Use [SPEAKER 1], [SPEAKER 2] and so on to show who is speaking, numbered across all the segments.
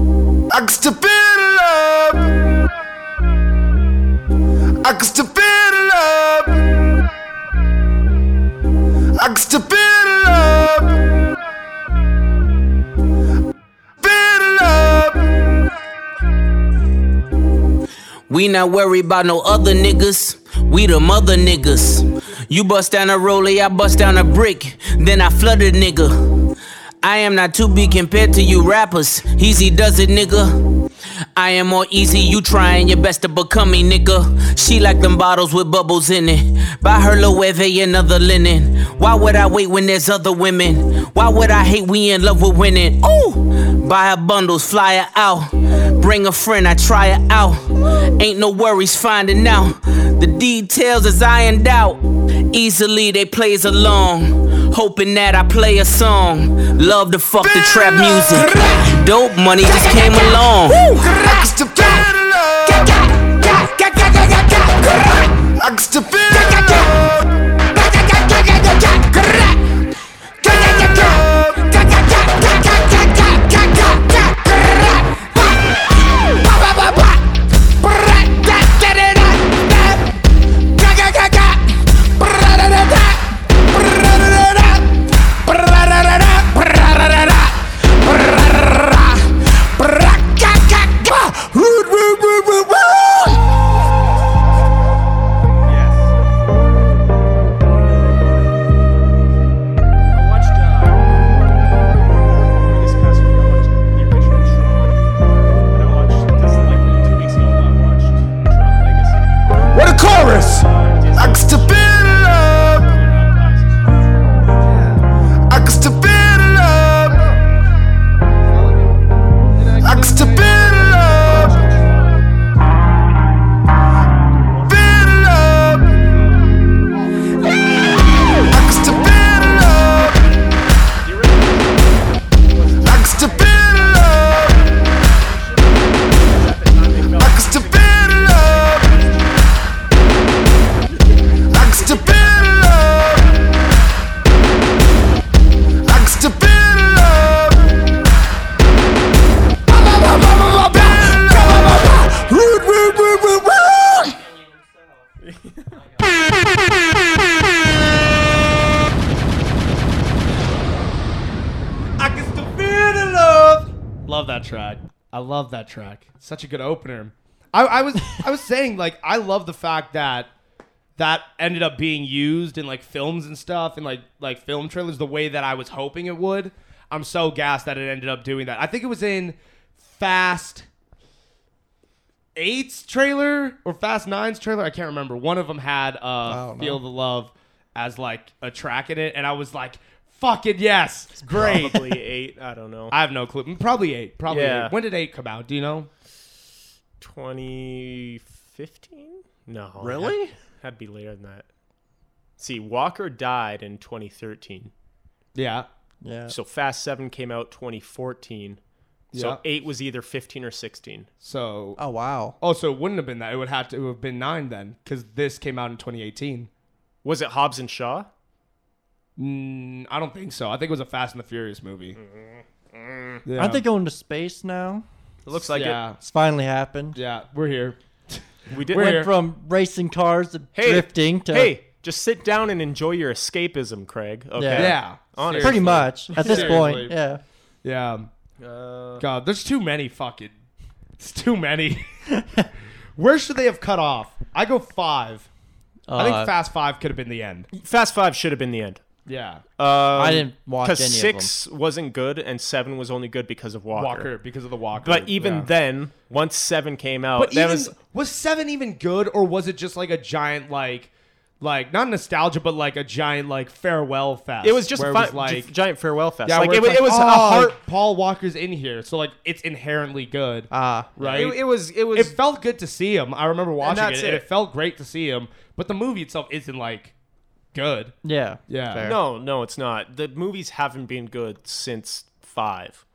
[SPEAKER 1] I can still feel the love. I can still feel the love. I can still feel the love. Feel the love.
[SPEAKER 2] We not worried about no other niggas. We the mother niggas. You bust down a rollie, I bust down a brick. Then I flood a nigga. I am not to be compared to you rappers. Easy does it, nigga. I am more easy, you trying your best to become me, nigga. She like them bottles with bubbles in it. Buy her Loewe and other linen. Why would I wait when there's other women? Why would I hate we in love with winning? Ooh! Buy her bundles, fly her out. Bring a friend, I try her out. Ain't no worries finding out. The details is ironed out. Easily they plays along. Hoping that I play a song. Love the fuck the trap music. Dope money just came along.
[SPEAKER 1] I can still feel the love. I can still feel the love.
[SPEAKER 3] I watched uh, this past week. I watched the original Tron, and I watched this like two weeks ago. I watched Tron Legacy.
[SPEAKER 1] What a chorus! I can still feel the love. I can still feel the love. I can still feel the love. Feel the love. I can still feel the love. I can still feel the love. I can still feel the love. I can still feel the love. I can still feel the love.
[SPEAKER 3] I can still feel the love. Love that track. I love that track. Such a good opener. I, I was I was saying like I love the fact that that ended up being used in like films and stuff and like like film trailers the way that I was hoping it would. I'm so gassed that it ended up doing that. I think it was in Fast Eight's trailer or Fast Nine's trailer. I can't remember. One of them had uh,
[SPEAKER 4] don't
[SPEAKER 3] "Feel
[SPEAKER 4] know.
[SPEAKER 3] the Love" as like a track in it, and I was like, "Fucking yes, great!"
[SPEAKER 5] Probably eight. I don't know.
[SPEAKER 3] I have no clue. Probably eight. Probably
[SPEAKER 5] Yeah.
[SPEAKER 3] eight. When did eight come out? Do you know?
[SPEAKER 5] 2015? No.
[SPEAKER 4] Really?
[SPEAKER 5] That'd, that'd be later than that. See, Walker died in 2013.
[SPEAKER 3] Yeah.
[SPEAKER 4] Yeah.
[SPEAKER 5] So Fast 7 came out 2014. So
[SPEAKER 3] Yeah.
[SPEAKER 5] 8 was either 15 or 16.
[SPEAKER 3] So
[SPEAKER 4] Oh wow.
[SPEAKER 3] oh, so it wouldn't have been that. It would have to have been nine then, because this came out in 2018.
[SPEAKER 5] Was it Hobbs and Shaw?
[SPEAKER 3] Mm, I don't think so. I think it was a Fast and the Furious movie. Yeah.
[SPEAKER 5] Um,
[SPEAKER 4] Aren't they going to space now?
[SPEAKER 5] It looks like
[SPEAKER 3] yeah.
[SPEAKER 4] It's finally happened.
[SPEAKER 3] Yeah. We're here.
[SPEAKER 5] it. We did.
[SPEAKER 3] We're
[SPEAKER 4] Went
[SPEAKER 3] here.
[SPEAKER 4] from racing cars to
[SPEAKER 5] Hey,
[SPEAKER 4] drifting to
[SPEAKER 5] Hey, just sit down and enjoy your escapism, Craig. Okay.
[SPEAKER 4] Yeah.
[SPEAKER 3] Yeah.
[SPEAKER 5] Honest.
[SPEAKER 4] pretty much at this
[SPEAKER 3] Seriously.
[SPEAKER 4] point. Yeah.
[SPEAKER 3] Yeah. God, there's too many fucking. It's too many. Where should they have cut off? I go five. I think
[SPEAKER 4] Uh,
[SPEAKER 3] Fast Five could have been the end.
[SPEAKER 5] Fast 5 should have been the end.
[SPEAKER 3] Yeah.
[SPEAKER 4] I didn't watch any
[SPEAKER 5] Because six wasn't good and seven was only good because of Walker.
[SPEAKER 3] Walker because of the Walker.
[SPEAKER 5] But even
[SPEAKER 3] yeah.
[SPEAKER 5] then, once seven came out,
[SPEAKER 3] But
[SPEAKER 5] that
[SPEAKER 3] even,
[SPEAKER 5] was
[SPEAKER 3] was seven even good, or was it just like a giant like, like not nostalgia, but like a giant like farewell fest?
[SPEAKER 5] It was just
[SPEAKER 3] where it
[SPEAKER 5] a fi-
[SPEAKER 3] was like
[SPEAKER 5] gi- giant farewell fest.
[SPEAKER 3] yeah,
[SPEAKER 5] like
[SPEAKER 3] where
[SPEAKER 5] it,
[SPEAKER 3] it's
[SPEAKER 5] wa- it was
[SPEAKER 3] oh,
[SPEAKER 5] a heart.
[SPEAKER 3] Paul Walker's in here, so like it's inherently good,
[SPEAKER 4] of them. Ah.
[SPEAKER 3] right?
[SPEAKER 5] It, it was. It was.
[SPEAKER 3] It felt good to see him. I remember watching it,
[SPEAKER 5] that's
[SPEAKER 3] and
[SPEAKER 5] it.
[SPEAKER 3] it felt great to see him. But the movie itself isn't like good.
[SPEAKER 4] yeah.
[SPEAKER 3] Yeah.
[SPEAKER 4] Fair.
[SPEAKER 5] no, no, it's not. The movies haven't been good since five.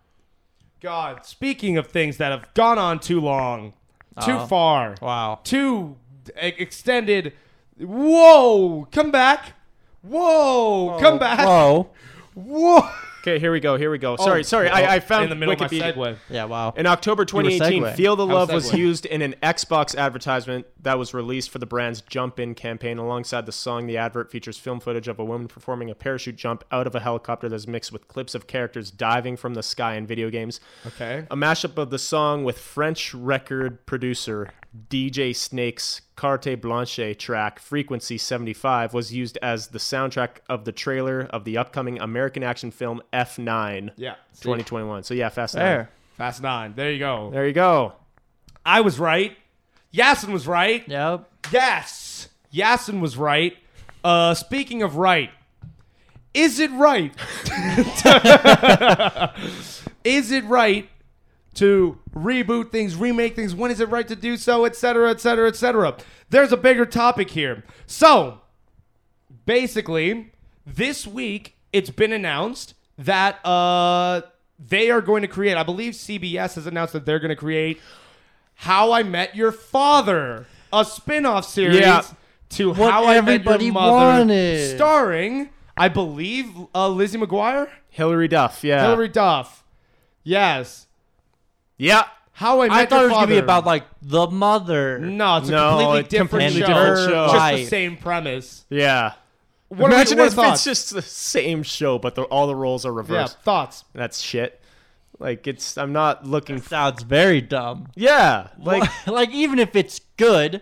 [SPEAKER 3] God, speaking of things that have gone on too long, too
[SPEAKER 5] Uh-huh.
[SPEAKER 3] far,
[SPEAKER 4] Wow.
[SPEAKER 3] too e- extended. Whoa, come back. Whoa, come back.
[SPEAKER 4] Whoa.
[SPEAKER 3] Whoa.
[SPEAKER 5] Okay, here we go. Here we go. Sorry, sorry. I, I found
[SPEAKER 3] in the middle
[SPEAKER 5] Wikipedia.
[SPEAKER 3] of my segue.
[SPEAKER 4] Yeah, wow.
[SPEAKER 5] In October
[SPEAKER 4] were
[SPEAKER 5] 2018,
[SPEAKER 4] segue.
[SPEAKER 5] Feel the
[SPEAKER 3] I was
[SPEAKER 5] Love was
[SPEAKER 3] segue.
[SPEAKER 5] used in an Xbox advertisement that was released for the brand's Jump In campaign. Alongside the song, the advert features film footage of a woman performing a parachute jump out of a helicopter that's mixed with clips of characters diving from the sky in video games.
[SPEAKER 3] Okay.
[SPEAKER 5] A mashup of the song with French record producer DJ Snake's Carte Blanche track, Frequency 75, was used as the soundtrack of the trailer of the upcoming American action film F9
[SPEAKER 3] Yeah.
[SPEAKER 5] 2021. So, yeah, Fast Nine.
[SPEAKER 4] there.
[SPEAKER 3] Fast nine. There you go.
[SPEAKER 5] There you go.
[SPEAKER 3] I was right. Yasin was right.
[SPEAKER 4] Yep.
[SPEAKER 3] Yes. Yasin was right. Uh, speaking of right, is it right? is it right to reboot things, remake things? When is it right to do so, et cetera, et cetera, et cetera? There's a bigger topic here. So, basically, this week it's been announced that uh, they are going to create, I believe CBS has announced that they're going to create How I Met Your Father, a spin off series
[SPEAKER 5] Yeah.
[SPEAKER 3] to
[SPEAKER 4] What
[SPEAKER 3] How I Met
[SPEAKER 4] everybody
[SPEAKER 3] Your Mother,
[SPEAKER 4] wanted.
[SPEAKER 3] starring, I believe, uh, Lizzie McGuire?
[SPEAKER 5] Hillary Duff, yeah.
[SPEAKER 3] Hillary Duff. Yes.
[SPEAKER 5] Yeah.
[SPEAKER 3] How I Met
[SPEAKER 4] I thought it
[SPEAKER 3] Your
[SPEAKER 4] was gonna
[SPEAKER 3] Father.
[SPEAKER 4] be about like the mother.
[SPEAKER 3] No, it's a
[SPEAKER 5] No,
[SPEAKER 3] completely
[SPEAKER 5] a
[SPEAKER 3] different
[SPEAKER 5] completely
[SPEAKER 3] show.
[SPEAKER 5] different
[SPEAKER 3] Just
[SPEAKER 5] show.
[SPEAKER 3] the
[SPEAKER 4] Right.
[SPEAKER 3] same premise.
[SPEAKER 5] Yeah.
[SPEAKER 3] What are
[SPEAKER 5] Imagine
[SPEAKER 3] we, what are
[SPEAKER 5] if
[SPEAKER 3] thoughts?
[SPEAKER 5] it's just the same show, but the, all the roles are
[SPEAKER 3] yeah,
[SPEAKER 5] reversed.
[SPEAKER 3] thoughts.
[SPEAKER 5] That's shit. Like, it's, I'm not looking. f
[SPEAKER 4] Sounds very dumb.
[SPEAKER 5] yeah. Like,
[SPEAKER 4] Like, like even if it's good,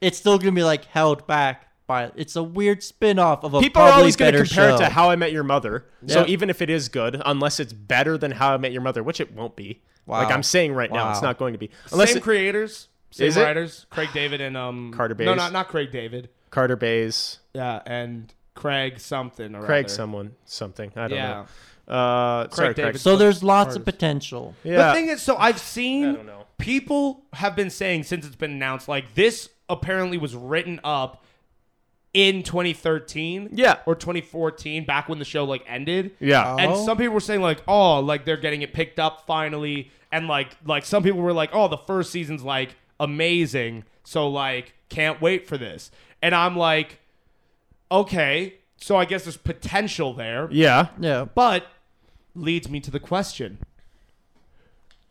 [SPEAKER 4] it's still gonna be like held back by. It's a weird spin-off of a
[SPEAKER 5] people are
[SPEAKER 4] probably
[SPEAKER 5] always going to
[SPEAKER 4] better
[SPEAKER 5] compare it
[SPEAKER 4] show.
[SPEAKER 5] to How I Met Your Mother. So
[SPEAKER 4] Yeah.
[SPEAKER 5] even if it is good, unless it's better than How I Met Your Mother, which it won't be. Like
[SPEAKER 4] Wow.
[SPEAKER 5] I'm saying right now, it's
[SPEAKER 4] Wow.
[SPEAKER 5] not going to be. Unless
[SPEAKER 3] same
[SPEAKER 5] it-
[SPEAKER 3] creators, same
[SPEAKER 5] Is it?
[SPEAKER 3] writers, Craig David and um
[SPEAKER 5] Carter
[SPEAKER 3] No,
[SPEAKER 5] Bays.
[SPEAKER 3] not not Craig David.
[SPEAKER 5] Carter Bays,
[SPEAKER 3] Yeah, and Craig something or
[SPEAKER 5] Craig,
[SPEAKER 3] other.
[SPEAKER 5] someone, something. I don't
[SPEAKER 3] Yeah.
[SPEAKER 5] know. Uh, sorry, Craig.
[SPEAKER 3] David.
[SPEAKER 4] So there's lots of potential.
[SPEAKER 5] Yeah.
[SPEAKER 3] The thing is, so I've seen
[SPEAKER 5] I don't know.
[SPEAKER 3] people have been saying since it's been announced, like this apparently was written up in 2013,
[SPEAKER 5] Yeah.
[SPEAKER 3] or 2014, back when the show like ended,
[SPEAKER 5] Yeah.
[SPEAKER 3] And
[SPEAKER 4] Oh.
[SPEAKER 3] some people were saying like, oh, like they're getting it picked up finally, and like like some people were like, oh, the first season's like amazing, so like can't wait for this, and I'm like, okay, so I guess there's potential there,
[SPEAKER 5] yeah.
[SPEAKER 4] Yeah.
[SPEAKER 3] but leads me to the question: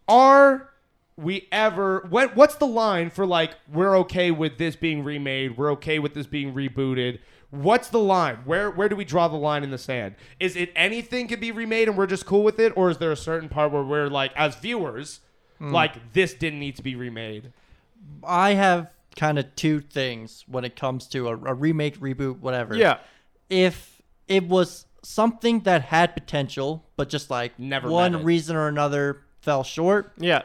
[SPEAKER 3] Are we ever? What What's the line for like we're okay with this being remade? We're okay with this being rebooted. What's the line? Where Where do we draw the line in the sand? Is it anything can be remade and we're just cool with it, or is there a certain part where we're like, as viewers,
[SPEAKER 5] Hmm.
[SPEAKER 3] like this didn't need to be remade?
[SPEAKER 4] I have kind of two things when it comes to a, a remake, reboot, whatever.
[SPEAKER 5] Yeah.
[SPEAKER 4] If it was something that had potential, but just like
[SPEAKER 3] Never met
[SPEAKER 4] one
[SPEAKER 3] it.
[SPEAKER 4] reason or another fell short,
[SPEAKER 5] Yeah.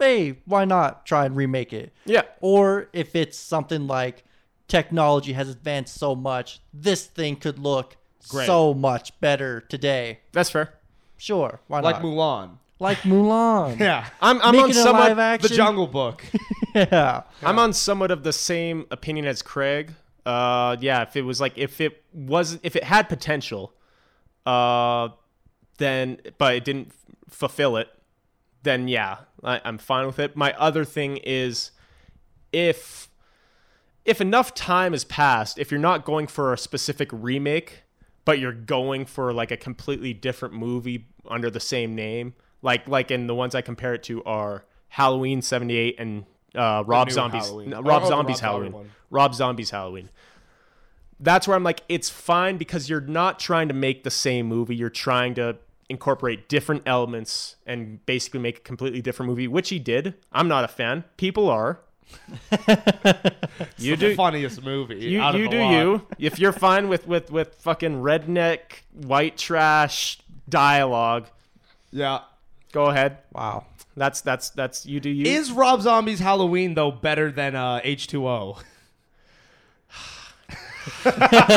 [SPEAKER 4] hey, why not try and remake it?
[SPEAKER 5] Yeah.
[SPEAKER 4] Or if it's something like technology has advanced so much, this thing could look so much better today.
[SPEAKER 5] That's fair.
[SPEAKER 4] Sure, why
[SPEAKER 3] Like
[SPEAKER 4] not?
[SPEAKER 3] Mulan,
[SPEAKER 4] like Mulan.
[SPEAKER 3] yeah,
[SPEAKER 5] I'm, I'm
[SPEAKER 4] Make
[SPEAKER 5] on
[SPEAKER 4] it a
[SPEAKER 5] somewhat
[SPEAKER 4] live action.
[SPEAKER 3] The Jungle Book.
[SPEAKER 4] Yeah.
[SPEAKER 5] I'm on somewhat of the same opinion as Craig. Uh, yeah, if it was like if it wasn't if it had potential, uh, then but it didn't f- fulfill it, then yeah, I, I'm fine with it. My other thing is if if enough time has passed, if you're not going for a specific remake, but you're going for like a completely different movie under the same name, like like in the ones I compare it to are Halloween '78 and uh, Rob
[SPEAKER 3] new
[SPEAKER 5] Zombie's
[SPEAKER 3] Halloween.
[SPEAKER 5] no,
[SPEAKER 3] Oh,
[SPEAKER 5] Rob
[SPEAKER 3] oh, the Rob Zombie
[SPEAKER 5] Zombie's Halloween,
[SPEAKER 3] one.
[SPEAKER 5] Rob Zombie's Halloween. That's where I'm like, it's fine because you're not trying to make the same movie. You're trying to incorporate different elements and basically make a completely different movie, which he did. I'm not a fan. People are. you
[SPEAKER 3] the
[SPEAKER 5] do
[SPEAKER 3] funniest movie.
[SPEAKER 5] you,
[SPEAKER 3] out of
[SPEAKER 5] you
[SPEAKER 3] the
[SPEAKER 5] do
[SPEAKER 3] lot.
[SPEAKER 5] you. If you're fine with with with fucking redneck white trash dialogue,
[SPEAKER 3] Yeah.
[SPEAKER 5] go ahead.
[SPEAKER 4] Wow.
[SPEAKER 5] That's that's that's you do you.
[SPEAKER 3] Is Rob Zombie's Halloween though better than uh, H2O?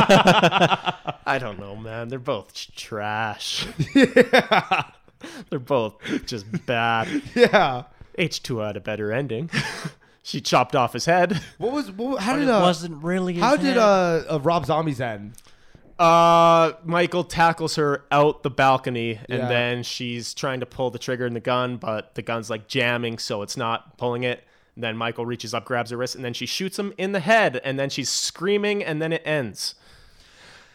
[SPEAKER 5] I don't know, man. They're both sh- trash. They're both just bad.
[SPEAKER 3] Yeah.
[SPEAKER 5] H2 had a better ending. she chopped off his head.
[SPEAKER 3] What was what, how
[SPEAKER 4] It
[SPEAKER 3] did uh,
[SPEAKER 4] wasn't really.
[SPEAKER 3] how
[SPEAKER 4] his
[SPEAKER 3] did
[SPEAKER 4] head.
[SPEAKER 3] uh, uh Rob Zombie's end?
[SPEAKER 5] Uh, Michael tackles her out the balcony, and
[SPEAKER 3] Yeah.
[SPEAKER 5] then she's trying to pull the trigger in the gun, but the gun's like jamming, so it's not pulling it. And then Michael reaches up, grabs her wrist, and then she shoots him in the head, and then she's screaming, and then it ends.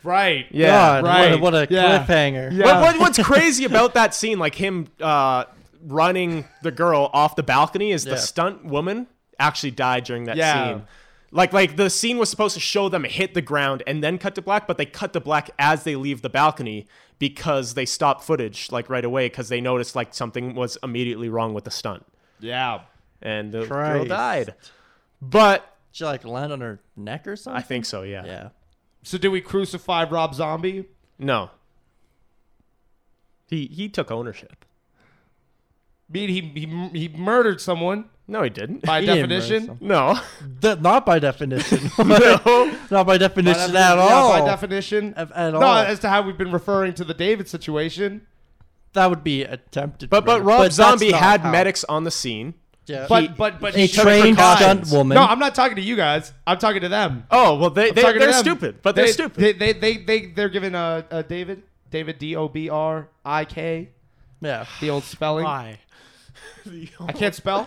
[SPEAKER 3] Right.
[SPEAKER 5] Yeah.
[SPEAKER 4] God,
[SPEAKER 3] right.
[SPEAKER 4] What a, what a
[SPEAKER 3] Yeah.
[SPEAKER 4] cliffhanger.
[SPEAKER 3] Yeah.
[SPEAKER 5] What, what- what's crazy about that scene, like him uh, running the girl off the balcony, is
[SPEAKER 4] Yeah.
[SPEAKER 5] the stunt woman actually died during that
[SPEAKER 3] Yeah.
[SPEAKER 5] scene. Like, like the scene was supposed to show them hit the ground and then cut to black, but they cut to black as they leave the balcony because they stopped footage like right away because they noticed like something was immediately wrong with the stunt,
[SPEAKER 3] Yeah.
[SPEAKER 5] and the girl
[SPEAKER 4] Christ.
[SPEAKER 5] died. But
[SPEAKER 4] Did she like land on her neck or something?
[SPEAKER 5] I think so, yeah.
[SPEAKER 4] Yeah.
[SPEAKER 3] So do we crucify Rob Zombie?
[SPEAKER 5] No, he he took ownership.
[SPEAKER 3] I mean, he he he murdered someone
[SPEAKER 5] No, he didn't.
[SPEAKER 3] by
[SPEAKER 4] He didn't murder
[SPEAKER 3] definition.
[SPEAKER 4] someone.
[SPEAKER 5] no.
[SPEAKER 4] Th- not by definition.
[SPEAKER 5] no.
[SPEAKER 4] not by
[SPEAKER 3] By
[SPEAKER 4] definition
[SPEAKER 3] definition,
[SPEAKER 4] at
[SPEAKER 3] yeah,
[SPEAKER 4] all.
[SPEAKER 3] by definition,
[SPEAKER 4] At- at
[SPEAKER 3] no,
[SPEAKER 4] all.
[SPEAKER 3] as to how we've been referring to the David situation.
[SPEAKER 4] that would be attempted.
[SPEAKER 5] But but
[SPEAKER 4] murder.
[SPEAKER 5] Rob
[SPEAKER 4] that's
[SPEAKER 5] Zombie
[SPEAKER 4] not
[SPEAKER 5] had
[SPEAKER 4] how-
[SPEAKER 5] medics on the scene.
[SPEAKER 4] Yeah.
[SPEAKER 3] But but but
[SPEAKER 4] a
[SPEAKER 3] he took
[SPEAKER 4] trained
[SPEAKER 3] precautions.
[SPEAKER 4] stunt woman.
[SPEAKER 3] No, I'm not talking to you guys. I'm talking to them.
[SPEAKER 5] Oh well, they, they
[SPEAKER 3] talking to
[SPEAKER 5] they're
[SPEAKER 3] them.
[SPEAKER 5] stupid, but they're
[SPEAKER 3] They-
[SPEAKER 5] stupid.
[SPEAKER 3] They they they they they're giving uh, uh David David D O B R I K
[SPEAKER 4] yeah.
[SPEAKER 3] the old spelling.
[SPEAKER 5] Why?
[SPEAKER 3] I can't spell.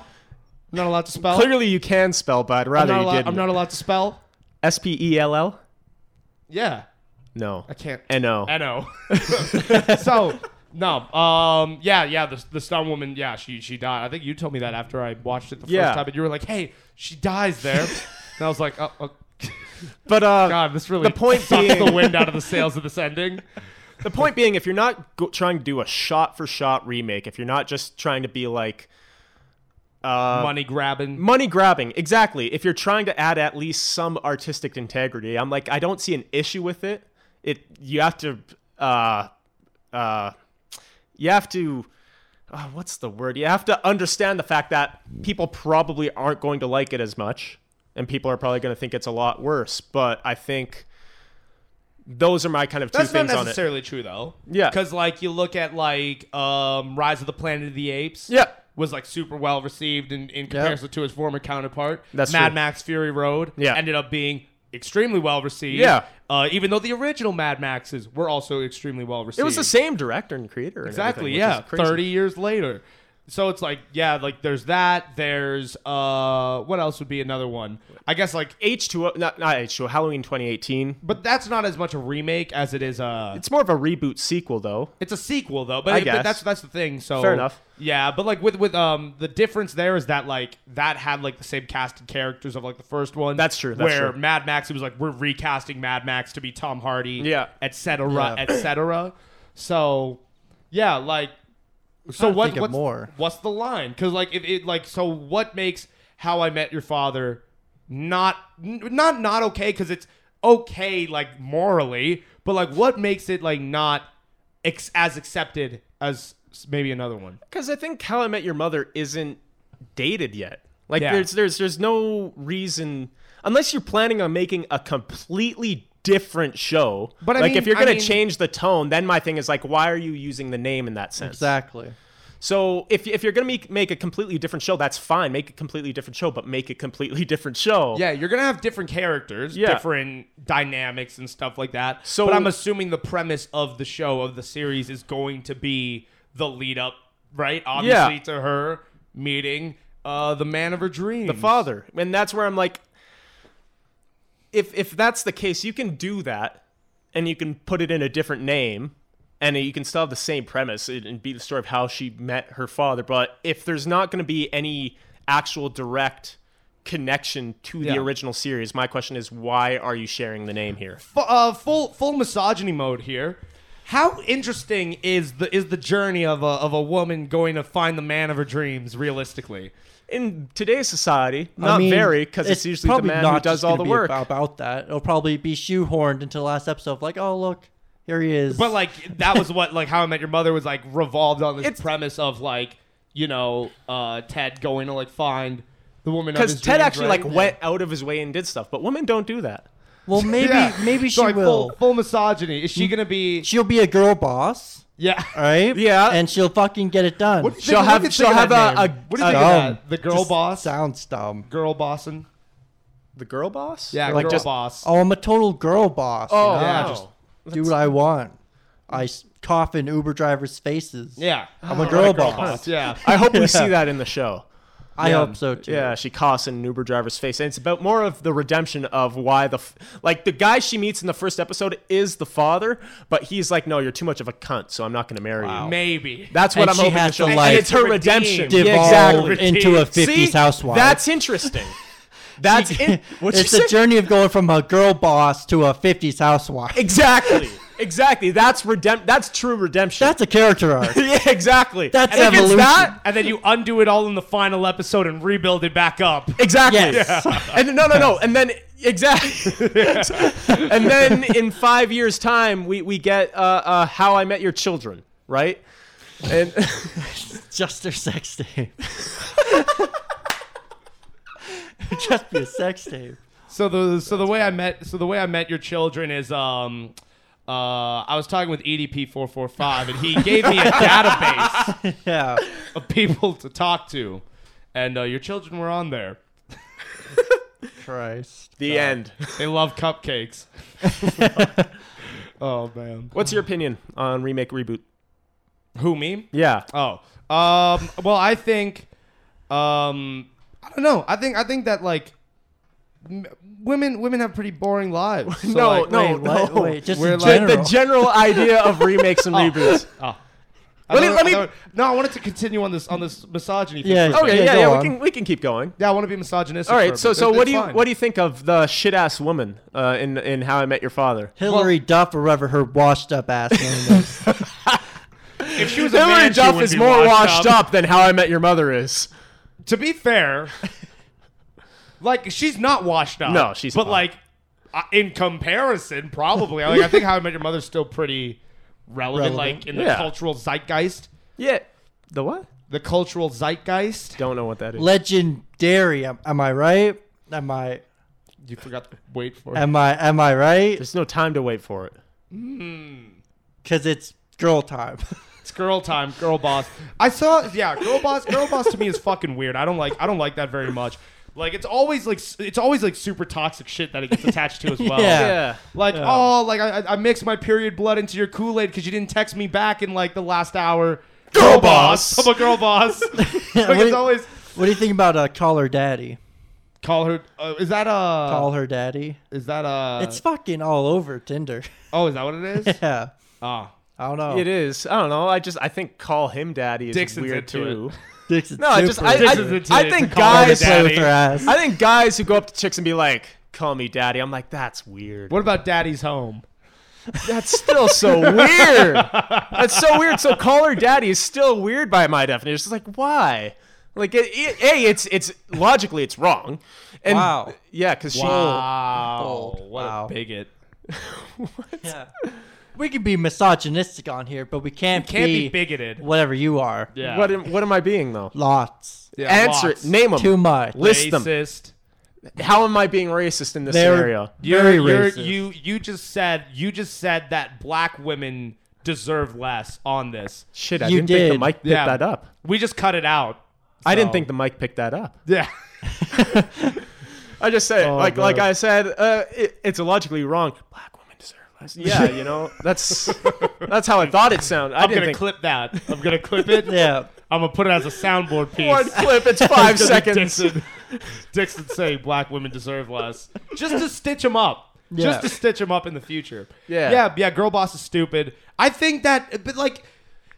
[SPEAKER 3] I'm not allowed to spell.
[SPEAKER 5] Clearly, you can spell, but I'd
[SPEAKER 3] I'm
[SPEAKER 5] rather
[SPEAKER 3] not,
[SPEAKER 5] you
[SPEAKER 3] allowed,
[SPEAKER 5] didn't.
[SPEAKER 3] I'm not allowed to spell.
[SPEAKER 5] S P E L L.
[SPEAKER 3] Yeah,
[SPEAKER 5] No,
[SPEAKER 3] I can't.
[SPEAKER 5] N O.
[SPEAKER 3] I know. so no, um, yeah, yeah. The the stunt woman, yeah, she she died. I think you told me that after I watched it the
[SPEAKER 5] Yeah.
[SPEAKER 3] first time, and you were like, "Hey, she dies there," and I was like, "Oh, oh
[SPEAKER 5] But uh,
[SPEAKER 3] God, this really
[SPEAKER 5] The point
[SPEAKER 3] sucks
[SPEAKER 5] being-
[SPEAKER 3] the wind out of the sails of this ending."
[SPEAKER 5] the point being, if you're not go- trying to do a shot-for-shot remake, if you're not just trying to be like uh,
[SPEAKER 3] Money grabbing.
[SPEAKER 5] money grabbing exactly if you're trying to add at least some artistic integrity i'm like i don't see an issue with it it you have to uh uh you have to uh, what's the word you have to understand the fact that people probably aren't going to like it as much and people are probably going to think it's a lot worse but i think those are my kind of two
[SPEAKER 3] That's not
[SPEAKER 5] things on it
[SPEAKER 3] necessarily true though.
[SPEAKER 5] Yeah.
[SPEAKER 3] Because like you look at like um Rise of the Planet of the Apes.
[SPEAKER 5] Yeah.
[SPEAKER 3] Was like super well received in, in comparison to his former counterpart.
[SPEAKER 5] That's
[SPEAKER 3] Mad
[SPEAKER 5] true.
[SPEAKER 3] Max Fury Road.
[SPEAKER 5] Yeah.
[SPEAKER 3] Ended up being extremely well received.
[SPEAKER 5] Yeah.
[SPEAKER 3] Uh, even though the original Mad Maxes were also extremely well received.
[SPEAKER 5] it was the same director and creator and
[SPEAKER 3] Exactly.
[SPEAKER 5] everything, which
[SPEAKER 3] Yeah.
[SPEAKER 5] is crazy.
[SPEAKER 3] Thirty years later. So it's like yeah, like there's that. There's uh, what else would be another one? I guess like,
[SPEAKER 5] h2o not, not h2o halloween 2018
[SPEAKER 3] but that's not as much a remake as it is a.
[SPEAKER 5] it's more of a reboot sequel though
[SPEAKER 3] It's a sequel though, but,
[SPEAKER 5] I
[SPEAKER 3] it- but
[SPEAKER 5] guess.
[SPEAKER 3] that's that's the thing. So
[SPEAKER 5] Fair enough.
[SPEAKER 3] Yeah, but like with with um the difference there is that like that had like the same cast of characters of like the first one.
[SPEAKER 5] That's true, that's
[SPEAKER 3] where
[SPEAKER 5] true.
[SPEAKER 3] Mad Max it was like we're recasting Mad Max to be Tom Hardy.
[SPEAKER 5] Yeah.
[SPEAKER 3] et cetera,
[SPEAKER 4] Yeah.
[SPEAKER 3] et cetera. So yeah, like so
[SPEAKER 4] trying to
[SPEAKER 3] what
[SPEAKER 4] think of
[SPEAKER 3] what's,
[SPEAKER 4] more.
[SPEAKER 3] what's the line? Because like if it like so what makes How I Met Your Father not n- not not okay? Because it's okay like morally, but like what makes it like not ex- as accepted as s- maybe another one?
[SPEAKER 5] Because I think How I Met Your Mother isn't dated yet. Like
[SPEAKER 3] Yeah.
[SPEAKER 5] there's there's there's no reason unless you're planning on making a completely different show.
[SPEAKER 3] But I
[SPEAKER 5] like
[SPEAKER 3] mean-
[SPEAKER 5] if you're
[SPEAKER 3] I
[SPEAKER 5] gonna
[SPEAKER 3] mean-
[SPEAKER 5] change the tone, then my thing is like, why are you using the name in that sense?
[SPEAKER 4] Exactly.
[SPEAKER 5] So if if you're gonna make make a completely different show, that's fine. Make a completely different show, but make a completely different show.
[SPEAKER 3] Yeah, you're gonna have different characters,
[SPEAKER 5] Yeah.
[SPEAKER 3] different dynamics and stuff like that.
[SPEAKER 5] So-
[SPEAKER 3] but I'm assuming the premise of the show of the series is going to be the lead up, right? Obviously to her meeting uh, the man of her dreams,
[SPEAKER 5] The father. And that's where I'm like if if that's the case, you can do that and you can put it in a different name and you can still have the same premise and and be the story of how she met her father but if there's not going to be any actual direct connection to
[SPEAKER 3] Yeah.
[SPEAKER 5] the original series my question is why are you sharing the name here
[SPEAKER 3] Fu- uh, full full misogyny mode here. How interesting is the is the journey of a of a woman going to find the man of her dreams? Realistically,
[SPEAKER 5] in today's society
[SPEAKER 4] I
[SPEAKER 5] not
[SPEAKER 4] mean,
[SPEAKER 5] very because it's, usually the
[SPEAKER 4] probably
[SPEAKER 5] man
[SPEAKER 4] not
[SPEAKER 5] who does
[SPEAKER 4] just
[SPEAKER 5] all
[SPEAKER 4] gonna
[SPEAKER 5] the
[SPEAKER 4] be
[SPEAKER 5] work
[SPEAKER 4] About, about that, it'll probably be shoehorned into the last episode. Of like, oh look, here he is.
[SPEAKER 3] but like that was what like How I Met Your Mother was like revolved on this
[SPEAKER 5] It's-
[SPEAKER 3] premise of like you know uh, Ted going to like find the woman of
[SPEAKER 5] because
[SPEAKER 3] his
[SPEAKER 5] ted
[SPEAKER 3] dreams,
[SPEAKER 5] actually
[SPEAKER 3] right?
[SPEAKER 5] like went out of his way and did stuff but women don't do that
[SPEAKER 4] well, maybe
[SPEAKER 3] Yeah.
[SPEAKER 4] maybe she
[SPEAKER 3] So, like,
[SPEAKER 4] will.
[SPEAKER 3] Full, full misogyny. Is she gonna be?
[SPEAKER 4] She'll be a girl boss,
[SPEAKER 3] Yeah.
[SPEAKER 4] all right?
[SPEAKER 5] Yeah.
[SPEAKER 4] and she'll fucking get it done. Uh,
[SPEAKER 3] What do you think-
[SPEAKER 5] she'll
[SPEAKER 3] what do you
[SPEAKER 5] have
[SPEAKER 3] think
[SPEAKER 5] she'll
[SPEAKER 3] of
[SPEAKER 5] have
[SPEAKER 3] that
[SPEAKER 5] a, a,
[SPEAKER 3] name? What do you think
[SPEAKER 5] a-
[SPEAKER 3] of that? The girl
[SPEAKER 4] Just
[SPEAKER 3] boss.
[SPEAKER 4] sounds dumb.
[SPEAKER 3] Girl bossing.
[SPEAKER 5] the girl boss
[SPEAKER 3] Yeah.
[SPEAKER 4] Like
[SPEAKER 3] girl
[SPEAKER 4] just-
[SPEAKER 3] boss.
[SPEAKER 4] Oh, I'm a total girl boss. you know?
[SPEAKER 3] yeah.
[SPEAKER 5] Oh, wow.
[SPEAKER 3] just-
[SPEAKER 4] do what I want. I s- cough in Uber drivers' faces.
[SPEAKER 3] yeah.
[SPEAKER 4] I'm a girl, boss.
[SPEAKER 3] Yeah.
[SPEAKER 5] I hope we see that in the show.
[SPEAKER 4] I
[SPEAKER 3] Yeah.
[SPEAKER 4] hope so too.
[SPEAKER 5] Yeah, she coughs in an Uber driver's face, and it's about more of the redemption of why the f- like the guy she meets in the first episode is the father, but he's like, no, you're too much of a cunt, so I'm not going to marry you.
[SPEAKER 3] Maybe.
[SPEAKER 5] That's what
[SPEAKER 4] And
[SPEAKER 5] I'm
[SPEAKER 4] she
[SPEAKER 5] hoping
[SPEAKER 4] has
[SPEAKER 5] to show.
[SPEAKER 4] to,
[SPEAKER 5] And
[SPEAKER 4] like,
[SPEAKER 5] it's her redemption.
[SPEAKER 3] redeem.
[SPEAKER 4] Devolve
[SPEAKER 5] Yeah, exactly.
[SPEAKER 4] into a
[SPEAKER 5] See?
[SPEAKER 4] 50s housewife.
[SPEAKER 5] That's interesting. That's it. What'd
[SPEAKER 4] it's
[SPEAKER 5] you
[SPEAKER 4] a
[SPEAKER 5] say?
[SPEAKER 4] journey of going from a girl boss to a 50s housewife.
[SPEAKER 5] Exactly. Exactly. That's redemp. That's true redemption.
[SPEAKER 4] That's a character arc.
[SPEAKER 5] yeah, exactly.
[SPEAKER 4] That's
[SPEAKER 5] and If
[SPEAKER 4] evolution.
[SPEAKER 5] it's that,
[SPEAKER 3] And then you undo it all in the final episode and rebuild it back up.
[SPEAKER 5] Exactly.
[SPEAKER 4] Yes. Yeah.
[SPEAKER 5] And no, no, no. And then exactly. and then in five years' time, we we get uh, uh, How I Met Your Children, right? And
[SPEAKER 4] Just their sex tape. Just be a sex tape.
[SPEAKER 3] So the so the way I met so the way I met your children is um uh I was talking with EDP four four five and he gave me a database
[SPEAKER 4] Yeah.
[SPEAKER 3] of people to talk to, and uh, your children were on there.
[SPEAKER 4] Christ.
[SPEAKER 3] Uh,
[SPEAKER 5] the end.
[SPEAKER 3] They love cupcakes. oh man,
[SPEAKER 5] What's your opinion on remake reboot?
[SPEAKER 3] who me?
[SPEAKER 5] Yeah.
[SPEAKER 3] Oh, um, well, I think, um, I don't know. I think I think that like m- women women have pretty boring lives. So,
[SPEAKER 5] no,
[SPEAKER 3] like,
[SPEAKER 5] no,
[SPEAKER 4] Wait, what?
[SPEAKER 5] no.
[SPEAKER 4] Wait, just
[SPEAKER 3] We're
[SPEAKER 4] in
[SPEAKER 3] like-
[SPEAKER 5] The-
[SPEAKER 4] general.
[SPEAKER 5] the general idea of remakes and
[SPEAKER 3] Oh.
[SPEAKER 5] reboots.
[SPEAKER 3] I
[SPEAKER 5] Let me-
[SPEAKER 3] thought-
[SPEAKER 5] let
[SPEAKER 3] I
[SPEAKER 5] me-
[SPEAKER 3] thought- no, I wanted to continue on this on this misogyny. Thing
[SPEAKER 4] Yeah.
[SPEAKER 3] for a
[SPEAKER 5] Okay,
[SPEAKER 3] second.
[SPEAKER 5] yeah, yeah,
[SPEAKER 4] go
[SPEAKER 5] we
[SPEAKER 4] on.
[SPEAKER 5] can we can keep going.
[SPEAKER 3] yeah. I want to be misogynistic.
[SPEAKER 5] All
[SPEAKER 3] for a
[SPEAKER 5] right, so
[SPEAKER 3] bit.
[SPEAKER 5] so
[SPEAKER 3] It-
[SPEAKER 5] what
[SPEAKER 3] it's
[SPEAKER 5] do you
[SPEAKER 3] fine.
[SPEAKER 5] what do you think of the shit ass woman uh, in in How I Met Your Father?
[SPEAKER 4] Hillary Duff or whatever her washed up ass name is.
[SPEAKER 3] If she was a
[SPEAKER 5] Hillary
[SPEAKER 3] man, she
[SPEAKER 5] Duff
[SPEAKER 3] would
[SPEAKER 5] is
[SPEAKER 3] be
[SPEAKER 5] more washed up than How I Met Your Mother is.
[SPEAKER 3] To be fair, like she's not washed up.
[SPEAKER 5] No, she's
[SPEAKER 3] But
[SPEAKER 5] not.
[SPEAKER 3] like uh, in comparison, probably. like I think How I Met Your Mother's still pretty relevant,
[SPEAKER 4] Relevant.
[SPEAKER 3] like in the
[SPEAKER 5] Yeah.
[SPEAKER 3] cultural zeitgeist.
[SPEAKER 5] Yeah. The what?
[SPEAKER 3] The cultural zeitgeist.
[SPEAKER 5] Don't know what that is.
[SPEAKER 4] Legendary. Am, am I right? Am I
[SPEAKER 3] You forgot to wait for it.
[SPEAKER 4] am I am I right?
[SPEAKER 5] There's no time to wait for it.
[SPEAKER 4] Cuz it's girl time.
[SPEAKER 3] It's girl time, girl boss. I saw, yeah, girl boss. Girl boss to me is fucking weird. I don't like, I don't like that very much. Like it's always like, s- it's always like super toxic shit that it gets attached to as well.
[SPEAKER 4] Yeah.
[SPEAKER 3] Like oh, like I, I- I mixed my period blood into your Kool Aid because you didn't text me back in like the last hour.
[SPEAKER 5] Girl boss.
[SPEAKER 3] I'm a girl boss. like
[SPEAKER 4] what, do
[SPEAKER 3] it's
[SPEAKER 4] you,
[SPEAKER 3] always
[SPEAKER 4] what do you think about uh, call her daddy?
[SPEAKER 3] call her. Uh, is that a?
[SPEAKER 4] Call her daddy.
[SPEAKER 3] Is that a?
[SPEAKER 4] It's fucking all over Tinder.
[SPEAKER 3] oh, is that what it is?
[SPEAKER 4] yeah.
[SPEAKER 3] Ah,
[SPEAKER 4] I don't know.
[SPEAKER 5] It is. I don't know. I just I think call him daddy is
[SPEAKER 3] Dixon's
[SPEAKER 5] weird
[SPEAKER 3] into
[SPEAKER 5] too.
[SPEAKER 4] Dicks is
[SPEAKER 5] No, I just I,
[SPEAKER 4] super-
[SPEAKER 5] I,
[SPEAKER 3] Dixon's into
[SPEAKER 5] I
[SPEAKER 3] it,
[SPEAKER 5] think
[SPEAKER 3] to call him
[SPEAKER 5] guys
[SPEAKER 4] play
[SPEAKER 3] daddy.
[SPEAKER 5] I
[SPEAKER 4] with her ass.
[SPEAKER 5] think guys who go up to chicks and be like, "Call me daddy," I'm like, "That's weird."
[SPEAKER 3] what about Daddy's home?
[SPEAKER 5] That's still so weird. That's so weird. So call her daddy is still weird by my definition. It's like why? Like it, it- a it's it's logically it's wrong. And
[SPEAKER 4] Wow.
[SPEAKER 5] Yeah, because
[SPEAKER 3] Wow,
[SPEAKER 4] Bold.
[SPEAKER 3] what
[SPEAKER 4] Wow.
[SPEAKER 3] a bigot.
[SPEAKER 4] Yeah. We can be misogynistic on here, but we can't,
[SPEAKER 3] Can't be bigoted.
[SPEAKER 4] whatever you are.
[SPEAKER 5] she.
[SPEAKER 3] Yeah.
[SPEAKER 5] What am, what am I being though?
[SPEAKER 4] Lots.
[SPEAKER 3] Yeah,
[SPEAKER 5] Answer it.
[SPEAKER 3] lots.
[SPEAKER 5] Name them.
[SPEAKER 4] Too much.
[SPEAKER 5] List them.
[SPEAKER 3] Racist.
[SPEAKER 5] How am I being racist in this
[SPEAKER 4] They're-
[SPEAKER 5] scenario?
[SPEAKER 3] You're,
[SPEAKER 4] Very
[SPEAKER 3] you're,
[SPEAKER 4] racist.
[SPEAKER 3] you you just said you just said that black women deserve less on this.
[SPEAKER 5] Shit, I
[SPEAKER 4] You
[SPEAKER 5] didn't think
[SPEAKER 4] did.
[SPEAKER 5] the mic picked
[SPEAKER 3] Yeah.
[SPEAKER 5] that up.
[SPEAKER 3] We just cut it out.
[SPEAKER 5] I didn't
[SPEAKER 3] So-
[SPEAKER 5] think the mic picked that up.
[SPEAKER 3] Yeah.
[SPEAKER 5] I just said, like
[SPEAKER 3] God.
[SPEAKER 5] like I said, uh, it, it's illogically wrong. Black women deserve less. Yeah, you know that's that's how I thought it sounded. I
[SPEAKER 3] I'm
[SPEAKER 5] didn't
[SPEAKER 3] gonna
[SPEAKER 5] think
[SPEAKER 3] clip that. I'm gonna clip it.
[SPEAKER 4] Yeah.
[SPEAKER 3] I'm gonna put it as a soundboard piece.
[SPEAKER 5] one clip. It's five
[SPEAKER 3] Just
[SPEAKER 5] seconds.
[SPEAKER 3] Dixon, Dixon saying black women deserve less, just to stitch them up,
[SPEAKER 4] Yeah.
[SPEAKER 3] just to stitch them up in the future.
[SPEAKER 5] Yeah.
[SPEAKER 3] yeah, yeah. Girl boss is stupid. I think that, but like,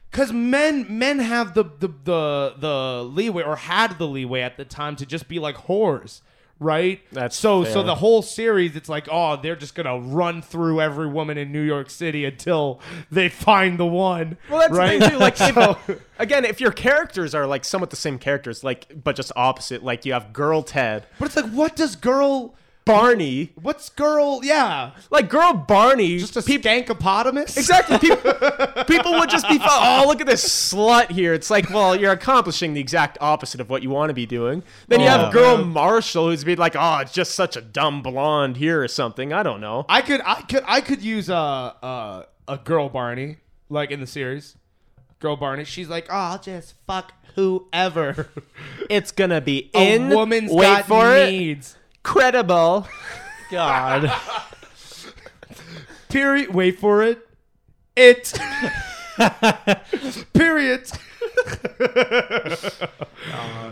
[SPEAKER 3] because men men have the, the the the leeway or had the leeway at the time to just be like whores. Right.
[SPEAKER 5] That's
[SPEAKER 3] so. So
[SPEAKER 5] fair.
[SPEAKER 3] the whole series, it's like, oh, they're just gonna run through every woman in New York City until they find the one.
[SPEAKER 5] Well, that's
[SPEAKER 3] right?
[SPEAKER 5] the thing too. Like, if, again, if your characters are like somewhat the same characters, like but just opposite, like you have girl Ted,
[SPEAKER 3] But it's like, what does girl?
[SPEAKER 5] Barney,
[SPEAKER 3] What's girl? Yeah,
[SPEAKER 5] like girl Barney,
[SPEAKER 3] just a skankopotamus.
[SPEAKER 5] Exactly. People, people would just be, fu- oh, look at this slut here. It's like, well, you're accomplishing the exact opposite of what you want to be doing. Then you
[SPEAKER 3] Oh,
[SPEAKER 5] have girl Marshall who's be like, oh, it's just such a dumb blonde here or something. I don't know.
[SPEAKER 3] I could, I could, I could use a a, a girl Barney like in the series. Girl Barney, she's like, oh, I'll just fuck whoever.
[SPEAKER 5] It's going to be
[SPEAKER 3] A
[SPEAKER 5] in.
[SPEAKER 3] woman's
[SPEAKER 5] wait
[SPEAKER 3] got
[SPEAKER 5] for it.
[SPEAKER 3] needs.
[SPEAKER 5] Credible.
[SPEAKER 4] God.
[SPEAKER 3] Period. Wait for it. It. Period.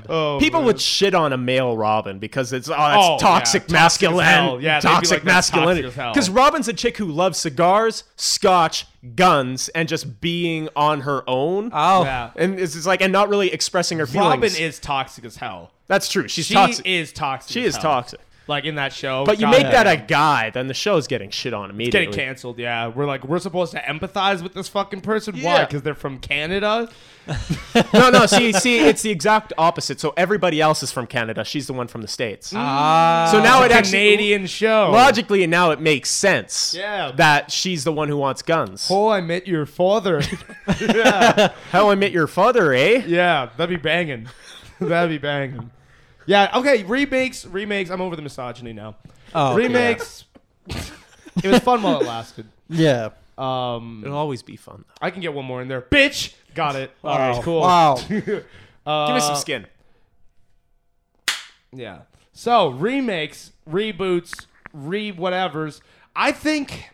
[SPEAKER 3] Oh,
[SPEAKER 5] People
[SPEAKER 3] man.
[SPEAKER 5] would shit on a male Robin because it's oh, that's
[SPEAKER 3] Oh, yeah,
[SPEAKER 5] toxic
[SPEAKER 3] toxic as
[SPEAKER 5] masculine,
[SPEAKER 3] hell. Yeah, they'd be
[SPEAKER 5] toxic
[SPEAKER 3] like, "That's toxic
[SPEAKER 5] masculinity.
[SPEAKER 3] as hell.
[SPEAKER 5] Because Robin's a chick who loves cigars, scotch, guns, and just being on her own.
[SPEAKER 4] Oh,
[SPEAKER 3] Yeah.
[SPEAKER 5] and it's just like and not really expressing her feelings.
[SPEAKER 3] Robin is toxic as hell.
[SPEAKER 5] that's true. She's
[SPEAKER 3] She
[SPEAKER 5] toxic.
[SPEAKER 3] is toxic.
[SPEAKER 5] she
[SPEAKER 3] as
[SPEAKER 5] is
[SPEAKER 3] hell.
[SPEAKER 5] toxic.
[SPEAKER 3] Like in that show.
[SPEAKER 5] But you
[SPEAKER 3] God,
[SPEAKER 5] make
[SPEAKER 3] yeah.
[SPEAKER 5] that a guy, then the show's getting shit on immediately.
[SPEAKER 3] Getting canceled, yeah. We're like, we're supposed to empathize with this fucking person. Why?
[SPEAKER 5] Yeah.
[SPEAKER 3] Because they're from Canada?
[SPEAKER 5] no, no. See, see, it's the exact opposite. So everybody else is from Canada. She's the one from the states. so now it actually
[SPEAKER 3] Canadian show.
[SPEAKER 5] logically now it makes sense.
[SPEAKER 3] Yeah.
[SPEAKER 5] That she's the one who wants guns.
[SPEAKER 3] Oh, I met your father.
[SPEAKER 5] How I Met Your Father, eh?
[SPEAKER 3] yeah, that'd be banging. that'd be banging. Yeah, okay, remakes, remakes. I'm over the misogyny now.
[SPEAKER 4] Oh, okay.
[SPEAKER 3] remakes. it was fun while it lasted.
[SPEAKER 4] yeah.
[SPEAKER 3] Um,
[SPEAKER 5] It'll always be fun. Though.
[SPEAKER 3] I can get one more in there. Bitch! Got it. All right, cool.
[SPEAKER 4] Wow.
[SPEAKER 5] Give me some skin.
[SPEAKER 3] Yeah. So remakes, reboots, re whatevers. I think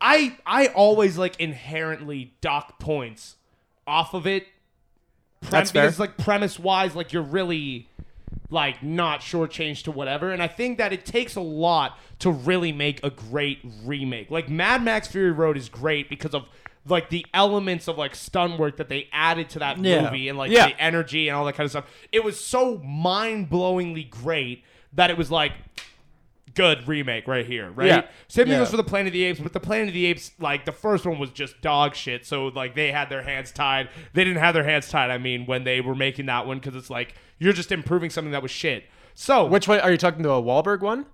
[SPEAKER 3] I I always like inherently dock points off of it. Prem-
[SPEAKER 5] That's fair.
[SPEAKER 3] Because like premise wise, like you're really like not shortchanged to whatever. And I think that it takes a lot to really make a great remake. Like Mad Max Fury Road is great because of like the elements of like stunt work that they added to that
[SPEAKER 4] Yeah.
[SPEAKER 3] movie and like
[SPEAKER 5] Yeah.
[SPEAKER 3] the energy and all that kind of stuff. It was so mind blowingly great that it was like good remake right here, right?
[SPEAKER 5] Yeah.
[SPEAKER 3] Same thing
[SPEAKER 4] Yeah.
[SPEAKER 3] goes for the Planet of the Apes, but the Planet of the Apes, like the first one was just dog shit. So like they had their hands tied. They didn't have their hands tied. I mean, when they were making that one, because it's like you're just improving something that was shit. So
[SPEAKER 5] Which one are you talking to? A Wahlberg one?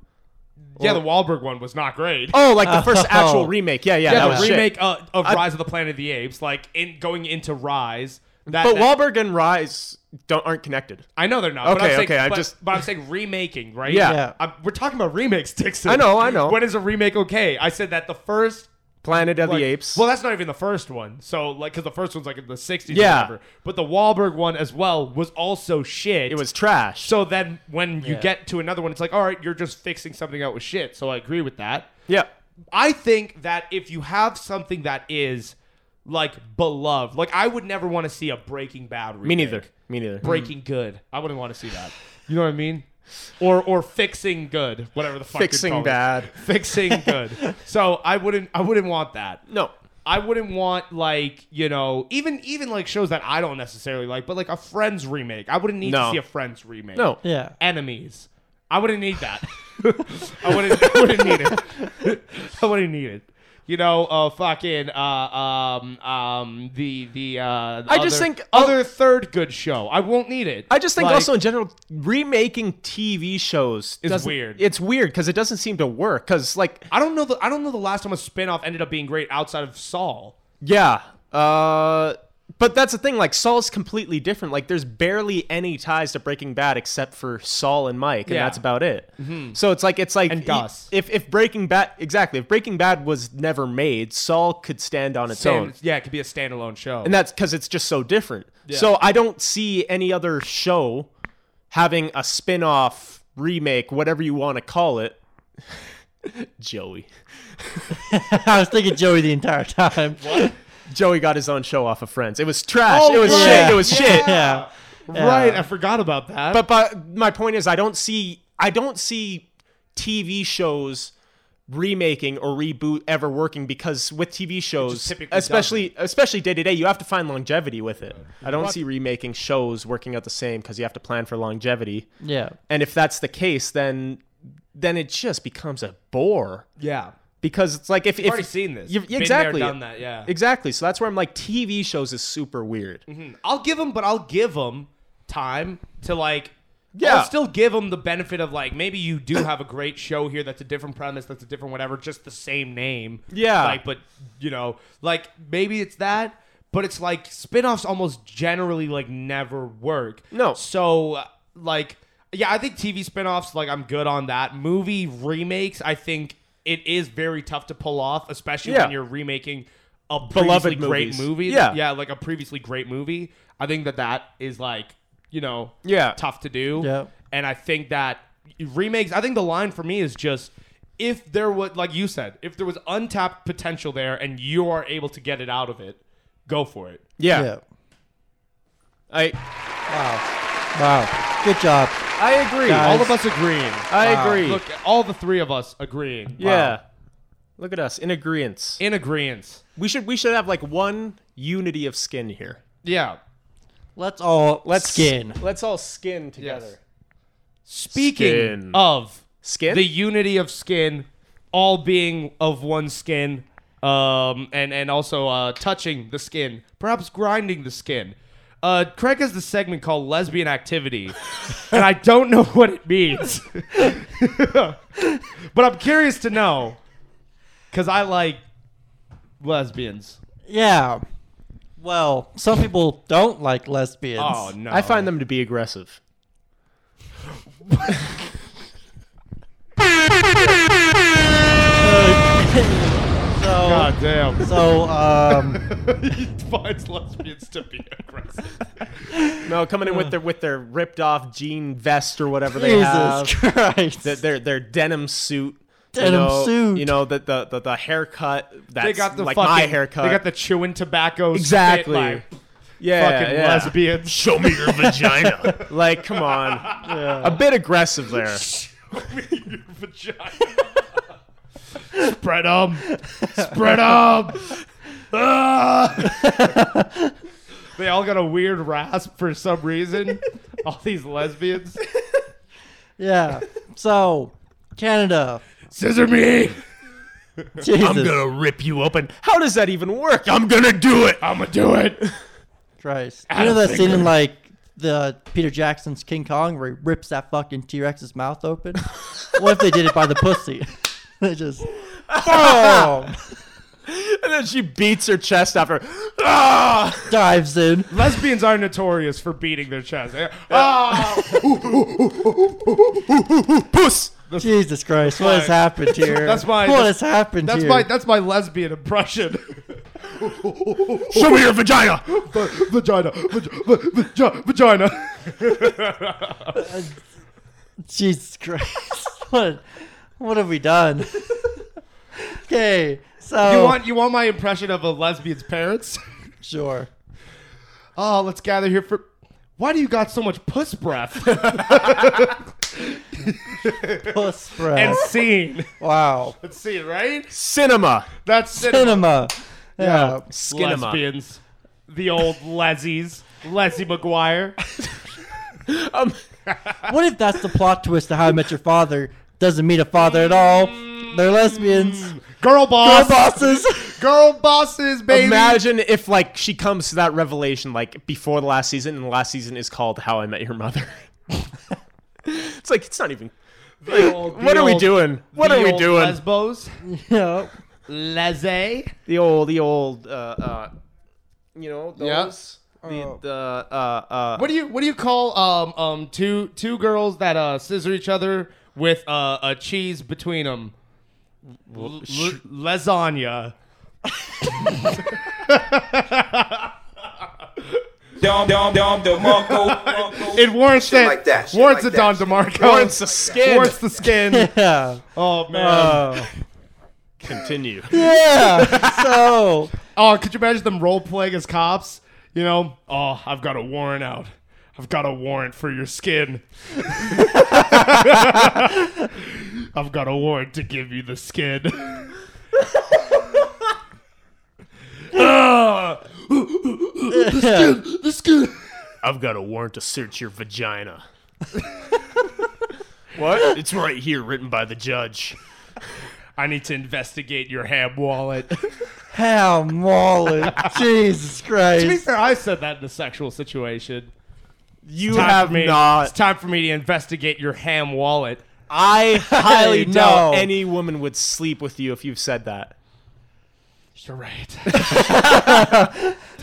[SPEAKER 3] yeah, the Wahlberg one was not great.
[SPEAKER 5] Oh, like the first
[SPEAKER 4] Oh.
[SPEAKER 5] actual remake. Yeah, yeah,
[SPEAKER 3] yeah,
[SPEAKER 5] that
[SPEAKER 3] the
[SPEAKER 5] was shit.
[SPEAKER 3] remake uh, of Rise of the Planet of the Apes, like in going into Rise. That,
[SPEAKER 5] But
[SPEAKER 3] that-
[SPEAKER 5] Wahlberg and Rise don't aren't connected.
[SPEAKER 3] I know they're not. but
[SPEAKER 5] Okay,
[SPEAKER 3] I'm saying,
[SPEAKER 5] okay, I
[SPEAKER 3] but,
[SPEAKER 5] just-
[SPEAKER 3] but I'm saying remaking, right?
[SPEAKER 5] Yeah.
[SPEAKER 4] Yeah.
[SPEAKER 3] I'm- we're talking about remakes, Dixon.
[SPEAKER 5] I know, I know.
[SPEAKER 3] When is a remake okay? I said that the first
[SPEAKER 5] Planet of
[SPEAKER 3] like-
[SPEAKER 5] the Apes.
[SPEAKER 3] Well, that's not even the first one. So, like, because the first one's like in the 60s
[SPEAKER 5] Yeah.
[SPEAKER 3] or whatever. But the Wahlberg one as well was also shit.
[SPEAKER 5] it was trash.
[SPEAKER 3] So then when you
[SPEAKER 4] Yeah.
[SPEAKER 3] get to another one, it's like, all right, you're just fixing something out with shit. So I agree with that.
[SPEAKER 5] yeah.
[SPEAKER 3] I think that if you have something that is like beloved, like I would never want to see a Breaking Bad remake.
[SPEAKER 5] Me neither. Me neither.
[SPEAKER 3] Breaking Good. Mm. I wouldn't want to see that. You know what I mean? Or or fixing good, whatever the fuck. you'd
[SPEAKER 5] Fixing
[SPEAKER 3] call it.
[SPEAKER 5] bad.
[SPEAKER 3] Fixing good. so I wouldn't I wouldn't want that.
[SPEAKER 5] No.
[SPEAKER 3] I wouldn't want like you know even even like shows that I don't necessarily like, but like a Friends remake. I wouldn't need to
[SPEAKER 5] No.
[SPEAKER 3] see a Friends remake.
[SPEAKER 5] No.
[SPEAKER 4] Yeah.
[SPEAKER 3] Enemies. I wouldn't need that. I wouldn't. I wouldn't need it. I wouldn't need it. You know, uh, fucking, uh, um, um, the the. Uh,
[SPEAKER 5] I just think-
[SPEAKER 3] other third good show. I won't need it.
[SPEAKER 5] I just think
[SPEAKER 3] Like,
[SPEAKER 5] also in general, remaking TV shows
[SPEAKER 3] Is
[SPEAKER 5] doesn't-
[SPEAKER 3] weird.
[SPEAKER 5] It's weird because it doesn't seem to work. Because like,
[SPEAKER 3] I don't know. The, I don't know. The last time a spinoff ended up being great outside of Saul.
[SPEAKER 5] yeah. Uh, but that's the thing. Like Saul's completely different. Like there's barely any ties to Breaking Bad except for Saul and Mike, and
[SPEAKER 3] Yeah. Mm-hmm.
[SPEAKER 5] that's about it. So it's like it's like
[SPEAKER 3] And
[SPEAKER 5] y-
[SPEAKER 3] Gus.
[SPEAKER 5] If if Breaking Bad exactly if Breaking Bad was never made, Saul could stand on its own.
[SPEAKER 3] Stand- yeah, it could be a standalone show.
[SPEAKER 5] and that's because it's just so different. So I don't see any other show having a spin-off remake, whatever you want to call it. Joey,
[SPEAKER 4] I was thinking Joey the entire time.
[SPEAKER 5] Joey got his own show off of Friends. It was trash.
[SPEAKER 3] Oh,
[SPEAKER 5] it was
[SPEAKER 4] yeah.
[SPEAKER 5] shit. It was shit.
[SPEAKER 4] Yeah.
[SPEAKER 3] Right, I forgot about that.
[SPEAKER 5] But but my point is, I don't see I don't see TV shows remaking or reboot ever working because with TV shows,
[SPEAKER 3] typically
[SPEAKER 5] especially especially day to day, you have to find longevity with it. I don't see remaking shows working out the same because you have to plan for longevity.
[SPEAKER 4] Yeah.
[SPEAKER 5] And if that's the case, then then it just becomes a bore
[SPEAKER 3] yeah,
[SPEAKER 5] because it's like if you've
[SPEAKER 3] already seen this.
[SPEAKER 5] you've,
[SPEAKER 3] Been there,
[SPEAKER 5] exactly
[SPEAKER 3] done that, yeah.
[SPEAKER 5] exactly. So that's where I'm like, TV shows is super weird.
[SPEAKER 3] I'll give them, but I'll give them time to like.
[SPEAKER 5] Yeah.
[SPEAKER 3] I'll still give them the benefit of like maybe you do have a great show here that's a different premise that's a different whatever just the same name
[SPEAKER 5] Yeah.
[SPEAKER 3] like but you know like maybe it's that but it's like spin-offs almost generally like never work
[SPEAKER 5] No.
[SPEAKER 3] so uh, like yeah I think TV spin-offs like I'm good on that movie remakes I think it is very tough to pull off especially
[SPEAKER 5] Yeah.
[SPEAKER 3] when you're remaking a
[SPEAKER 5] Beloved
[SPEAKER 3] previously great
[SPEAKER 5] movies.
[SPEAKER 3] movie
[SPEAKER 5] Yeah.
[SPEAKER 3] yeah like a previously great movie. I think that that is like you know
[SPEAKER 5] Yeah.
[SPEAKER 3] tough to do.
[SPEAKER 4] Yeah.
[SPEAKER 3] And I think that remakes. I think the line for me is just if there was like you said, if there was untapped potential there and you are able to get it out of it, go for it.
[SPEAKER 5] Yeah.
[SPEAKER 4] Yeah.
[SPEAKER 5] I
[SPEAKER 4] Wow. Good job.
[SPEAKER 5] I agree.
[SPEAKER 4] Guys.
[SPEAKER 3] All of us agreeing.
[SPEAKER 5] I agree.
[SPEAKER 3] Look, all the three of us agreeing.
[SPEAKER 5] yeah.
[SPEAKER 3] Wow.
[SPEAKER 5] Look at us in agreement.
[SPEAKER 3] In agreement.
[SPEAKER 5] We should we should have like one unity of skin here.
[SPEAKER 3] Yeah.
[SPEAKER 4] Let's all let's skin.
[SPEAKER 5] Let's all skin together.
[SPEAKER 3] Speaking
[SPEAKER 5] Skin.
[SPEAKER 3] of
[SPEAKER 5] Skin.
[SPEAKER 3] the unity of skin, all being of one skin, um, and and also uh, touching the skin, perhaps grinding the skin. Uh, Craig has this segment called Lesbian Activity, and I don't know what it means, but I'm curious to know because I like lesbians.
[SPEAKER 4] Yeah. Well, some people don't like lesbians.
[SPEAKER 3] Oh no!
[SPEAKER 5] I find them to be aggressive.
[SPEAKER 4] so,
[SPEAKER 3] God Ah, damn.
[SPEAKER 4] so um,
[SPEAKER 3] he finds lesbians to be aggressive.
[SPEAKER 5] No, coming in with their with their ripped off jean vest or whatever they have.
[SPEAKER 4] Jesus Christ.
[SPEAKER 5] Their, their their denim suit. you
[SPEAKER 4] Denim
[SPEAKER 5] know,
[SPEAKER 4] suit.
[SPEAKER 5] You know the the the, the haircut. That's
[SPEAKER 3] They got the
[SPEAKER 5] like
[SPEAKER 3] fucking
[SPEAKER 5] my haircut.
[SPEAKER 3] They got the chewing tobacco. spit,
[SPEAKER 5] Exactly.
[SPEAKER 3] like,
[SPEAKER 5] yeah,
[SPEAKER 3] fucking
[SPEAKER 5] yeah.
[SPEAKER 3] lesbians.
[SPEAKER 5] Show me your vagina. like, come on. A bit aggressive there.
[SPEAKER 3] your vagina. Spread 'em. Spread 'em. Ah. they all got a weird rasp for some reason. All these lesbians.
[SPEAKER 4] yeah. So, Canada.
[SPEAKER 3] Scissor me.
[SPEAKER 4] Jesus.
[SPEAKER 5] rip you open. How does that even work? I'm gonna do it.
[SPEAKER 3] I'ma do it.
[SPEAKER 4] Christ. You know that scene in like the Peter Jackson's King Kong where he rips that fucking T Rex's mouth open? what if they did it by the pussy? they just boom,
[SPEAKER 5] And then she beats her chest after. Ah!
[SPEAKER 4] dives in.
[SPEAKER 3] Lesbians are notorious for beating their chest. They- Ah.
[SPEAKER 5] Puss.
[SPEAKER 4] Jesus Christ, what has
[SPEAKER 3] why-
[SPEAKER 4] happened here?
[SPEAKER 3] that's why-
[SPEAKER 4] What
[SPEAKER 3] that's-
[SPEAKER 4] has happened
[SPEAKER 3] That's
[SPEAKER 4] here?
[SPEAKER 3] my that's my lesbian impression.
[SPEAKER 5] Show me your vagina.
[SPEAKER 3] vagina, vagina, vagina.
[SPEAKER 4] Jesus Christ. what, what have we done? okay, so.
[SPEAKER 3] You want you want my impression of a lesbian's parents?
[SPEAKER 4] Sure.
[SPEAKER 3] Oh, let's gather here for. Why do you got so much puss breath?
[SPEAKER 4] Puss
[SPEAKER 3] and
[SPEAKER 4] breath.
[SPEAKER 3] scene.
[SPEAKER 4] Wow.
[SPEAKER 3] Let's see, right?
[SPEAKER 5] Cinema.
[SPEAKER 3] That's cinema.
[SPEAKER 4] Cinema. Yeah.
[SPEAKER 5] Cinema.
[SPEAKER 3] Lesbians. The old lezzies. Leslie McGuire.
[SPEAKER 5] Um,
[SPEAKER 4] What if that's the plot twist to How I Met Your Father? Doesn't meet a father at all. They're lesbians.
[SPEAKER 3] Girl boss.
[SPEAKER 4] They're bosses.
[SPEAKER 3] Girl bosses, baby.
[SPEAKER 5] imagine if like she comes to that revelation like before the last season, and the last season is called How I Met Your Mother. it's like it's not even.
[SPEAKER 3] The old-
[SPEAKER 5] what
[SPEAKER 3] the
[SPEAKER 5] are we
[SPEAKER 3] old-
[SPEAKER 5] doing? What
[SPEAKER 3] the
[SPEAKER 5] are we
[SPEAKER 3] old
[SPEAKER 5] doing?
[SPEAKER 3] Lesbos.
[SPEAKER 4] yeah.
[SPEAKER 3] Lezze.
[SPEAKER 5] the old, the old, uh, uh you know, those.
[SPEAKER 3] Oh.
[SPEAKER 5] The, the, uh, uh,
[SPEAKER 3] What do you what do you call um um two two girls that uh scissor each other with uh, a cheese between them? L- l- lasagna.
[SPEAKER 6] Dom Dom Dom DeMarco.
[SPEAKER 3] It warrants that.
[SPEAKER 6] like that, shit
[SPEAKER 3] warrants
[SPEAKER 6] like
[SPEAKER 3] the Don
[SPEAKER 6] that.
[SPEAKER 3] DeMarco.
[SPEAKER 5] warrants the skin.
[SPEAKER 3] Warrants the skin.
[SPEAKER 4] Yeah. Um.
[SPEAKER 3] oh man.
[SPEAKER 5] Continue.
[SPEAKER 4] Yeah. so,
[SPEAKER 3] oh, could you imagine them role playing as cops? You know, oh, I've got a warrant out. I've got a warrant for your skin. I've got a warrant to give you the skin. Ah,
[SPEAKER 4] yeah.
[SPEAKER 3] the skin.
[SPEAKER 5] I've got a warrant to search your vagina. what? It's right here, written by the judge.
[SPEAKER 3] I need to investigate your ham wallet.
[SPEAKER 4] How Molly. Jesus
[SPEAKER 3] to be
[SPEAKER 4] Christ.
[SPEAKER 3] fair, I said that in a sexual situation. Time
[SPEAKER 5] You
[SPEAKER 3] for
[SPEAKER 5] have
[SPEAKER 3] me- It's
[SPEAKER 5] not.
[SPEAKER 3] time for me to investigate your ham wallet.
[SPEAKER 5] I highly
[SPEAKER 4] No.
[SPEAKER 5] doubt any woman would sleep with you if you've said that.
[SPEAKER 3] You're right.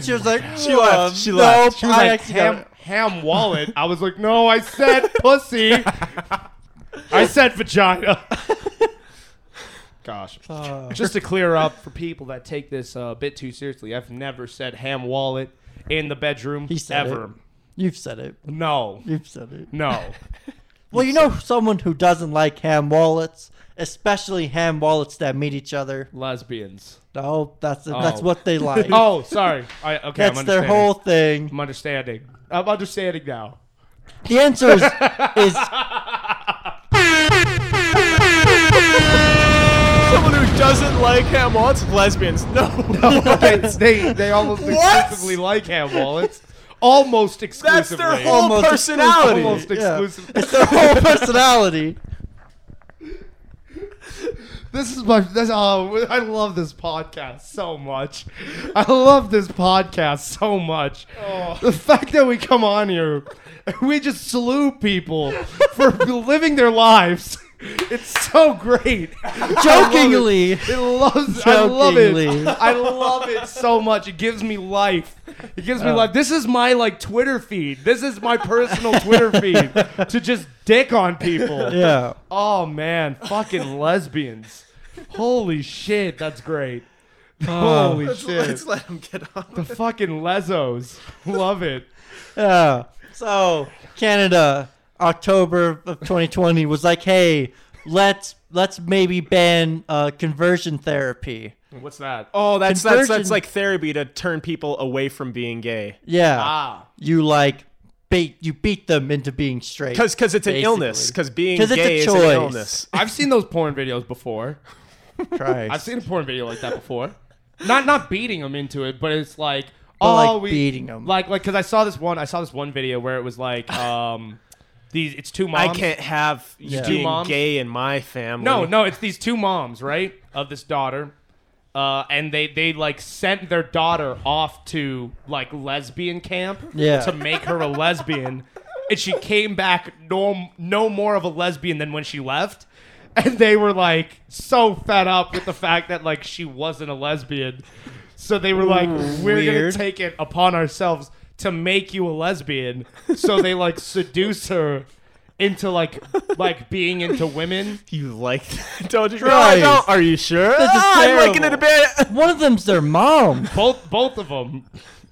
[SPEAKER 4] She was like, she
[SPEAKER 5] left. She
[SPEAKER 4] nope,
[SPEAKER 5] left. She
[SPEAKER 4] I
[SPEAKER 5] was like,
[SPEAKER 4] actually got
[SPEAKER 3] ham,
[SPEAKER 4] it."
[SPEAKER 3] ham wallet. I was like, no, I said pussy. I said vagina. Uh. Gosh. Just to clear up for people that take this uh, a bit too seriously, I've never said ham wallet in the bedroom
[SPEAKER 4] He said
[SPEAKER 3] ever.
[SPEAKER 4] You've said it.
[SPEAKER 3] No.
[SPEAKER 4] You've said it.
[SPEAKER 3] No.
[SPEAKER 4] Well, you know someone who doesn't like ham wallets, especially ham wallets that meet each other.
[SPEAKER 3] Lesbians.
[SPEAKER 4] No, that's
[SPEAKER 3] Oh.
[SPEAKER 4] that's what they like.
[SPEAKER 3] Oh, sorry. I, okay,
[SPEAKER 4] that's
[SPEAKER 3] I'm
[SPEAKER 4] their
[SPEAKER 3] understanding.
[SPEAKER 4] whole thing.
[SPEAKER 3] I'm understanding. I'm understanding now.
[SPEAKER 4] The answer is, is
[SPEAKER 5] Someone who doesn't like ham wallets, lesbians. No, no,
[SPEAKER 3] Okay, they they almost
[SPEAKER 5] What?
[SPEAKER 3] exclusively like ham wallets. Almost
[SPEAKER 5] that's
[SPEAKER 3] exclusively.
[SPEAKER 5] their whole
[SPEAKER 4] Almost
[SPEAKER 5] personality.
[SPEAKER 3] Almost
[SPEAKER 4] yeah,
[SPEAKER 3] exclusively.
[SPEAKER 4] it's their whole personality.
[SPEAKER 3] This is my this oh I love this podcast so much. I love this podcast so much.
[SPEAKER 5] Oh.
[SPEAKER 3] The fact that we come on here and we just slew people for living their lives. It's so great.
[SPEAKER 4] Jokingly.
[SPEAKER 3] It loves I love it.
[SPEAKER 4] Jokingly.
[SPEAKER 3] I love it so much. It gives me life. It gives
[SPEAKER 5] Oh.
[SPEAKER 3] me life. This is my like Twitter feed. This is my personal Twitter feed to just dick on people.
[SPEAKER 4] Yeah.
[SPEAKER 3] Oh man, fucking lesbians. Holy shit, that's great. Holy shit.
[SPEAKER 5] Oh, Let's let him get on.
[SPEAKER 3] the fucking lesos. Love it.
[SPEAKER 4] Yeah. So Canada, October of 2020 was like, hey, let's let's maybe ban uh, conversion therapy.
[SPEAKER 3] What's that? Oh,
[SPEAKER 5] Oh, that's that's, that's
[SPEAKER 4] Conversion-
[SPEAKER 5] like therapy to turn people away from being gay.
[SPEAKER 4] Yeah.
[SPEAKER 3] ah.
[SPEAKER 4] You like bait you beat them into being straight.
[SPEAKER 5] Because it's an
[SPEAKER 4] Basically.
[SPEAKER 5] illness. Because being
[SPEAKER 4] 'Cause it's a
[SPEAKER 5] gay is an
[SPEAKER 4] choice.
[SPEAKER 5] illness.
[SPEAKER 3] I've seen those porn videos before.
[SPEAKER 4] Christ.
[SPEAKER 3] I've seen a porn video like that before. Not not beating them into it, but it's like
[SPEAKER 4] But,
[SPEAKER 3] oh,
[SPEAKER 4] like,
[SPEAKER 3] we
[SPEAKER 4] beating 'em.
[SPEAKER 3] Like like because I saw this one. I saw this one video where it was like um these it's two moms.
[SPEAKER 5] I can't have you
[SPEAKER 4] Two
[SPEAKER 5] being
[SPEAKER 3] moms?
[SPEAKER 5] gay in my family.
[SPEAKER 3] No, no, it's these two moms, right, of this daughter, uh, and they they like sent their daughter off to like lesbian camp,
[SPEAKER 4] Yeah.
[SPEAKER 3] to make her a lesbian, and she came back no no more of a lesbian than when she left. And they were like so fed up with the fact that like she wasn't a lesbian, so they were like, "We're
[SPEAKER 4] Weird.
[SPEAKER 3] gonna take it upon ourselves to make you a lesbian." So they like seduce her into like like being into women.
[SPEAKER 5] you like that? Don't you? No, I don't.
[SPEAKER 4] Christ.
[SPEAKER 5] Are you sure?
[SPEAKER 4] is
[SPEAKER 5] Ah, I'm liking it a
[SPEAKER 4] terrible.
[SPEAKER 5] bit.
[SPEAKER 4] One of them's their mom,
[SPEAKER 3] Both both of them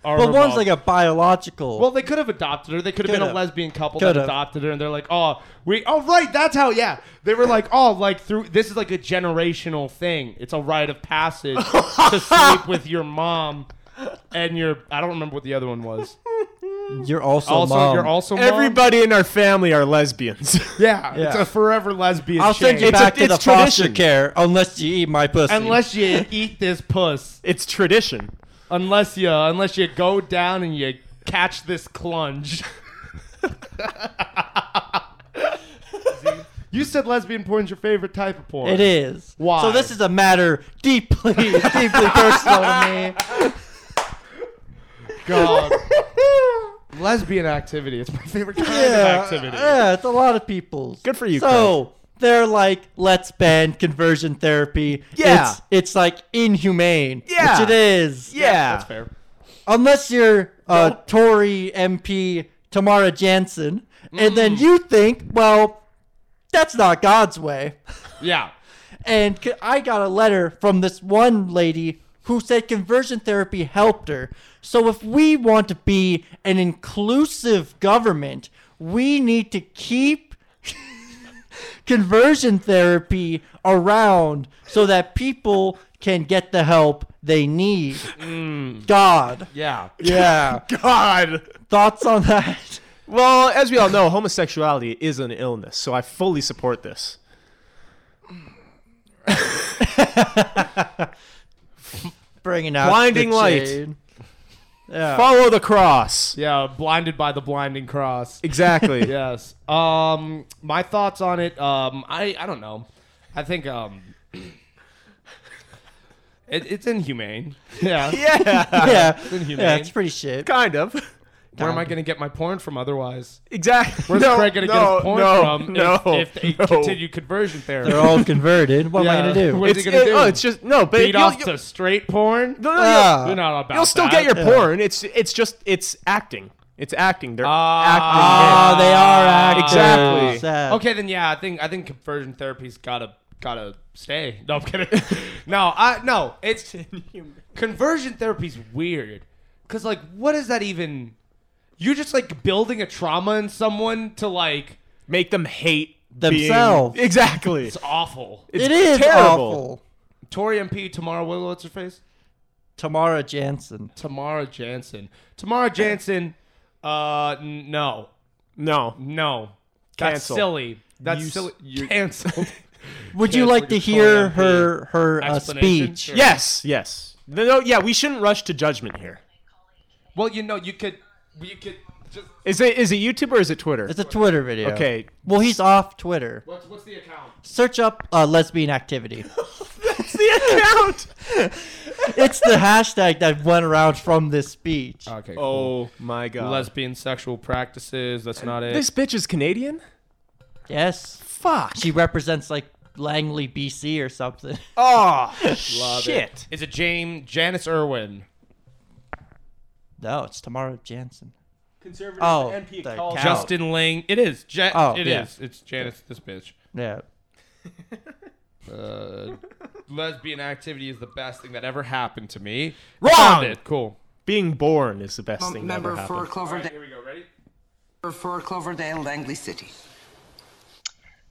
[SPEAKER 3] are.
[SPEAKER 4] but one's
[SPEAKER 3] revolved.
[SPEAKER 4] like a biological.
[SPEAKER 3] Well, they could have adopted her. They could have been a
[SPEAKER 4] Could've.
[SPEAKER 3] lesbian couple that
[SPEAKER 4] Could've.
[SPEAKER 3] adopted her, and they're like, "Oh, we, oh right, that's how." Yeah, they were like, "Oh, like through this is like a generational thing. It's a rite of passage to sleep with your mom and your. I don't remember what the other one was.
[SPEAKER 4] you're also,
[SPEAKER 3] Also,
[SPEAKER 4] Oh, mom.
[SPEAKER 3] you're also mom?
[SPEAKER 5] Everybody in our family are lesbians.
[SPEAKER 3] Yeah, it's
[SPEAKER 4] Yeah.
[SPEAKER 3] a forever lesbian.
[SPEAKER 4] I'll send you
[SPEAKER 3] shame.
[SPEAKER 5] It's a-
[SPEAKER 4] back to
[SPEAKER 5] it's
[SPEAKER 4] the foster
[SPEAKER 5] tradition.
[SPEAKER 4] care unless you eat my pussy.
[SPEAKER 3] unless you eat this puss.
[SPEAKER 5] it's tradition.
[SPEAKER 3] Unless you unless you go down and you catch this clunge. you said lesbian porn's your favorite type of porn.
[SPEAKER 4] it is.
[SPEAKER 3] Why?
[SPEAKER 4] So this is a matter deeply, deeply personal to me.
[SPEAKER 3] God. lesbian activity. It's my favorite kind of activity.
[SPEAKER 4] Yeah, it's a lot of people's.
[SPEAKER 5] Good for you,
[SPEAKER 4] So they're like, let's ban conversion therapy.
[SPEAKER 5] Yeah.
[SPEAKER 4] It's, it's like inhumane.
[SPEAKER 5] Yeah.
[SPEAKER 4] Which it is.
[SPEAKER 5] Yeah.
[SPEAKER 3] That's fair.
[SPEAKER 4] Unless you're a Tory MP, Tamara Jansen, and
[SPEAKER 5] Mm.
[SPEAKER 4] then you think, well, that's not God's way.
[SPEAKER 3] Yeah.
[SPEAKER 4] And c- I got a letter from this one lady who said conversion therapy helped her. So if we want to be an inclusive government, we need to keep conversion therapy around so that people can get the help they need. God.
[SPEAKER 3] Yeah.
[SPEAKER 4] Yeah.
[SPEAKER 5] God.
[SPEAKER 4] Thoughts on that?
[SPEAKER 5] Well, as we all know, homosexuality is an illness, so I fully support this.
[SPEAKER 4] Bringing out
[SPEAKER 5] Blinding
[SPEAKER 4] the
[SPEAKER 5] light.
[SPEAKER 4] shade. Yeah.
[SPEAKER 5] Follow the cross.
[SPEAKER 3] Yeah, blinded by the blinding cross.
[SPEAKER 5] Exactly.
[SPEAKER 3] Yes. Um my thoughts on it um I I don't know. I think um it, it's inhumane. Yeah.
[SPEAKER 5] Yeah.
[SPEAKER 4] yeah.
[SPEAKER 3] inhumane.
[SPEAKER 4] yeah, it's pretty shit.
[SPEAKER 5] Kind of.
[SPEAKER 3] Where am I going to get my porn from otherwise?
[SPEAKER 5] Exactly.
[SPEAKER 3] Where's
[SPEAKER 5] no,
[SPEAKER 3] Craig gonna get
[SPEAKER 5] no,
[SPEAKER 3] his porn
[SPEAKER 5] no,
[SPEAKER 3] from
[SPEAKER 5] No,
[SPEAKER 3] if, if they
[SPEAKER 5] no.
[SPEAKER 3] continue conversion therapy?
[SPEAKER 4] They're all converted. What am I
[SPEAKER 3] Yeah.
[SPEAKER 4] going to do?
[SPEAKER 3] What is
[SPEAKER 5] it's,
[SPEAKER 3] he gonna
[SPEAKER 5] it-
[SPEAKER 3] do?
[SPEAKER 5] Oh, it's just no, but
[SPEAKER 3] Beat
[SPEAKER 5] you'll,
[SPEAKER 3] off
[SPEAKER 5] you'll,
[SPEAKER 3] to straight porn?
[SPEAKER 5] no, no, you'll-
[SPEAKER 4] Ah.
[SPEAKER 3] You're not about
[SPEAKER 5] you'll still
[SPEAKER 3] that.
[SPEAKER 5] get your porn. It's it's just it's acting. It's acting. They're
[SPEAKER 3] Ah.
[SPEAKER 4] Oh, they are actors.
[SPEAKER 5] Exactly.
[SPEAKER 4] Sad.
[SPEAKER 3] Okay, then yeah, I think I think conversion therapy's gotta gotta stay. No, I'm kidding. no, I no, it's conversion therapy's weird. Cause like, what is that even? You're just like building a trauma in someone to like
[SPEAKER 5] Make them hate being-
[SPEAKER 4] Themselves.
[SPEAKER 5] exactly.
[SPEAKER 3] It's awful.
[SPEAKER 5] It's
[SPEAKER 4] it is
[SPEAKER 5] terrible.
[SPEAKER 4] awful.
[SPEAKER 3] Tori MP, Tamara, what- what's her face?
[SPEAKER 4] Tamara Jansen.
[SPEAKER 3] Tamara Jansen. Tamara Jansen, uh, n- no.
[SPEAKER 5] No.
[SPEAKER 3] No. That's
[SPEAKER 5] Cancel.
[SPEAKER 3] silly. That's
[SPEAKER 5] You s-
[SPEAKER 3] silly.
[SPEAKER 5] you-
[SPEAKER 3] Canceled.
[SPEAKER 4] Would you
[SPEAKER 3] Cancel
[SPEAKER 4] like to
[SPEAKER 3] your
[SPEAKER 4] hear
[SPEAKER 3] Tori
[SPEAKER 4] her her uh,
[SPEAKER 3] Explanation?
[SPEAKER 4] speech?
[SPEAKER 3] Sure.
[SPEAKER 5] Yes. Yes. No, no. Yeah. We shouldn't rush to judgment here.
[SPEAKER 3] Well, you know, you could, you could just.
[SPEAKER 5] Is it is it YouTube or is it Twitter?
[SPEAKER 4] It's a Twitter video.
[SPEAKER 5] Okay.
[SPEAKER 4] Well, he's off Twitter.
[SPEAKER 3] What's, what's the account?
[SPEAKER 4] Search up uh, lesbian activity.
[SPEAKER 5] It's the account.
[SPEAKER 4] it's the hashtag that went around from this speech.
[SPEAKER 3] Okay.
[SPEAKER 5] oh my god.
[SPEAKER 3] Uh, Lesbian sexual practices. That's not it.
[SPEAKER 5] this bitch is Canadian.
[SPEAKER 4] Yes.
[SPEAKER 5] Fuck.
[SPEAKER 4] She represents like Langley, BC or something.
[SPEAKER 5] Oh shit.
[SPEAKER 3] Is it Jane Janice Irwin?
[SPEAKER 4] No, it's Tamara Jansen. Oh, MP the cow.
[SPEAKER 3] Justin Ling. It is. Ja-
[SPEAKER 4] Oh,
[SPEAKER 3] it
[SPEAKER 4] yeah.
[SPEAKER 3] is. It's Janice. This bitch.
[SPEAKER 4] Yeah.
[SPEAKER 3] Uh, lesbian activity is the best thing that ever happened to me.
[SPEAKER 5] Wrong.
[SPEAKER 3] Found it. Cool.
[SPEAKER 5] Being born is the best thing that ever
[SPEAKER 7] member for
[SPEAKER 5] happened.
[SPEAKER 7] Cloverdale,
[SPEAKER 3] Here we go. Ready?
[SPEAKER 7] for Cloverdale, Langley City.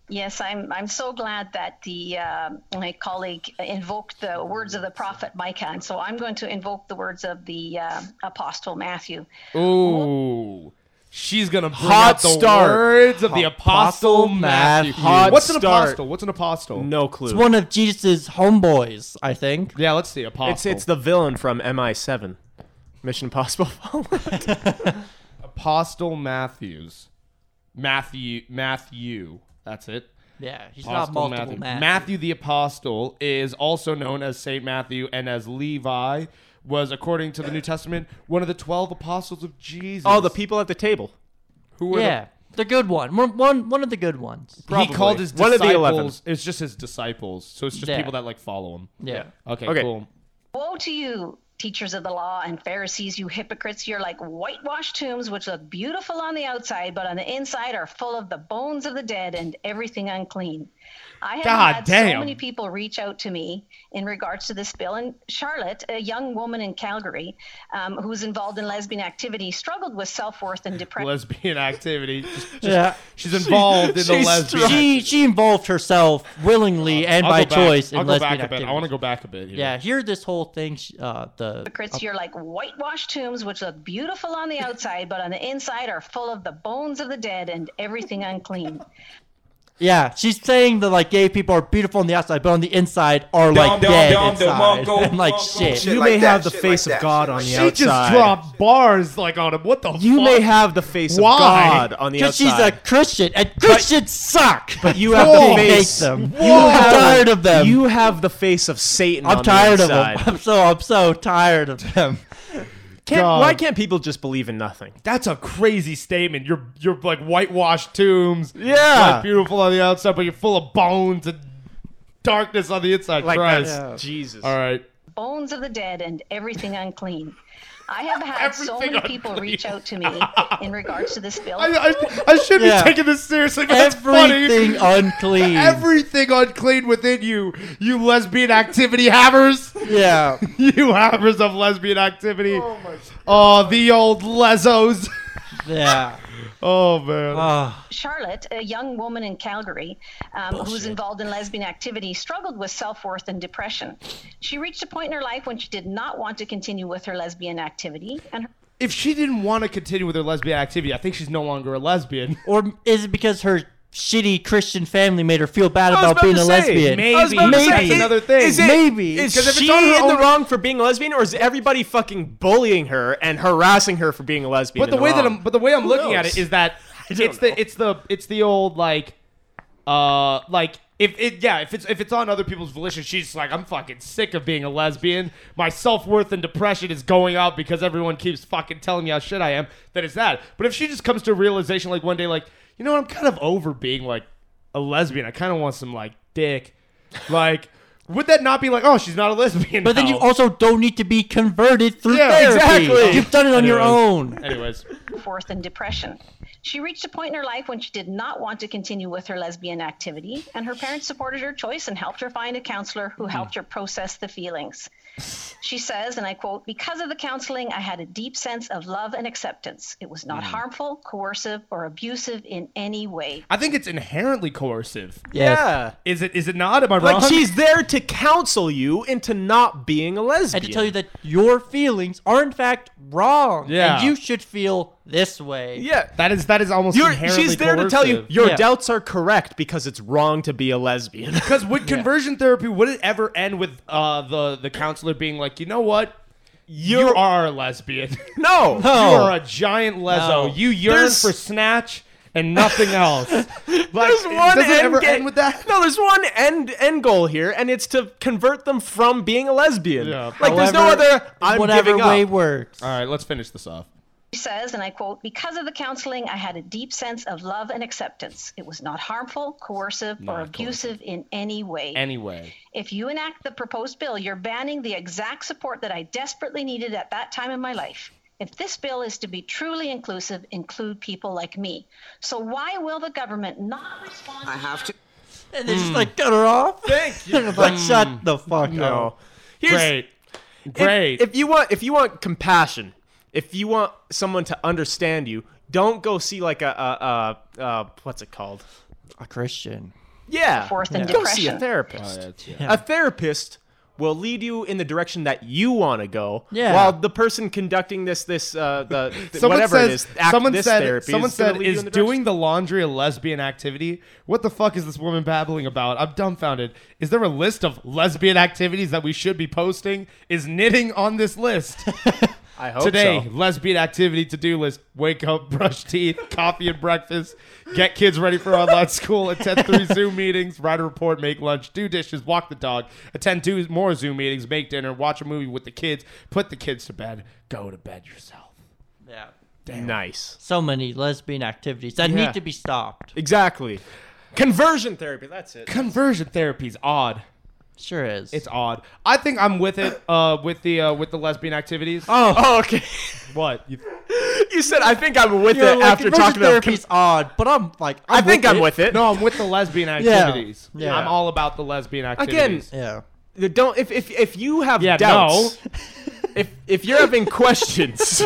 [SPEAKER 8] Yes, I'm, I'm so glad that the, uh, my colleague invoked the words of the prophet Micah, and so I'm going to invoke the words of the uh, apostle Matthew.
[SPEAKER 3] Ooh. She's gonna bring
[SPEAKER 5] Hot
[SPEAKER 3] out the
[SPEAKER 5] start.
[SPEAKER 3] words of the
[SPEAKER 4] Apostle
[SPEAKER 3] apostle Matthew.
[SPEAKER 4] Matthew. Hot
[SPEAKER 3] What's an
[SPEAKER 5] start.
[SPEAKER 3] apostle? What's an apostle?
[SPEAKER 5] No clue.
[SPEAKER 4] It's one of Jesus' homeboys, I think.
[SPEAKER 3] Yeah, let's see. Apostle.
[SPEAKER 5] It's it's the villain from MI7, Mission Impossible. Fallout.
[SPEAKER 3] apostle Matthews. Matthew. Matthew. That's it.
[SPEAKER 4] Yeah, he's
[SPEAKER 3] Apostle
[SPEAKER 4] not multiple
[SPEAKER 3] Matthew.
[SPEAKER 4] Matthew.
[SPEAKER 3] Matthew the Apostle is also known as Saint Matthew and as Levi was according to the New Testament one of the 12 apostles of Jesus.
[SPEAKER 5] All the people at the table.
[SPEAKER 3] who were the-
[SPEAKER 4] Yeah, the good one. One, one, one of the good ones.
[SPEAKER 3] he
[SPEAKER 5] Probably.
[SPEAKER 3] called his
[SPEAKER 5] One of the
[SPEAKER 3] disciples.
[SPEAKER 5] 11.
[SPEAKER 3] it's just his disciples. So it's just
[SPEAKER 4] Yeah.
[SPEAKER 3] people that like follow him.
[SPEAKER 4] Yeah.
[SPEAKER 3] Okay,
[SPEAKER 5] Okay.
[SPEAKER 3] cool.
[SPEAKER 8] Woe to you, teachers of the law and Pharisees, you hypocrites! You're like whitewashed tombs, which look beautiful on the outside, but on the inside are full of the bones of the dead and everything unclean. I have
[SPEAKER 3] God
[SPEAKER 8] had
[SPEAKER 3] damn.
[SPEAKER 8] so many people reach out to me in regards to this bill. And Charlotte, a young woman in Calgary um, who was involved in lesbian activity, struggled with self worth and depression.
[SPEAKER 3] Lesbian activity. Just-
[SPEAKER 4] Yeah.
[SPEAKER 3] she's involved in the
[SPEAKER 5] she's
[SPEAKER 3] lesbian.
[SPEAKER 4] She she involved herself willingly and
[SPEAKER 3] I'll
[SPEAKER 4] by
[SPEAKER 3] go back-
[SPEAKER 4] choice in
[SPEAKER 3] I'll go
[SPEAKER 4] lesbian
[SPEAKER 3] back a bit.
[SPEAKER 4] activities.
[SPEAKER 3] I want to go back a bit. Here.
[SPEAKER 4] Yeah, here this whole thing. sh- Uh, the
[SPEAKER 3] oh.
[SPEAKER 8] hypocrites, you're like whitewashed tombs, which look beautiful on the outside, but on the inside are full of the bones of the dead and everything unclean.
[SPEAKER 4] yeah, she's saying that like gay people are beautiful on the outside, but on the inside are like
[SPEAKER 6] dum,
[SPEAKER 4] dead
[SPEAKER 6] dum, dum,
[SPEAKER 4] inside.
[SPEAKER 6] monko,
[SPEAKER 4] I'm like
[SPEAKER 6] monko,
[SPEAKER 4] shit.
[SPEAKER 5] You
[SPEAKER 1] like
[SPEAKER 5] may
[SPEAKER 1] that,
[SPEAKER 5] have the
[SPEAKER 1] shit
[SPEAKER 5] face
[SPEAKER 1] like that,
[SPEAKER 5] of God
[SPEAKER 1] shit
[SPEAKER 5] on
[SPEAKER 1] like that.
[SPEAKER 5] the
[SPEAKER 3] She
[SPEAKER 5] outside.
[SPEAKER 3] just dropped bars like on him. What the
[SPEAKER 5] You
[SPEAKER 3] fuck?
[SPEAKER 5] may have the face
[SPEAKER 3] Why?
[SPEAKER 5] of God on the
[SPEAKER 4] Because
[SPEAKER 5] outside.
[SPEAKER 4] she's a Christian, and Christians suck. But
[SPEAKER 5] you have the
[SPEAKER 4] I hate
[SPEAKER 5] face.
[SPEAKER 4] them.
[SPEAKER 5] You
[SPEAKER 4] I'm
[SPEAKER 5] have-
[SPEAKER 4] tired of them.
[SPEAKER 5] You have the face of Satan.
[SPEAKER 4] I'm
[SPEAKER 5] on
[SPEAKER 4] tired
[SPEAKER 5] the
[SPEAKER 4] of them.
[SPEAKER 5] inside.
[SPEAKER 4] I'm so I'm so tired of them.
[SPEAKER 5] Can't-
[SPEAKER 3] God.
[SPEAKER 5] why can't people just believe in nothing?
[SPEAKER 3] That's a crazy statement. You're you're like whitewashed tombs.
[SPEAKER 5] Yeah.
[SPEAKER 3] like beautiful on the outside, but you're full of bones and darkness on the inside.
[SPEAKER 5] Like
[SPEAKER 3] Christ.
[SPEAKER 5] that's Jesus.
[SPEAKER 3] All right.
[SPEAKER 8] bones of the dead and everything unclean. I have had so
[SPEAKER 3] Everything
[SPEAKER 8] many people reach out to me in regards to this bill.
[SPEAKER 3] I, I, I should
[SPEAKER 4] Yeah.
[SPEAKER 3] be taking this seriously, but
[SPEAKER 4] Everything
[SPEAKER 3] that's funny.
[SPEAKER 4] unclean.
[SPEAKER 3] Everything unclean within you, you lesbian activity havers.
[SPEAKER 4] yeah.
[SPEAKER 3] You havers of lesbian activity. Oh, my oh the old lesos.
[SPEAKER 4] Yeah.
[SPEAKER 3] Oh, man.
[SPEAKER 4] Ah.
[SPEAKER 8] Charlotte, a young woman in Calgary um, who was involved in lesbian activity, struggled with self worth and depression. She reached a point in her life when she did not want to continue with her lesbian activity, and her
[SPEAKER 3] if she didn't want to continue with her lesbian activity, I think she's no longer a lesbian.
[SPEAKER 4] or is it because her shitty Christian family made her feel bad
[SPEAKER 5] was
[SPEAKER 4] about,
[SPEAKER 5] about
[SPEAKER 4] being
[SPEAKER 5] to
[SPEAKER 4] a
[SPEAKER 5] say,
[SPEAKER 4] lesbian?
[SPEAKER 3] maybe.
[SPEAKER 5] I was about to
[SPEAKER 4] Maybe.
[SPEAKER 5] say,
[SPEAKER 4] That's
[SPEAKER 5] it-
[SPEAKER 3] another thing.
[SPEAKER 5] Is it,
[SPEAKER 4] Maybe.
[SPEAKER 5] is
[SPEAKER 3] 'Cause if
[SPEAKER 5] she
[SPEAKER 3] it's on her
[SPEAKER 5] in the
[SPEAKER 3] own-
[SPEAKER 5] wrong for being a lesbian, or is everybody fucking bullying her and harassing her for being a lesbian?
[SPEAKER 3] But the
[SPEAKER 5] and
[SPEAKER 3] way that
[SPEAKER 5] wrong?
[SPEAKER 3] I'm, but the way I'm looking at
[SPEAKER 5] knows?
[SPEAKER 3] it is that it's
[SPEAKER 5] don't know.
[SPEAKER 3] the it's the it's the old like, uh, like if it yeah if it's if it's on other people's volition, she's just like I'm fucking sick of being a lesbian. My self worth and depression is going up because everyone keeps fucking telling me how shit I am. That is that. But if she just comes to a realization like one day like you know what I'm kind of over being like a lesbian. I kind of want some like dick, like. Would that not be like, oh, she's not a lesbian?
[SPEAKER 4] But then you
[SPEAKER 3] now?
[SPEAKER 4] also don't need to be converted through
[SPEAKER 3] Yeah,
[SPEAKER 4] therapy.
[SPEAKER 3] exactly.
[SPEAKER 4] You've done it on your
[SPEAKER 3] Anyways.
[SPEAKER 4] own.
[SPEAKER 3] anyways,
[SPEAKER 8] forth in depression. She reached a point in her life when she did not want to continue with her lesbian activity, and her parents supported her choice and helped her find a counselor who helped her process the feelings. She says, and I quote, because of the counseling, I had a deep sense of love and acceptance. It was not harmful, coercive, or abusive in any way.
[SPEAKER 3] I think it's inherently coercive.
[SPEAKER 5] Yeah.
[SPEAKER 3] Is it? Is it not? Am I wrong?
[SPEAKER 5] Like she's there to counsel you into not being a lesbian.
[SPEAKER 4] and to tell you that your feelings are in fact wrong.
[SPEAKER 3] Yeah.
[SPEAKER 4] And you should feel this way.
[SPEAKER 5] yeah.
[SPEAKER 3] that is that is almost
[SPEAKER 5] You're,
[SPEAKER 3] inherently
[SPEAKER 5] she's there to tell you your
[SPEAKER 4] Yeah.
[SPEAKER 5] doubts are correct because it's wrong to be a lesbian.
[SPEAKER 3] because with conversion therapy, would it ever end with uh, the the counselor being like, you know what? You
[SPEAKER 5] You're-
[SPEAKER 3] are a lesbian.
[SPEAKER 5] no.
[SPEAKER 3] You are a giant lezo.
[SPEAKER 4] No.
[SPEAKER 3] You yearn
[SPEAKER 5] There's-
[SPEAKER 3] for snatch and nothing else. like,
[SPEAKER 5] There's one
[SPEAKER 3] does it
[SPEAKER 5] end
[SPEAKER 3] ever
[SPEAKER 5] ga-
[SPEAKER 3] end with that?
[SPEAKER 5] No, there's one end end goal here, and it's to convert them from being a lesbian.
[SPEAKER 3] Yeah.
[SPEAKER 5] Like there's no
[SPEAKER 4] However-
[SPEAKER 5] other. I'm
[SPEAKER 4] Whatever
[SPEAKER 5] giving up. Uh,
[SPEAKER 4] way works.
[SPEAKER 3] All right, let's finish this off.
[SPEAKER 8] She says, and I quote, because of the counseling, I had a deep sense of love and acceptance. It was not harmful, coercive, or abusive in any way.
[SPEAKER 3] Anyway,
[SPEAKER 8] if you enact the proposed bill, you're banning the exact support that I desperately needed at that time in my life. If this bill is to be truly inclusive, include people like me. So why will the government not respond?
[SPEAKER 7] I have to.
[SPEAKER 4] And they just like cut her off.
[SPEAKER 5] mm. Thank you. Mm.
[SPEAKER 4] And like, shut the fuck
[SPEAKER 5] no.
[SPEAKER 4] up.
[SPEAKER 5] Here's,
[SPEAKER 3] great,
[SPEAKER 5] if-
[SPEAKER 3] great.
[SPEAKER 5] If, you want, if you want compassion, if you want someone to understand you, don't go see like a, a, a, a what's it called?
[SPEAKER 4] A Christian.
[SPEAKER 5] Yeah,
[SPEAKER 8] Fourth and
[SPEAKER 5] go see a
[SPEAKER 8] depression.
[SPEAKER 5] therapist. A therapist will lead you in the direction that you want to go.
[SPEAKER 4] Yeah.
[SPEAKER 5] While the person conducting this, this, uh, the th-
[SPEAKER 3] someone
[SPEAKER 5] whatever
[SPEAKER 3] says,
[SPEAKER 5] it is, act,
[SPEAKER 3] someone
[SPEAKER 5] this
[SPEAKER 3] said,
[SPEAKER 5] therapy.
[SPEAKER 3] someone
[SPEAKER 5] is gonna
[SPEAKER 3] said,
[SPEAKER 5] lead you
[SPEAKER 3] is
[SPEAKER 5] in the direction-
[SPEAKER 3] doing the laundry a lesbian activity? What the fuck is this woman babbling about? I'm dumbfounded. Is there a list of lesbian activities that we should be posting? Is knitting on this list?
[SPEAKER 5] I hope
[SPEAKER 3] Today,
[SPEAKER 5] so.
[SPEAKER 3] lesbian activity to do list: wake up, brush teeth, coffee and breakfast, get kids ready for online school, attend three Zoom meetings, write a report, make lunch, do dishes, walk the dog, attend two more Zoom meetings, make dinner, watch a movie with the kids, put the kids to bed, go to bed yourself.
[SPEAKER 4] Yeah.
[SPEAKER 5] Nice.
[SPEAKER 4] So many lesbian activities that
[SPEAKER 5] Yeah.
[SPEAKER 4] need to be stopped.
[SPEAKER 5] Exactly. Conversion therapy. That's it.
[SPEAKER 3] Conversion therapy is odd.
[SPEAKER 4] Sure is.
[SPEAKER 3] It's odd. I think I'm with it. Uh, with the uh, with the lesbian activities.
[SPEAKER 5] Oh, okay.
[SPEAKER 3] what? You,
[SPEAKER 5] You said I think I'm with
[SPEAKER 4] You're
[SPEAKER 5] it
[SPEAKER 4] like,
[SPEAKER 5] after
[SPEAKER 4] conversion
[SPEAKER 5] talking about.
[SPEAKER 4] therapy's odd, but I'm like
[SPEAKER 5] I
[SPEAKER 4] I'm
[SPEAKER 5] think I'm with it.
[SPEAKER 3] no, I'm with the lesbian activities.
[SPEAKER 4] Yeah.
[SPEAKER 3] I'm all about the lesbian activities.
[SPEAKER 4] Yeah.
[SPEAKER 5] The- don't if if if you have
[SPEAKER 3] Yeah,
[SPEAKER 5] doubts, if if you're having questions,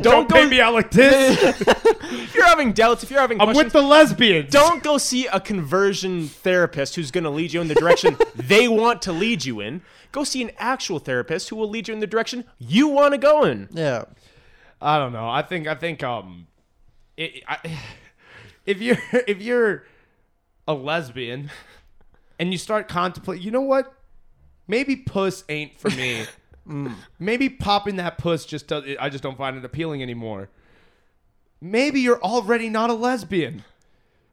[SPEAKER 3] Don't
[SPEAKER 5] don't,
[SPEAKER 3] pay
[SPEAKER 5] go.
[SPEAKER 3] me out like this.
[SPEAKER 5] If you're having doubts, if you're having
[SPEAKER 3] I'm
[SPEAKER 5] questions,
[SPEAKER 3] with the lesbians.
[SPEAKER 5] don't go see a conversion therapist who's going to lead you in the direction they want to lead you in. Go see an actual therapist who will lead you in the direction you want to go in.
[SPEAKER 4] Yeah.
[SPEAKER 3] I don't know. I think I think um, it, I, if you're if you're a lesbian and you start contemplating, you know what? Maybe puss ain't for me. Maybe popping that puss just does. I just don't find it appealing anymore. Maybe you're already not a lesbian.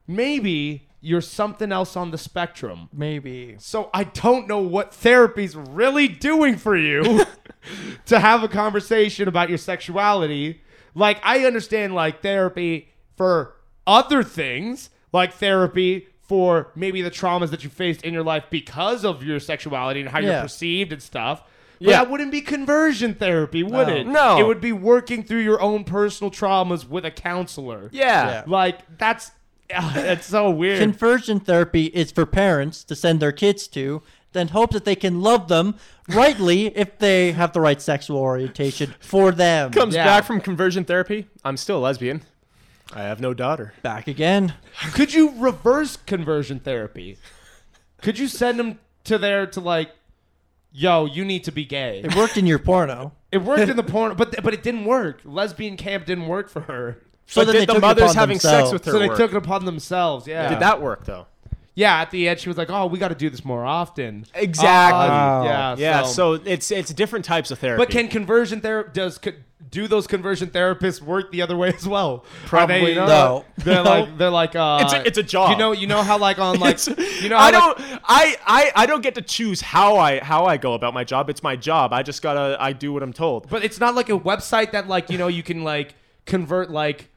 [SPEAKER 3] Maybe you're something else on the spectrum.
[SPEAKER 4] Maybe.
[SPEAKER 3] So I don't know what therapy's really doing for you to have a conversation about your sexuality. Like I understand like therapy for other things, like therapy for maybe the traumas that you faced in your life because of your sexuality and how you're
[SPEAKER 4] Yeah.
[SPEAKER 3] perceived and stuff. But
[SPEAKER 5] Yeah.
[SPEAKER 3] that wouldn't be conversion therapy, would
[SPEAKER 4] No.
[SPEAKER 3] it?
[SPEAKER 5] No.
[SPEAKER 3] It would be working through your own personal traumas with a counselor.
[SPEAKER 5] Yeah.
[SPEAKER 3] Like that's that's so weird.
[SPEAKER 4] Conversion therapy is for parents to send their kids to, then hope that they can love them rightly if they have the right sexual orientation for them.
[SPEAKER 5] Comes
[SPEAKER 3] Yeah.
[SPEAKER 5] back from conversion therapy. I'm still a lesbian. I have no daughter.
[SPEAKER 4] back again.
[SPEAKER 3] Could you reverse conversion therapy? Could you send them to there to like, yo, you need to be gay?
[SPEAKER 4] It worked in your porno.
[SPEAKER 3] It worked in the porn, but but it didn't work. Lesbian camp didn't work for her,
[SPEAKER 4] So
[SPEAKER 5] But
[SPEAKER 4] then
[SPEAKER 5] did
[SPEAKER 4] they
[SPEAKER 5] the
[SPEAKER 4] took it
[SPEAKER 5] mother's
[SPEAKER 4] upon
[SPEAKER 5] having
[SPEAKER 4] themselves.
[SPEAKER 5] sex with her?
[SPEAKER 3] so they
[SPEAKER 5] work?
[SPEAKER 3] took it upon themselves. Yeah,
[SPEAKER 5] Did that work though?
[SPEAKER 3] yeah. At the end, she was like, "Oh, we got to do this more often."
[SPEAKER 5] Exactly.
[SPEAKER 3] Uh, yeah,
[SPEAKER 4] Wow.
[SPEAKER 5] Yeah, so, it's it's different types of therapy.
[SPEAKER 3] But can conversion therapy does could, do those conversion therapists work the other way as well? Are
[SPEAKER 5] Probably
[SPEAKER 3] they, you know,
[SPEAKER 4] no.
[SPEAKER 3] They're like they're like uh,
[SPEAKER 5] It's a- it's a job.
[SPEAKER 3] You know you know how like on like
[SPEAKER 5] It's-
[SPEAKER 3] you know how,
[SPEAKER 5] I
[SPEAKER 3] like-
[SPEAKER 5] don't I, I I don't get to choose how I how I go about my job. It's my job. I just gotta I do what I'm told.
[SPEAKER 3] But it's not like a website that like you know you can like convert like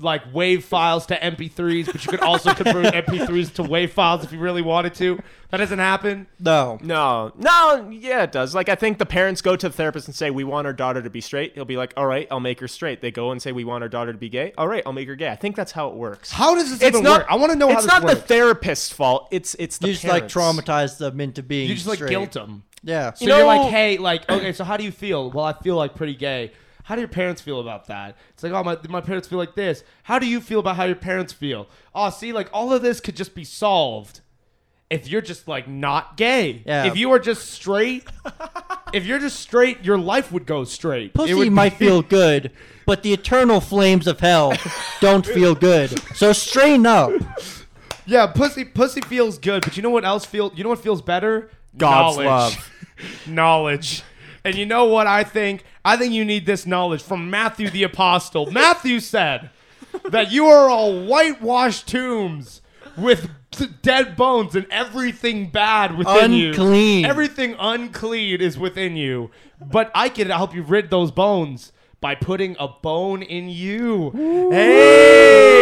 [SPEAKER 3] like wave files to MP3s, but you could also convert MP3s to wave files if you really wanted to. That doesn't happen.
[SPEAKER 4] No.
[SPEAKER 5] No, no, yeah, it does. Like, I think the parents go to the therapist and say, "We want our daughter to be straight." He'll be like, "All right, I'll make her straight." They go and say, "We want our daughter to be gay." All right, I'll make her gay. I think that's how it works.
[SPEAKER 3] How does this even work? I want to know how
[SPEAKER 5] It's
[SPEAKER 3] this
[SPEAKER 5] not
[SPEAKER 3] works.
[SPEAKER 5] the therapist's fault. It's it's the
[SPEAKER 4] You just
[SPEAKER 5] parents.
[SPEAKER 4] like traumatize them into being.
[SPEAKER 3] you just like
[SPEAKER 4] straight.
[SPEAKER 3] guilt them.
[SPEAKER 4] Yeah.
[SPEAKER 3] So you are
[SPEAKER 5] know-
[SPEAKER 3] like, hey, like, okay, so how do you feel? Well, I feel like pretty gay. How do your parents feel about that? It's like, oh, my, my parents feel like this. How do you feel about how your parents feel? Oh, see, like all of this could just be solved if you're just like not gay.
[SPEAKER 4] Yeah.
[SPEAKER 3] If you are just straight, if you're just straight, your life would go straight. It
[SPEAKER 4] Pussy
[SPEAKER 3] would
[SPEAKER 4] might
[SPEAKER 3] be-
[SPEAKER 4] feel good, but the eternal flames of hell don't feel good. So straighten up.
[SPEAKER 3] Yeah, pussy, pussy feels good, but you know what else feel? You know what feels better?
[SPEAKER 5] God's
[SPEAKER 3] Knowledge.
[SPEAKER 5] love.
[SPEAKER 3] knowledge. And you know what I think? I think you need this knowledge from Matthew the Apostle. Matthew said that you are all whitewashed tombs with t- dead bones and everything bad within you.
[SPEAKER 4] Unclean.
[SPEAKER 3] Everything unclean is within you. But I can help you rid those bones by putting a bone in you.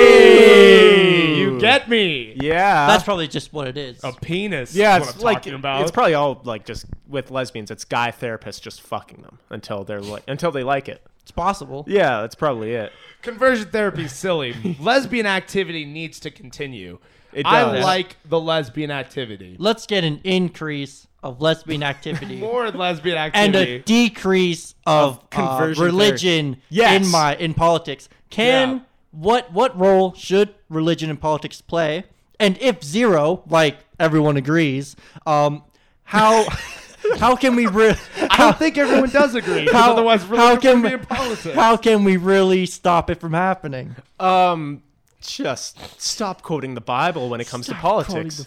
[SPEAKER 3] Hey! You get me.
[SPEAKER 5] Yeah,
[SPEAKER 4] That's probably just what it is.
[SPEAKER 3] A penis.
[SPEAKER 5] yeah.
[SPEAKER 3] is what
[SPEAKER 5] It's
[SPEAKER 3] I'm
[SPEAKER 5] like
[SPEAKER 3] talking about.
[SPEAKER 5] it's probably all like just with lesbians. It's guy therapists just fucking them until they're like until they like it.
[SPEAKER 4] It's possible.
[SPEAKER 5] Yeah, that's probably it.
[SPEAKER 3] Conversion therapy is silly. lesbian activity needs to continue.
[SPEAKER 5] It
[SPEAKER 3] I
[SPEAKER 5] does.
[SPEAKER 3] like the lesbian activity.
[SPEAKER 4] Let's get an increase of lesbian activity
[SPEAKER 3] More lesbian
[SPEAKER 4] and
[SPEAKER 3] activity.
[SPEAKER 4] a decrease of,
[SPEAKER 5] Of conversion
[SPEAKER 4] uh, religion
[SPEAKER 5] Yes.
[SPEAKER 4] in my in politics. Can
[SPEAKER 3] Yeah.
[SPEAKER 4] what what role should religion and politics play? And if zero, like everyone agrees, um, how how can we re-
[SPEAKER 3] I don't think everyone does agree. 'cause
[SPEAKER 4] how,
[SPEAKER 3] otherwise,
[SPEAKER 4] how
[SPEAKER 3] religion
[SPEAKER 4] can
[SPEAKER 3] would be in politics.
[SPEAKER 4] how can we really stop it from happening?
[SPEAKER 5] Um, just stop quoting the Bible when it comes to politics.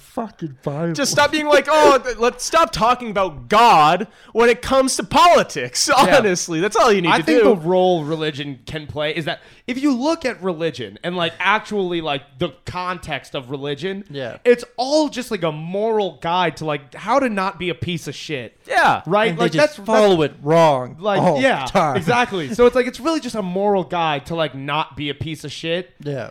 [SPEAKER 5] Just stop being like, oh, th- let's stop talking about God when it comes to politics. Honestly, that's all you need
[SPEAKER 3] I
[SPEAKER 5] to
[SPEAKER 3] think
[SPEAKER 5] do.
[SPEAKER 3] the role religion can play is that if you look at religion and like actually like the context of religion,
[SPEAKER 4] Yeah.
[SPEAKER 3] it's all just like a moral guide to like how to not be a piece of shit.
[SPEAKER 5] yeah,
[SPEAKER 3] Right?
[SPEAKER 4] And
[SPEAKER 3] like
[SPEAKER 4] they just
[SPEAKER 3] that's that's-
[SPEAKER 4] follow it wrong.
[SPEAKER 3] like
[SPEAKER 4] all
[SPEAKER 3] yeah
[SPEAKER 4] the time.
[SPEAKER 3] exactly so it's like it's really just a moral guide to like not be a piece of shit
[SPEAKER 4] Yeah.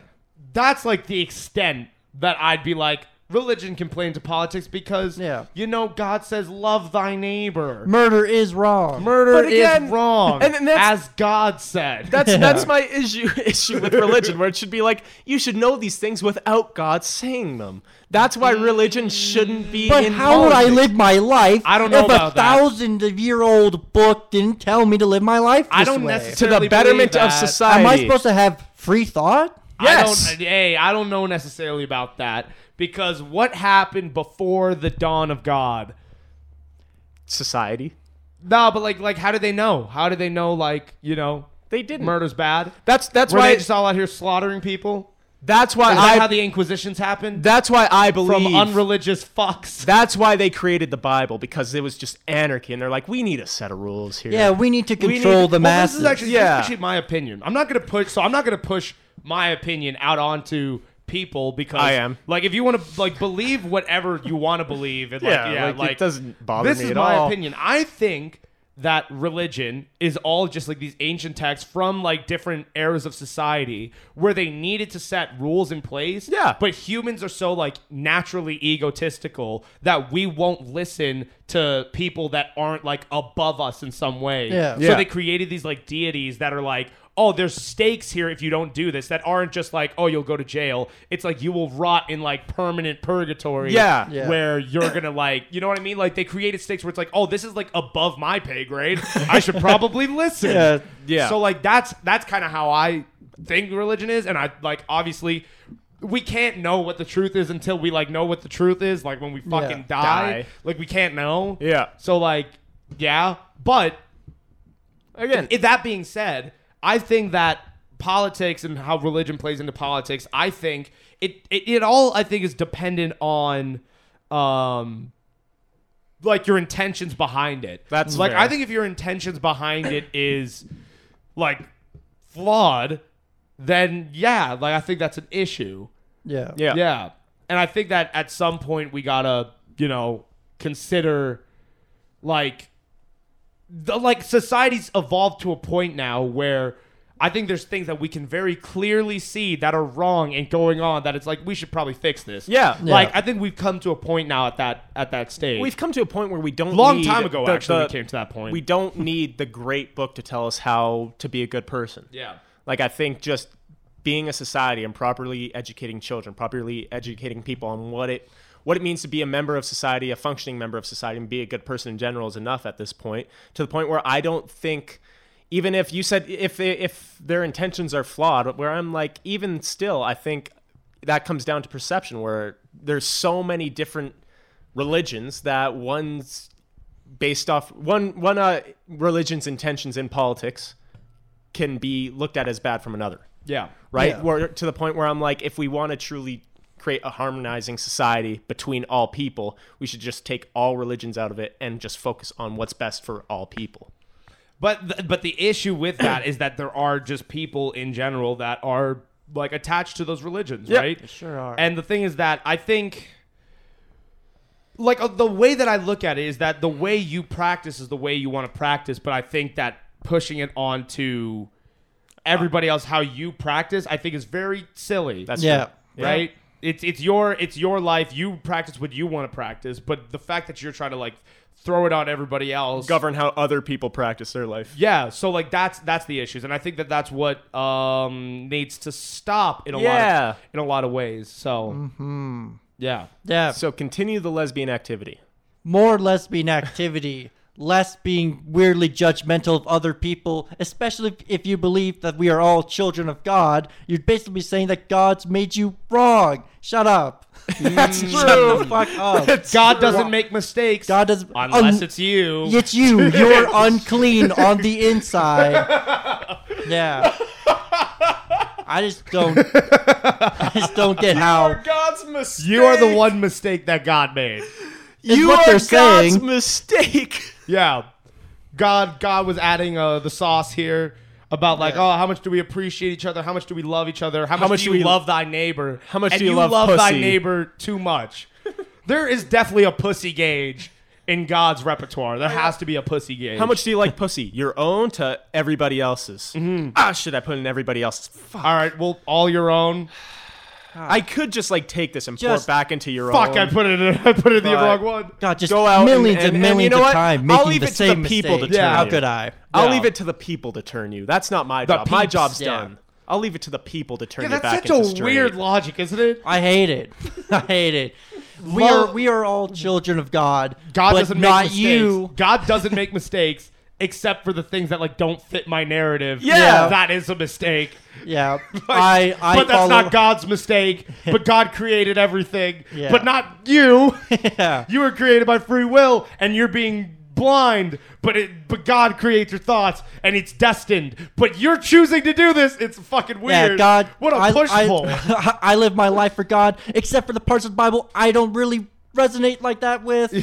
[SPEAKER 3] that's like the extent that i'd be like religion can play into politics because
[SPEAKER 4] Yeah.
[SPEAKER 3] you know god says love thy neighbor
[SPEAKER 4] Murder is wrong.
[SPEAKER 3] murder
[SPEAKER 5] But again-
[SPEAKER 3] is wrong
[SPEAKER 5] and- and that's-
[SPEAKER 3] as god said
[SPEAKER 5] That's that's my issue issue with religion, where it should be like you should know these things without God saying them. That's why religion shouldn't be.
[SPEAKER 4] But
[SPEAKER 5] in
[SPEAKER 4] how would I
[SPEAKER 5] politics.
[SPEAKER 4] live my life
[SPEAKER 3] I don't know
[SPEAKER 4] if
[SPEAKER 3] about
[SPEAKER 4] a
[SPEAKER 3] that.
[SPEAKER 4] thousand year old book didn't tell me to live my life this
[SPEAKER 3] i don't
[SPEAKER 4] way?
[SPEAKER 5] to
[SPEAKER 3] necessarily
[SPEAKER 5] the betterment
[SPEAKER 3] believe
[SPEAKER 5] of
[SPEAKER 3] that.
[SPEAKER 5] society?
[SPEAKER 4] Am I supposed to have free thought?
[SPEAKER 5] Yes.
[SPEAKER 3] I don't, hey, I don't know necessarily about that because what happened before the dawn of God?
[SPEAKER 5] society?
[SPEAKER 3] No, but like, like, how did they know? How did they know? Like, you know,
[SPEAKER 5] They didn't.
[SPEAKER 3] murder's bad.
[SPEAKER 5] That's that's
[SPEAKER 3] Were
[SPEAKER 5] why.
[SPEAKER 3] they just all out here slaughtering people?
[SPEAKER 5] that's why
[SPEAKER 3] Is that
[SPEAKER 5] I.
[SPEAKER 3] how the Inquisitions happened?
[SPEAKER 5] that's why I believe
[SPEAKER 3] From unreligious fucks.
[SPEAKER 5] That's why they created the Bible because it was just anarchy, and they're like, we need a set of rules here.
[SPEAKER 4] Yeah, we need to
[SPEAKER 5] need-
[SPEAKER 4] control the
[SPEAKER 5] Well,
[SPEAKER 3] Well,
[SPEAKER 4] masses.
[SPEAKER 3] this is actually, this is
[SPEAKER 5] Yeah.
[SPEAKER 3] actually my opinion. I'm not gonna push. So I'm not gonna push my opinion out onto people because
[SPEAKER 5] I am.
[SPEAKER 3] Like, if you want to like believe whatever you want to believe, and
[SPEAKER 5] yeah,
[SPEAKER 3] like, yeah,
[SPEAKER 5] like,
[SPEAKER 3] like
[SPEAKER 5] it doesn't bother
[SPEAKER 3] this
[SPEAKER 5] me
[SPEAKER 3] is
[SPEAKER 5] at
[SPEAKER 3] my
[SPEAKER 5] all.
[SPEAKER 3] opinion. I think that religion is all just like these ancient texts from like different eras of society where they needed to set rules in place.
[SPEAKER 5] Yeah.
[SPEAKER 3] But humans are so like naturally egotistical that we won't listen to people that aren't like above us in some way.
[SPEAKER 4] Yeah.
[SPEAKER 3] So
[SPEAKER 5] Yeah.
[SPEAKER 3] they created these like deities that are like, oh, there's stakes here if you don't do this that aren't just like, oh, you'll go to jail. It's like you will rot in like permanent purgatory.
[SPEAKER 5] Yeah.
[SPEAKER 4] Yeah.
[SPEAKER 3] Where you're gonna like, you know what I mean? Like they created stakes where it's like, oh, this is like above my pay grade. I should probably listen.
[SPEAKER 4] Yeah.
[SPEAKER 5] Yeah.
[SPEAKER 3] So like that's that's kind of how I think religion is, and I like obviously. We can't know what the truth is until we like know what the truth is. Like when we fucking
[SPEAKER 4] Yeah.
[SPEAKER 3] die,
[SPEAKER 5] Die.
[SPEAKER 3] like we can't know.
[SPEAKER 5] Yeah.
[SPEAKER 3] So like, yeah. But
[SPEAKER 5] Again,
[SPEAKER 3] if that being said, I think that politics and how religion plays into politics, I think it it, it all I think is dependent on um like your intentions behind it.
[SPEAKER 5] That's
[SPEAKER 3] like
[SPEAKER 5] fair.
[SPEAKER 3] I think if your intentions behind it is like flawed, then yeah, like I think that's an issue.
[SPEAKER 4] yeah.
[SPEAKER 5] yeah.
[SPEAKER 3] Yeah. And I think that at some point we gotta, you know, consider like the, like society's evolved to a point now where I think there's things that we can very clearly see that are wrong and going on that it's like we should probably fix this.
[SPEAKER 5] Yeah. Yeah.
[SPEAKER 3] Like I think we've come to a point now at that at that stage.
[SPEAKER 5] We've come to a point where we don't.
[SPEAKER 3] Long
[SPEAKER 5] need
[SPEAKER 3] time ago,
[SPEAKER 5] the-
[SPEAKER 3] actually, we
[SPEAKER 5] the-
[SPEAKER 3] came to that point.
[SPEAKER 5] We don't need the great book to tell us how to be a good person.
[SPEAKER 3] Yeah.
[SPEAKER 5] Like I think just being a society and properly educating children, properly educating people on what it what it means to be a member of society, a functioning member of society, and be a good person in general is enough at this point. To the point where I don't think, even if you said if they, if their intentions are flawed, where I'm like, even still, I think that comes down to perception. Where there's so many different religions that one's based off one one uh, religion's intentions in politics can be looked at as bad from another
[SPEAKER 3] yeah.
[SPEAKER 5] right? Where to the point where I'm like, if we want to truly create a harmonizing society between all people, we should just take all religions out of it and just focus on what's best for all people.
[SPEAKER 3] But th- but the issue with that is that there are just people in general that are like attached to those religions,
[SPEAKER 5] Yeah.
[SPEAKER 3] right?
[SPEAKER 4] sure are.
[SPEAKER 3] And the thing is that I think like uh, the way that I look at it is that the way you practice is the way you want to practice, but I think that pushing it on to everybody else how you practice, I think is very silly.
[SPEAKER 5] That's
[SPEAKER 4] Yeah.
[SPEAKER 5] true.
[SPEAKER 3] right? It's it's your it's your life. You practice what you want to practice, but the fact that you're trying to like throw it on everybody else
[SPEAKER 5] Govern how other people practice their life.
[SPEAKER 3] yeah, so like that's that's the issues, and I think that that's what um needs to stop in a lot
[SPEAKER 5] Yeah.
[SPEAKER 3] of, in a lot of ways. So yeah,
[SPEAKER 4] Yeah.
[SPEAKER 5] So continue the lesbian activity.
[SPEAKER 4] more lesbian activity, less being weirdly judgmental of other people, especially if- if you believe that we are all children of God. You'd basically be saying that God's made you wrong. Shut up. That's true. Mm. Shut the fuck up.
[SPEAKER 3] God doesn't make mistakes.
[SPEAKER 4] God does
[SPEAKER 3] unless
[SPEAKER 4] un-
[SPEAKER 3] it's you.
[SPEAKER 4] It's you. You're unclean on the inside. Yeah. I just don't. I just don't get how
[SPEAKER 5] God's mistake.
[SPEAKER 3] you are the one mistake that God made.
[SPEAKER 4] is
[SPEAKER 5] You
[SPEAKER 4] what
[SPEAKER 5] are
[SPEAKER 4] they're
[SPEAKER 5] God's
[SPEAKER 4] saying.
[SPEAKER 5] mistake.
[SPEAKER 3] Yeah, God God was adding uh, the sauce here about like oh how much do we appreciate each other? How much do we love each other? How much,
[SPEAKER 5] much
[SPEAKER 3] do
[SPEAKER 5] do
[SPEAKER 3] you
[SPEAKER 5] we-
[SPEAKER 3] love thy neighbor?
[SPEAKER 5] How much
[SPEAKER 3] And
[SPEAKER 5] do you love
[SPEAKER 3] thy
[SPEAKER 5] pussy?
[SPEAKER 3] neighbor too much? there is definitely a pussy gauge. In God's repertoire, there has to be a pussy gauge.
[SPEAKER 5] How much do you like pussy? Your own to everybody else's.
[SPEAKER 3] Mm-hmm.
[SPEAKER 5] Ah, should I put in everybody else's? Fuck.
[SPEAKER 3] All right, well, all your own.
[SPEAKER 5] I could just like take this and
[SPEAKER 4] Just-
[SPEAKER 5] pour it back into your own.
[SPEAKER 3] Fuck, I put it in. I put it in the
[SPEAKER 5] But-
[SPEAKER 3] wrong one.
[SPEAKER 4] God just
[SPEAKER 5] go out and-
[SPEAKER 4] millions
[SPEAKER 5] and- and
[SPEAKER 4] and,
[SPEAKER 5] you
[SPEAKER 4] millions
[SPEAKER 5] know what?
[SPEAKER 4] of time
[SPEAKER 5] I'll
[SPEAKER 4] making
[SPEAKER 5] leave
[SPEAKER 4] the
[SPEAKER 5] it to the
[SPEAKER 4] same
[SPEAKER 5] people to
[SPEAKER 4] mistake.
[SPEAKER 5] turn
[SPEAKER 4] How
[SPEAKER 5] you.
[SPEAKER 4] could I?
[SPEAKER 5] I'll
[SPEAKER 3] Yeah.
[SPEAKER 5] leave it to the people to turn you. That's not my job. my
[SPEAKER 3] peeps,
[SPEAKER 5] job's
[SPEAKER 4] yeah.
[SPEAKER 5] done. I'll leave it to the people to turn
[SPEAKER 3] Yeah,
[SPEAKER 5] you back
[SPEAKER 3] that's such a
[SPEAKER 5] into straight.
[SPEAKER 3] weird logic, isn't it?
[SPEAKER 4] I hate it. I hate it. We
[SPEAKER 3] Well-
[SPEAKER 4] are we are all children of God.
[SPEAKER 3] God
[SPEAKER 4] but
[SPEAKER 3] doesn't make
[SPEAKER 4] not
[SPEAKER 3] mistakes.
[SPEAKER 4] you.
[SPEAKER 3] God doesn't make mistakes except for the things that like don't fit my narrative.
[SPEAKER 5] Yeah.
[SPEAKER 3] that is a mistake.
[SPEAKER 4] Yeah, I I
[SPEAKER 3] but that's
[SPEAKER 4] follow.
[SPEAKER 3] not God's mistake. But God created everything.
[SPEAKER 4] Yeah.
[SPEAKER 3] But not you.
[SPEAKER 4] Yeah.
[SPEAKER 3] You were created by free will, and you're being blind. But it, but God creates your thoughts, and it's destined. But you're choosing to do this. It's fucking weird.
[SPEAKER 4] Yeah, God.
[SPEAKER 3] what a
[SPEAKER 4] I-
[SPEAKER 3] push
[SPEAKER 4] I-
[SPEAKER 3] pull.
[SPEAKER 4] I live my life for God, except for the parts of the Bible I don't really resonate like that with.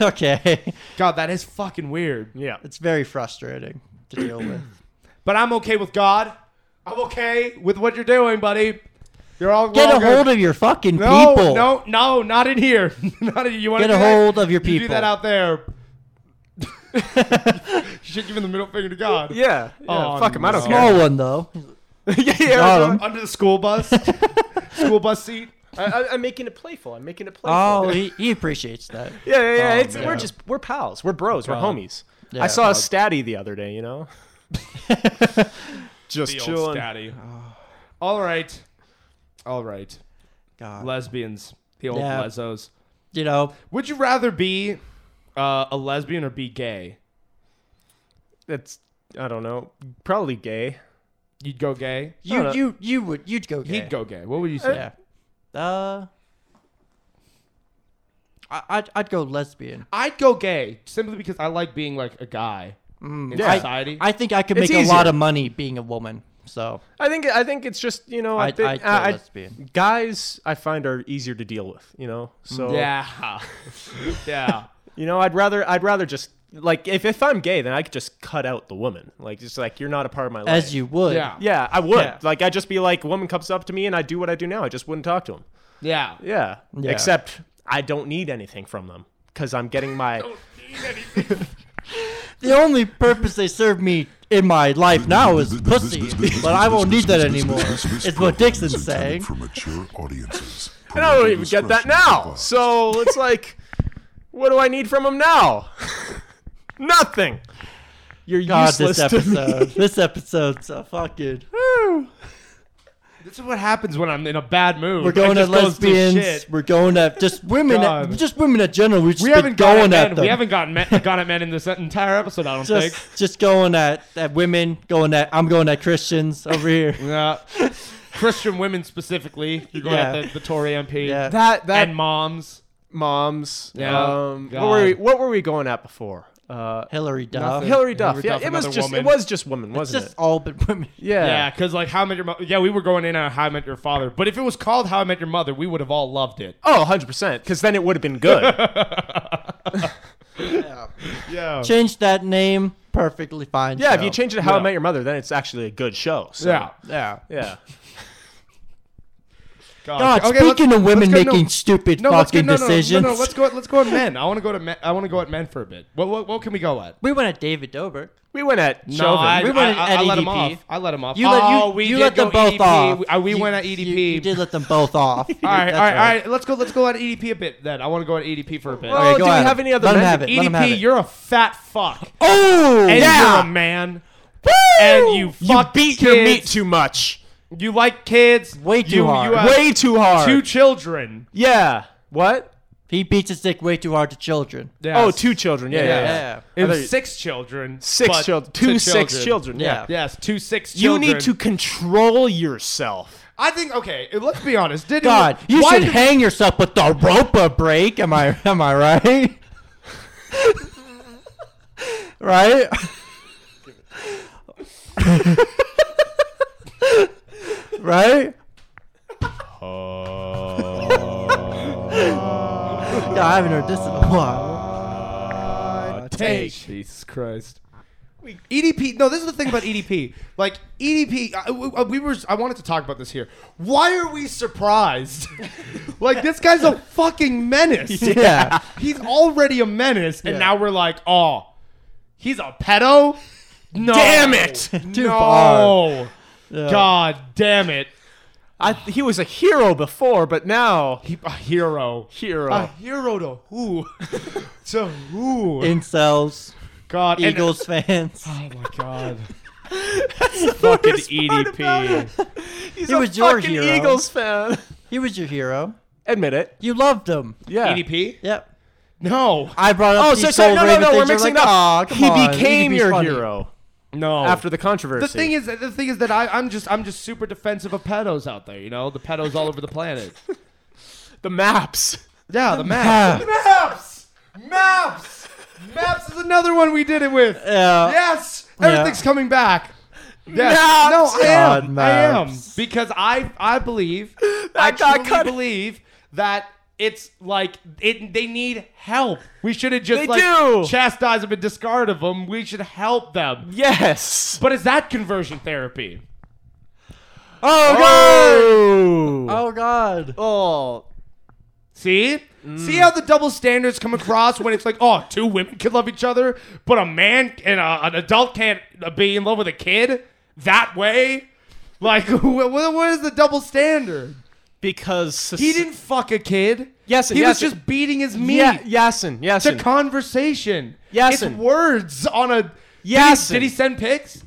[SPEAKER 4] okay,
[SPEAKER 3] God, that is fucking weird.
[SPEAKER 5] Yeah.
[SPEAKER 4] it's very frustrating to deal with.
[SPEAKER 3] But I'm okay with God. I'm okay with what you're doing, buddy. You're all
[SPEAKER 4] Get
[SPEAKER 3] we're all
[SPEAKER 4] a hold
[SPEAKER 3] good.
[SPEAKER 4] of your fucking
[SPEAKER 3] no,
[SPEAKER 4] people.
[SPEAKER 3] No, no, not in here. not in, you want
[SPEAKER 4] Get a hold of your
[SPEAKER 3] do
[SPEAKER 4] people.
[SPEAKER 3] that out there. you should give him the middle finger to God.
[SPEAKER 5] Yeah.
[SPEAKER 3] Oh,
[SPEAKER 5] Fuck him. I don't
[SPEAKER 4] Small one though.
[SPEAKER 5] care. yeah,
[SPEAKER 4] Got him.
[SPEAKER 3] Uh, Under the school bus, school bus seat.
[SPEAKER 5] I, I, I'm making it playful. I'm making it playful.
[SPEAKER 4] Oh, he, he appreciates that.
[SPEAKER 5] yeah, yeah, yeah.
[SPEAKER 3] Oh,
[SPEAKER 5] it's,
[SPEAKER 3] man.
[SPEAKER 5] we're just we're pals. We're bros. We're homies.
[SPEAKER 4] Yeah,
[SPEAKER 5] I saw
[SPEAKER 4] God.
[SPEAKER 5] a statty the other day. You know. just chilling.
[SPEAKER 3] daddy. All right, all right.
[SPEAKER 4] God.
[SPEAKER 3] Lesbians, the old
[SPEAKER 4] Yeah.
[SPEAKER 3] lesos.
[SPEAKER 4] You know,
[SPEAKER 3] Would you rather be uh, a lesbian or be gay?
[SPEAKER 5] That's I don't know. Probably gay.
[SPEAKER 3] You'd go gay.
[SPEAKER 5] Oh,
[SPEAKER 4] you
[SPEAKER 5] no.
[SPEAKER 4] you you would you'd go. Gay.
[SPEAKER 3] He'd go gay. What would you say?
[SPEAKER 4] Yeah. Uh, I, I'd, I'd go lesbian.
[SPEAKER 3] I'd go gay simply because I like being like a guy in
[SPEAKER 5] Yeah.
[SPEAKER 3] society.
[SPEAKER 4] Mm, I think I could
[SPEAKER 5] It's
[SPEAKER 4] make a lot
[SPEAKER 5] easier. Oh,
[SPEAKER 4] of money being a woman. So
[SPEAKER 5] I think I think it's just you know I,
[SPEAKER 4] I'd,
[SPEAKER 5] think
[SPEAKER 4] I'd go
[SPEAKER 5] I- I-
[SPEAKER 4] lesbian.
[SPEAKER 5] guys I find are easier to deal with. You know. So
[SPEAKER 3] yeah, yeah.
[SPEAKER 5] You know, I'd rather I'd rather just like if, if I'm gay, then I could just cut out the woman. Like just like you're not a part of my life.
[SPEAKER 4] As you would.
[SPEAKER 3] Yeah.
[SPEAKER 5] Yeah, I would.
[SPEAKER 4] Yeah.
[SPEAKER 5] Like I'd just be like, a woman comes up to me and I do what I do now. I just wouldn't talk to him.
[SPEAKER 3] Yeah.
[SPEAKER 5] Yeah.
[SPEAKER 4] Yeah.
[SPEAKER 5] Except I don't need anything from them because I'm getting my
[SPEAKER 4] The only purpose they serve me in my life now is pussy, but I won't need that anymore. It's what Dixon's saying.
[SPEAKER 9] For mature audiences.
[SPEAKER 5] And I don't even get that now. So it's like, what do I need from him now? Nothing. You're
[SPEAKER 4] God,
[SPEAKER 5] useless
[SPEAKER 4] this
[SPEAKER 5] to me.
[SPEAKER 4] episode. This episode's a fucking.
[SPEAKER 3] This is what happens when I'm in a bad mood.
[SPEAKER 4] We're going
[SPEAKER 3] It
[SPEAKER 4] at
[SPEAKER 3] just goes to
[SPEAKER 4] lesbians.
[SPEAKER 3] shit.
[SPEAKER 4] We're going at just women.
[SPEAKER 3] God.
[SPEAKER 4] just women in general. We've just
[SPEAKER 3] We
[SPEAKER 4] been
[SPEAKER 3] haven't gone
[SPEAKER 4] going
[SPEAKER 3] at
[SPEAKER 4] at
[SPEAKER 3] men.
[SPEAKER 4] them.
[SPEAKER 3] We haven't gotten men, gone at men in this entire episode. I don't
[SPEAKER 4] just,
[SPEAKER 3] think.
[SPEAKER 4] just going at, at women. Going at I'm going at Christians over here.
[SPEAKER 3] Yeah. Christian women specifically. You're going
[SPEAKER 4] Yeah.
[SPEAKER 3] at the, the Tory MP.
[SPEAKER 4] Yeah.
[SPEAKER 5] That that
[SPEAKER 3] And moms.
[SPEAKER 5] moms.
[SPEAKER 3] Yeah,
[SPEAKER 5] um, what were we,
[SPEAKER 3] God.
[SPEAKER 5] what were we going at before? Uh,
[SPEAKER 4] Hillary Duff.
[SPEAKER 5] Hillary Duff.
[SPEAKER 3] Hillary
[SPEAKER 5] yeah,
[SPEAKER 3] Duff,
[SPEAKER 5] it was
[SPEAKER 3] another
[SPEAKER 5] just
[SPEAKER 3] woman.
[SPEAKER 5] it was just women, wasn't
[SPEAKER 4] Just
[SPEAKER 5] it?
[SPEAKER 4] all but women.
[SPEAKER 5] Yeah.
[SPEAKER 3] Yeah, because like How I Met Your Mother. Yeah, we were going in on How I Met Your Father. But if it was called How I Met Your Mother, we would have all loved it.
[SPEAKER 5] Oh, 100%. Because then it would have been good.
[SPEAKER 3] Yeah.
[SPEAKER 4] Change that name. Perfectly fine.
[SPEAKER 5] Yeah, if
[SPEAKER 4] show.
[SPEAKER 5] you change it to How I
[SPEAKER 3] Yeah.
[SPEAKER 5] Met Your Mother, then it's actually a good show. So,
[SPEAKER 3] Yeah. Yeah.
[SPEAKER 5] Yeah.
[SPEAKER 4] God,
[SPEAKER 3] Okay, let's-
[SPEAKER 4] speaking of women
[SPEAKER 3] let's go- no,
[SPEAKER 4] making stupid
[SPEAKER 3] no, let's go,
[SPEAKER 4] fucking
[SPEAKER 3] no, no,
[SPEAKER 4] decisions,
[SPEAKER 3] No, no, let's go. Let's go at men. I want to go to men. I want to go at men for a bit. What, what, what can we go at?
[SPEAKER 4] we went at David Dobrik.
[SPEAKER 5] We went at
[SPEAKER 3] No,
[SPEAKER 5] Chauvin.
[SPEAKER 3] I,
[SPEAKER 4] We
[SPEAKER 3] we
[SPEAKER 4] went
[SPEAKER 3] went I,
[SPEAKER 4] at
[SPEAKER 3] I, I let
[SPEAKER 4] EDP.
[SPEAKER 3] him off. I let him off.
[SPEAKER 4] You let, you,
[SPEAKER 3] oh, we
[SPEAKER 4] you
[SPEAKER 3] did
[SPEAKER 4] let them
[SPEAKER 3] go
[SPEAKER 4] both
[SPEAKER 3] EDP.
[SPEAKER 4] off.
[SPEAKER 3] We, uh, we
[SPEAKER 4] You-
[SPEAKER 3] went at EDP.
[SPEAKER 4] You, you did let them both off.
[SPEAKER 3] All right,
[SPEAKER 4] That's
[SPEAKER 3] all right, Oh, all right. Let's go. Let's go at EDP a bit. Then I want to go at EDP for a bit.
[SPEAKER 5] Well,
[SPEAKER 4] Okay, go
[SPEAKER 5] do we
[SPEAKER 4] at
[SPEAKER 5] have
[SPEAKER 4] him.
[SPEAKER 5] any other
[SPEAKER 4] Let him
[SPEAKER 5] men?
[SPEAKER 4] have it. Let him have
[SPEAKER 3] EDP, E
[SPEAKER 4] it.
[SPEAKER 3] you're a fat fuck.
[SPEAKER 4] Oh,
[SPEAKER 3] And you're a
[SPEAKER 4] yeah.
[SPEAKER 3] man. And you fuck
[SPEAKER 5] beat
[SPEAKER 3] kids.
[SPEAKER 5] your meat too much.
[SPEAKER 3] You like kids
[SPEAKER 4] Way too
[SPEAKER 3] you,
[SPEAKER 4] hard.
[SPEAKER 3] You have
[SPEAKER 5] Way too hard.
[SPEAKER 3] two children.
[SPEAKER 5] yeah. What?
[SPEAKER 4] He beats his dick way too hard to children.
[SPEAKER 3] Yes.
[SPEAKER 5] Oh, two children. Yeah, yeah.
[SPEAKER 3] Yeah.
[SPEAKER 5] yeah.
[SPEAKER 4] Yeah.
[SPEAKER 3] It
[SPEAKER 5] I thought-
[SPEAKER 3] was six children.
[SPEAKER 5] Six
[SPEAKER 3] but
[SPEAKER 5] children. Two six children. Yeah.
[SPEAKER 4] Yeah.
[SPEAKER 3] Yes, two six
[SPEAKER 5] You
[SPEAKER 3] children.
[SPEAKER 5] need to control yourself.
[SPEAKER 3] I think. Okay, let's be honest. Did
[SPEAKER 4] God, you
[SPEAKER 3] why
[SPEAKER 4] should
[SPEAKER 3] did-
[SPEAKER 4] hang yourself with the rope a break. Am I am I right? right? right? God, I haven't heard this in a while.
[SPEAKER 3] take. Jesus Christ. EDP. E No, this is the thing about EDP. Like EDP, I- w- w- we were. I wanted to talk about this here. Why are we surprised? like this guy's a fucking menace.
[SPEAKER 4] Yeah.
[SPEAKER 3] He's already a menace, and now we're like, oh, he's a pedo. No,
[SPEAKER 5] Damn it! uh,
[SPEAKER 4] Too
[SPEAKER 3] no,
[SPEAKER 4] far.
[SPEAKER 3] God damn it!
[SPEAKER 5] I, he was a hero before, but now
[SPEAKER 3] He, a hero,
[SPEAKER 5] hero.
[SPEAKER 3] a hero to who? to who?
[SPEAKER 4] Incels,
[SPEAKER 3] God, and-
[SPEAKER 4] Eagles fans.
[SPEAKER 3] oh my God. E
[SPEAKER 5] fucking
[SPEAKER 3] EDP.
[SPEAKER 5] He's
[SPEAKER 4] He
[SPEAKER 5] a
[SPEAKER 4] was your
[SPEAKER 5] fucking
[SPEAKER 4] hero.
[SPEAKER 5] Eagles fan.
[SPEAKER 4] He was your hero.
[SPEAKER 5] Admit it.
[SPEAKER 4] You loved him.
[SPEAKER 5] Yeah.
[SPEAKER 3] EDP?
[SPEAKER 4] Yep.
[SPEAKER 3] E No.
[SPEAKER 4] I brought up.
[SPEAKER 5] Oh,
[SPEAKER 4] these
[SPEAKER 5] so, so
[SPEAKER 4] whole
[SPEAKER 5] no, no,
[SPEAKER 4] raven
[SPEAKER 5] no, we're
[SPEAKER 4] things. You're
[SPEAKER 5] mixing
[SPEAKER 4] like,
[SPEAKER 5] up.
[SPEAKER 4] "Aw, come
[SPEAKER 5] he
[SPEAKER 4] on,
[SPEAKER 5] became
[SPEAKER 4] EDP's
[SPEAKER 5] your
[SPEAKER 4] funny."
[SPEAKER 5] hero
[SPEAKER 3] No.
[SPEAKER 5] after the controversy.
[SPEAKER 3] The thing is, the thing is that I, I'm just, I'm just super defensive of pedos out there. You know, the pedos all over the planet.
[SPEAKER 5] the maps.
[SPEAKER 3] Yeah, the maps. maps, maps, maps is another one we did it with.
[SPEAKER 5] Uh,
[SPEAKER 4] Yeah.
[SPEAKER 3] Yes, everything's coming back. Yes.
[SPEAKER 5] Maps.
[SPEAKER 3] No, I
[SPEAKER 4] God,
[SPEAKER 3] am. I am
[SPEAKER 4] maps.
[SPEAKER 3] because I, I believe, I
[SPEAKER 5] That got
[SPEAKER 3] truly
[SPEAKER 5] cut.
[SPEAKER 3] believe that. It's like it, they need help. We should have just
[SPEAKER 5] They
[SPEAKER 3] like
[SPEAKER 5] do.
[SPEAKER 3] chastised them and discarded them. We should help them.
[SPEAKER 5] Yes.
[SPEAKER 3] But is that conversion therapy?
[SPEAKER 5] Oh, God.
[SPEAKER 4] Oh God.
[SPEAKER 5] Oh.
[SPEAKER 3] See?
[SPEAKER 5] Mm.
[SPEAKER 3] See how the double standards come across when it's like, oh, two women can love each other, but a man and a, an adult can't uh, be in love with a kid that way? Like, wh- wh- what is the double standard?
[SPEAKER 5] Because
[SPEAKER 3] He didn't fuck a kid.
[SPEAKER 5] Yes, and
[SPEAKER 3] he
[SPEAKER 5] yes,
[SPEAKER 3] was
[SPEAKER 5] and-
[SPEAKER 3] just beating his meat.
[SPEAKER 5] Yeah, Yasin.
[SPEAKER 3] It's a
[SPEAKER 5] Yasin.
[SPEAKER 3] conversation.
[SPEAKER 5] Yes,
[SPEAKER 3] it's
[SPEAKER 5] and-
[SPEAKER 3] words on a.
[SPEAKER 5] Yes,
[SPEAKER 3] Did he, did he
[SPEAKER 5] and-
[SPEAKER 3] send pics?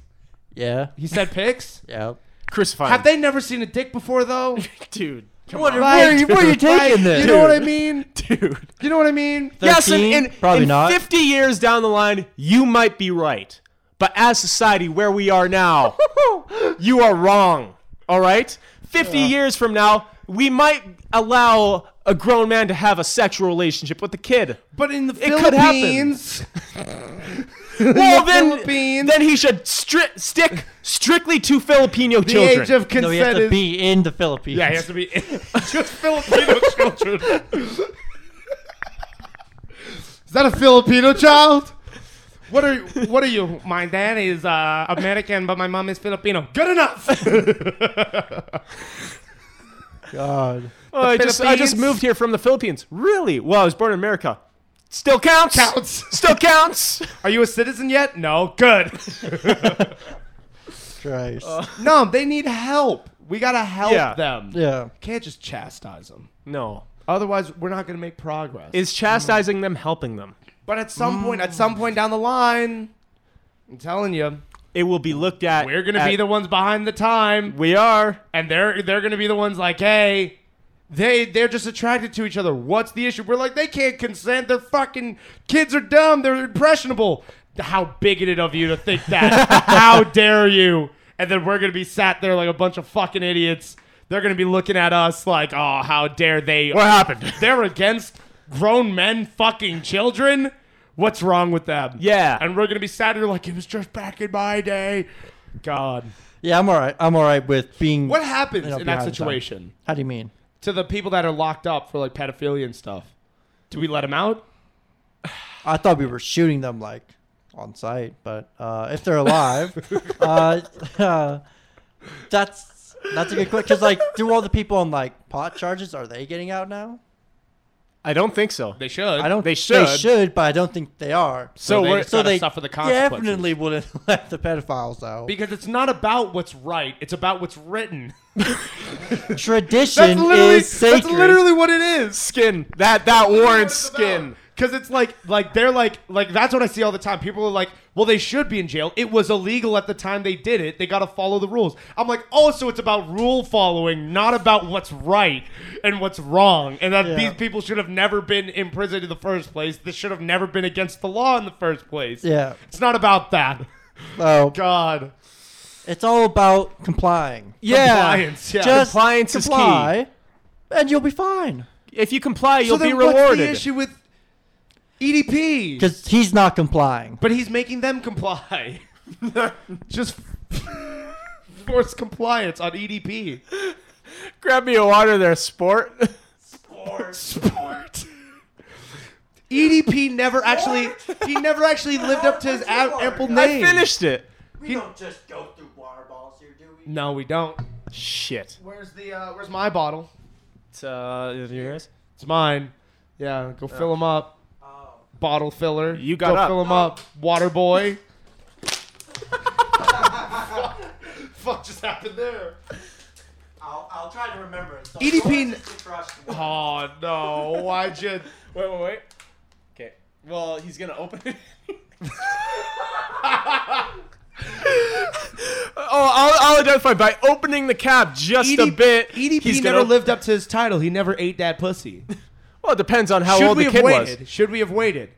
[SPEAKER 4] Yeah.
[SPEAKER 3] He sent pics.
[SPEAKER 4] Yeah.
[SPEAKER 5] Crucified.
[SPEAKER 3] Have they never seen a dick before though?
[SPEAKER 5] dude? Come
[SPEAKER 4] What,
[SPEAKER 5] on.
[SPEAKER 4] where, are you, where are you
[SPEAKER 3] Like,
[SPEAKER 4] taking this?
[SPEAKER 3] You know what I mean?
[SPEAKER 5] dude.
[SPEAKER 3] You know what I mean?
[SPEAKER 5] Yes, and
[SPEAKER 4] 13?
[SPEAKER 5] in,
[SPEAKER 4] Probably
[SPEAKER 5] in
[SPEAKER 4] not.
[SPEAKER 5] 50 years down the line, you might be right. But as society, where we are now, you are wrong. All right? 50 years from now, we might allow a grown man to have a sexual relationship with a kid.
[SPEAKER 3] But in the
[SPEAKER 5] It could happen.
[SPEAKER 3] Philippines,
[SPEAKER 5] Well, then,
[SPEAKER 3] Philippines.
[SPEAKER 5] then he should stri- stick strictly to Filipino
[SPEAKER 3] the
[SPEAKER 5] children.
[SPEAKER 3] age of
[SPEAKER 4] No, you have
[SPEAKER 3] consent
[SPEAKER 4] to
[SPEAKER 3] is.
[SPEAKER 4] be in the Philippines.
[SPEAKER 3] yeah, he has to be just Filipino children. is that a Filipino child? What are what are you? My dad is uh, American, but my mom is Filipino. Good enough.
[SPEAKER 4] God.
[SPEAKER 5] Oh, I, just, I
[SPEAKER 3] Philippines.
[SPEAKER 5] just Oh, moved here from the Philippines. Really? Well, I was born in America. Still counts.
[SPEAKER 3] Counts.
[SPEAKER 5] Still counts.
[SPEAKER 3] Are you a citizen yet? No. Good.
[SPEAKER 4] Christ.
[SPEAKER 3] no, they need help. We gotta help
[SPEAKER 5] Yeah.
[SPEAKER 3] them.
[SPEAKER 4] yeah.
[SPEAKER 3] Can't just chastise them.
[SPEAKER 5] No.
[SPEAKER 3] Otherwise, we're not gonna make progress.
[SPEAKER 5] Is chastising them helping them?
[SPEAKER 3] but at some point, at
[SPEAKER 4] Mm.
[SPEAKER 3] some point down the line, I'm telling you,
[SPEAKER 5] It will be looked at.
[SPEAKER 3] we're gonna be
[SPEAKER 5] at-
[SPEAKER 3] the ones behind the time,
[SPEAKER 5] We are.
[SPEAKER 3] and they're they're gonna be the ones like, hey, they they're just attracted to each other. What's the issue? We're like, they can't consent. They're fucking kids are dumb. They're impressionable. How bigoted of you to think that? How dare you? And then we're gonna be sat there like a bunch of fucking idiots. They're gonna be looking at us like, oh, how dare they?
[SPEAKER 5] What happened?
[SPEAKER 3] They're against grown men fucking children. What's wrong with them?
[SPEAKER 5] Yeah.
[SPEAKER 3] And we're gonna be sad. You're like, it was just back in my day. God.
[SPEAKER 4] Yeah, I'm all right. I'm all right with being.
[SPEAKER 3] What happens
[SPEAKER 4] you know,
[SPEAKER 3] in that
[SPEAKER 4] behind the time.
[SPEAKER 3] situation
[SPEAKER 4] How do you mean?
[SPEAKER 3] to the people that are locked up for like pedophilia and stuff? Do we let them out?
[SPEAKER 4] I thought we were shooting them like on site, but uh, if they're alive, uh, that's that's a good question. Because like, do all the people on like pot charges are they getting out now?
[SPEAKER 5] I don't think so.
[SPEAKER 3] They should.
[SPEAKER 4] I don't.
[SPEAKER 5] They
[SPEAKER 4] They
[SPEAKER 5] should.
[SPEAKER 4] should, but I don't think they are.
[SPEAKER 5] So
[SPEAKER 3] they
[SPEAKER 5] we're-
[SPEAKER 3] just
[SPEAKER 5] so
[SPEAKER 3] gotta
[SPEAKER 4] they
[SPEAKER 3] suffer the consequences.
[SPEAKER 4] definitely wouldn't let the pedophiles out.
[SPEAKER 3] Because it's not about what's right; it's about what's written.
[SPEAKER 4] Tradition is sacred.
[SPEAKER 5] that's literally what it is. Skin. That that warrants skin.
[SPEAKER 3] Because it's like, like they're like, like that's what I see all the time. People are like, "Well, they should be in jail. It was illegal at the time they did it. They got to follow the rules." I'm like, "Oh, so it's about rule following, not about what's right and what's wrong, and that
[SPEAKER 4] Yeah.
[SPEAKER 3] these people should have never been in prison in the first place. This should have never been against the law in the first place.
[SPEAKER 4] Yeah.
[SPEAKER 3] it's not about that.
[SPEAKER 4] So
[SPEAKER 3] God,
[SPEAKER 4] it's all about complying.
[SPEAKER 5] Yeah.
[SPEAKER 3] compliance. Yeah.
[SPEAKER 4] Just
[SPEAKER 5] compliance is key.
[SPEAKER 4] comply, and you'll be fine.
[SPEAKER 5] If you comply, you'll
[SPEAKER 3] so
[SPEAKER 5] be
[SPEAKER 3] then What's the
[SPEAKER 5] rewarded.
[SPEAKER 3] issue with EDP?
[SPEAKER 4] Because he's not complying.
[SPEAKER 3] But he's making them comply. Just force compliance on E EDP.
[SPEAKER 5] Grab me a water there, sport.
[SPEAKER 3] Sport. EDP never actually he never actually lived up to his a- ample
[SPEAKER 5] I
[SPEAKER 3] name.
[SPEAKER 5] finished it.
[SPEAKER 4] We don't just go through water balls here, do we?
[SPEAKER 3] No, we don't.
[SPEAKER 5] Shit.
[SPEAKER 3] Where's the uh, where's my bottle?
[SPEAKER 5] Uh, yours?
[SPEAKER 3] It's mine. Yeah, go fill him up. Bottle filler.
[SPEAKER 5] You got
[SPEAKER 3] go
[SPEAKER 5] up.
[SPEAKER 3] fill him up. Water boy. Fuck just happened there.
[SPEAKER 4] I'll, I'll try to remember it. So
[SPEAKER 3] E EDP
[SPEAKER 4] EDP.
[SPEAKER 3] Oh no! Why did? Wait, wait, wait.
[SPEAKER 5] Okay. Well, he's gonna open it. oh, I'll, I'll identify by opening the cap just
[SPEAKER 3] E
[SPEAKER 5] a bit.
[SPEAKER 3] EDP
[SPEAKER 5] he's
[SPEAKER 3] never
[SPEAKER 5] gonna-
[SPEAKER 3] lived up to his title. He never ate that pussy.
[SPEAKER 5] Well, it depends on how
[SPEAKER 3] Should
[SPEAKER 5] old
[SPEAKER 3] we
[SPEAKER 5] the
[SPEAKER 3] have
[SPEAKER 5] kid
[SPEAKER 3] waited?
[SPEAKER 5] was.
[SPEAKER 3] Should we have waited?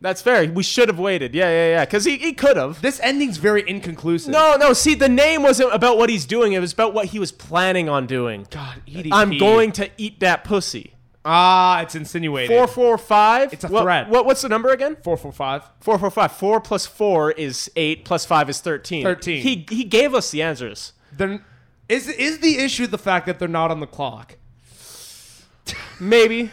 [SPEAKER 5] That's fair. We should have waited. Yeah, yeah, yeah. Because he, he could have.
[SPEAKER 3] This ending's very inconclusive.
[SPEAKER 5] No, no. See, the name wasn't about what he's doing. It was about what he was planning on doing.
[SPEAKER 3] God, EDP.
[SPEAKER 5] I'm going to eat that pussy.
[SPEAKER 3] Ah, it's insinuated.
[SPEAKER 5] Four, four, five.
[SPEAKER 3] It's a
[SPEAKER 5] What-
[SPEAKER 3] threat.
[SPEAKER 5] What, what's the number again?
[SPEAKER 3] four, four, five.
[SPEAKER 5] Four, four, five. Four plus four is eight. Plus five is thirteen.
[SPEAKER 3] 13.
[SPEAKER 5] He he gave us the answers.
[SPEAKER 3] Then is is the issue the fact that they're not on the clock?
[SPEAKER 5] Maybe.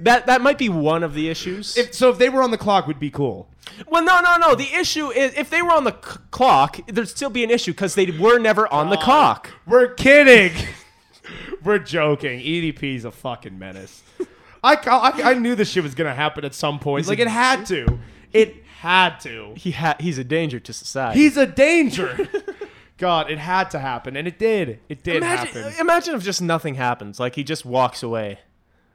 [SPEAKER 5] That that might be one of the issues.
[SPEAKER 3] If so, if they were on the clock, would be cool.
[SPEAKER 5] well, no, no, no. The issue is if they were on the c- clock, there'd still be an issue because they were never on the clock.
[SPEAKER 3] We're kidding. We're joking. E EDP's a fucking menace. I, ca- I, I knew this shit was gonna happen at some point. Like it had to. It had to.
[SPEAKER 5] He ha- he's a danger to society.
[SPEAKER 3] He's a danger. God, it had to happen, and it did. It did
[SPEAKER 5] imagine,
[SPEAKER 3] happen.
[SPEAKER 5] imagine if just nothing happens. Like he just walks away,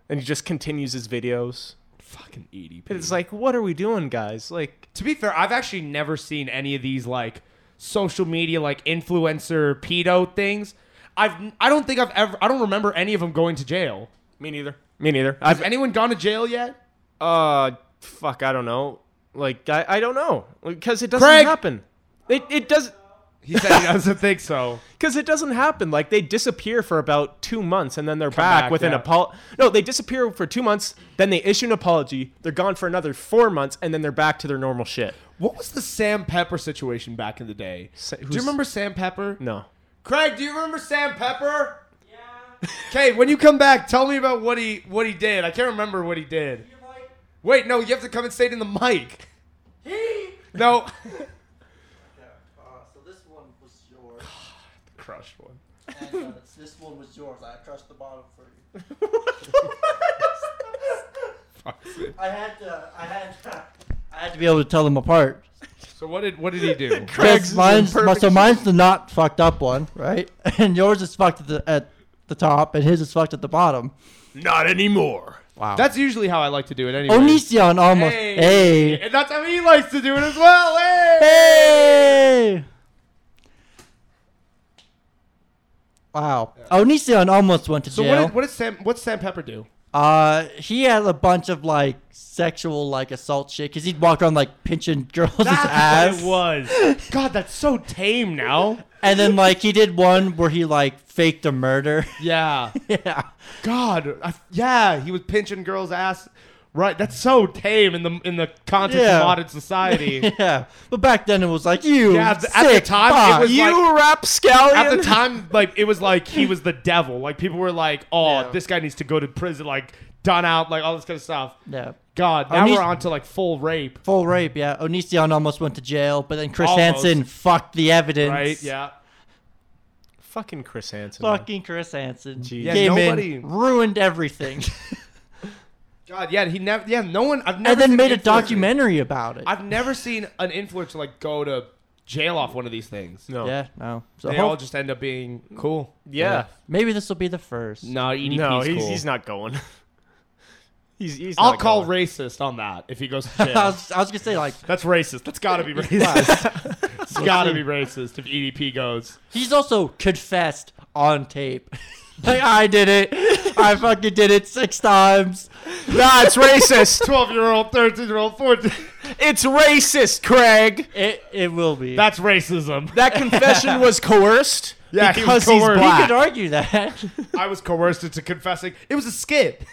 [SPEAKER 5] and he just continues his videos.
[SPEAKER 3] Fucking E EDP.
[SPEAKER 5] It's like, what are we doing, guys? Like,
[SPEAKER 3] to be fair, I've actually never seen any of these like social media like influencer pedo things. I've I don't think I've ever I don't remember any of them going to jail.
[SPEAKER 5] me neither. Me neither. I've
[SPEAKER 3] Has anyone gone to jail yet?
[SPEAKER 5] uh, fuck, I don't know. Like, I, I don't know because it doesn't
[SPEAKER 3] Craig!
[SPEAKER 5] happen. It it does.
[SPEAKER 3] He said he doesn't think so.
[SPEAKER 5] Because it doesn't happen. Like they disappear for about two months and then they're
[SPEAKER 3] back,
[SPEAKER 5] back with an
[SPEAKER 3] yeah.
[SPEAKER 5] apology. No, they disappear for two months, then they issue an apology. They're gone for another four months, and then they're back to their normal shit.
[SPEAKER 3] What was the Sam Pepper situation back in the day? do
[SPEAKER 5] who's-
[SPEAKER 3] you remember Sam Pepper?
[SPEAKER 5] No,
[SPEAKER 3] Craig, do you remember Sam Pepper? Yeah. Okay, when you come back, tell me about what he what he did. I can't remember what he did. Wait, no, you have to come and say it in the mic. No.
[SPEAKER 4] Uh, So this one was yours,
[SPEAKER 3] Crushed one.
[SPEAKER 4] and uh, this one was yours. I crushed the bottom for you.
[SPEAKER 3] fuck's sake.
[SPEAKER 4] I had to. I had. To, I had to be able to tell them apart.
[SPEAKER 3] So what did what did he do?
[SPEAKER 4] Because mine's my- so mine's the not fucked up one, right? And yours is fucked at the at the top, and his is fucked at the bottom.
[SPEAKER 5] Not anymore.
[SPEAKER 3] That's usually how I like to do it anyway.
[SPEAKER 4] Onision almost.
[SPEAKER 3] Hey.
[SPEAKER 4] Hey.
[SPEAKER 3] And that's how he likes to do it as well. eh? Hey.
[SPEAKER 4] Hey. Wow. Onision almost went to
[SPEAKER 3] So what
[SPEAKER 4] jail.
[SPEAKER 3] did, what did Sam what's Sam Pepper do?
[SPEAKER 4] Uh, he had a bunch of like sexual like assault shit because he'd walk around like pinching girls' ass,
[SPEAKER 3] was. God, that's so tame now.
[SPEAKER 4] and then like he did one where he like faked a murder.
[SPEAKER 3] Yeah.
[SPEAKER 4] yeah,
[SPEAKER 3] God. I, yeah, he was pinching girls' ass. Right. That's so tame in the in the context
[SPEAKER 4] Yeah.
[SPEAKER 3] of modern society.
[SPEAKER 4] yeah. But back then it was like you.
[SPEAKER 3] Yeah,
[SPEAKER 4] sick
[SPEAKER 3] at the time, it
[SPEAKER 4] fuck.
[SPEAKER 3] was-
[SPEAKER 5] You
[SPEAKER 3] Like-
[SPEAKER 5] rapscallion.
[SPEAKER 3] At the time, like it was like he was the devil. Like people were like, "Oh,
[SPEAKER 4] Yeah.
[SPEAKER 3] this guy needs to go to prison." Like done out, like all this kind of stuff.
[SPEAKER 4] yeah.
[SPEAKER 3] God, now
[SPEAKER 4] Onis-
[SPEAKER 3] we're on to like full rape,
[SPEAKER 4] Full rape, yeah. Onision almost went to jail, but then Chris
[SPEAKER 3] Almost.
[SPEAKER 4] Hansen fucked the evidence.
[SPEAKER 3] right? Yeah.
[SPEAKER 5] Fucking Chris Hansen. man.
[SPEAKER 4] Fucking Chris Hansen.
[SPEAKER 5] Jeez.
[SPEAKER 3] Yeah,
[SPEAKER 4] Came
[SPEAKER 3] nobody-
[SPEAKER 4] in, ruined everything,
[SPEAKER 3] God, yeah, he never. Yeah, no one. I've never
[SPEAKER 4] and then
[SPEAKER 3] seen
[SPEAKER 4] made a
[SPEAKER 3] influencer-
[SPEAKER 4] documentary about it.
[SPEAKER 3] I've never seen an influencer like go to jail off one of these things.
[SPEAKER 5] No.
[SPEAKER 4] yeah, no. So
[SPEAKER 3] They
[SPEAKER 4] hope-
[SPEAKER 3] all just end up being cool.
[SPEAKER 5] Yeah.
[SPEAKER 4] maybe this will be the first.
[SPEAKER 3] No, EDP's
[SPEAKER 5] No, he's,
[SPEAKER 3] cool.
[SPEAKER 5] he's not going. he's he's.
[SPEAKER 3] I'll
[SPEAKER 5] not
[SPEAKER 3] call
[SPEAKER 5] going.
[SPEAKER 3] racist on that if he goes to
[SPEAKER 4] I
[SPEAKER 3] jail.
[SPEAKER 4] was, I was gonna say like
[SPEAKER 3] That's racist. That's got to be racist. it's got to be racist if EDP goes.
[SPEAKER 4] he's also confessed on tape. like I did it. I fucking did it six times.
[SPEAKER 5] Nah, it's racist.
[SPEAKER 3] 12 year old, 13 year old, 14.
[SPEAKER 5] it's racist, Craig.
[SPEAKER 4] It it will be.
[SPEAKER 3] That's racism.
[SPEAKER 5] That confession was coerced.
[SPEAKER 3] Yeah, he was
[SPEAKER 5] because he's
[SPEAKER 3] coerced.
[SPEAKER 4] you
[SPEAKER 5] black.
[SPEAKER 4] could argue that.
[SPEAKER 3] I was coerced into confessing. It was a skit.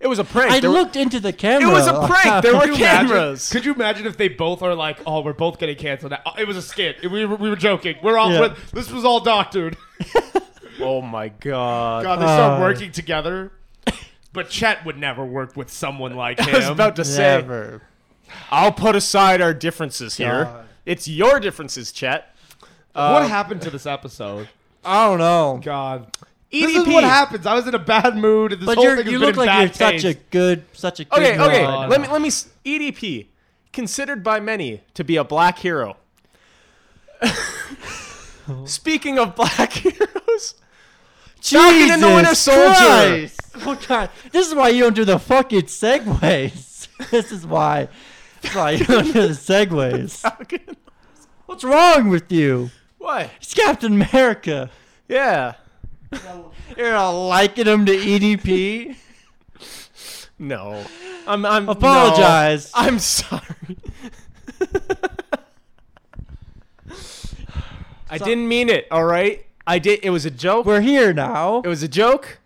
[SPEAKER 5] It was a prank.
[SPEAKER 4] I
[SPEAKER 5] There-
[SPEAKER 4] looked into the camera.
[SPEAKER 5] It was a prank. There were
[SPEAKER 3] Could you imagine-
[SPEAKER 5] cameras.
[SPEAKER 3] Could you imagine if they both are like, oh, we're both getting canceled? Now. Oh, It was a skit. We were, we were joking. We're all,
[SPEAKER 4] Yeah.
[SPEAKER 3] we're- this was all doctored.
[SPEAKER 5] Oh my god.
[SPEAKER 3] God, they start
[SPEAKER 4] Uh.
[SPEAKER 3] working together. But Chet would never work with someone like him.
[SPEAKER 5] I was about to say,
[SPEAKER 4] Never.
[SPEAKER 5] I'll put aside our differences here. It's your differences, Chet. Uh,
[SPEAKER 3] what happened to this episode?
[SPEAKER 4] I don't know.
[SPEAKER 3] God.
[SPEAKER 5] EDP.
[SPEAKER 3] This is what happens. I was in a bad mood. This
[SPEAKER 4] But
[SPEAKER 3] whole
[SPEAKER 4] you're,
[SPEAKER 3] thing has
[SPEAKER 4] you
[SPEAKER 3] been
[SPEAKER 4] look
[SPEAKER 3] in
[SPEAKER 4] like
[SPEAKER 3] bad
[SPEAKER 4] you're
[SPEAKER 3] taste.
[SPEAKER 4] such a good, such a good.
[SPEAKER 5] Okay, okay.
[SPEAKER 4] guy.
[SPEAKER 5] Let me let me. s- EDP considered by many to be a black hero. Speaking of black heroes, Falcon and the Winter
[SPEAKER 4] Jesus
[SPEAKER 5] Soldier.
[SPEAKER 4] Christ. Oh God, this is why you don't do the fucking segues. this is why. This is why you don't do the segues.
[SPEAKER 5] Falcon.
[SPEAKER 4] What's wrong with you?
[SPEAKER 5] What?
[SPEAKER 4] It's Captain America.
[SPEAKER 5] Yeah.
[SPEAKER 4] You're not liking him to E EDP.
[SPEAKER 5] No. I'm. I'm. no.
[SPEAKER 4] Apologize.
[SPEAKER 5] I'm sorry. I didn't mean it. All right. I did. It was a joke.
[SPEAKER 4] We're here now.
[SPEAKER 5] It was a joke.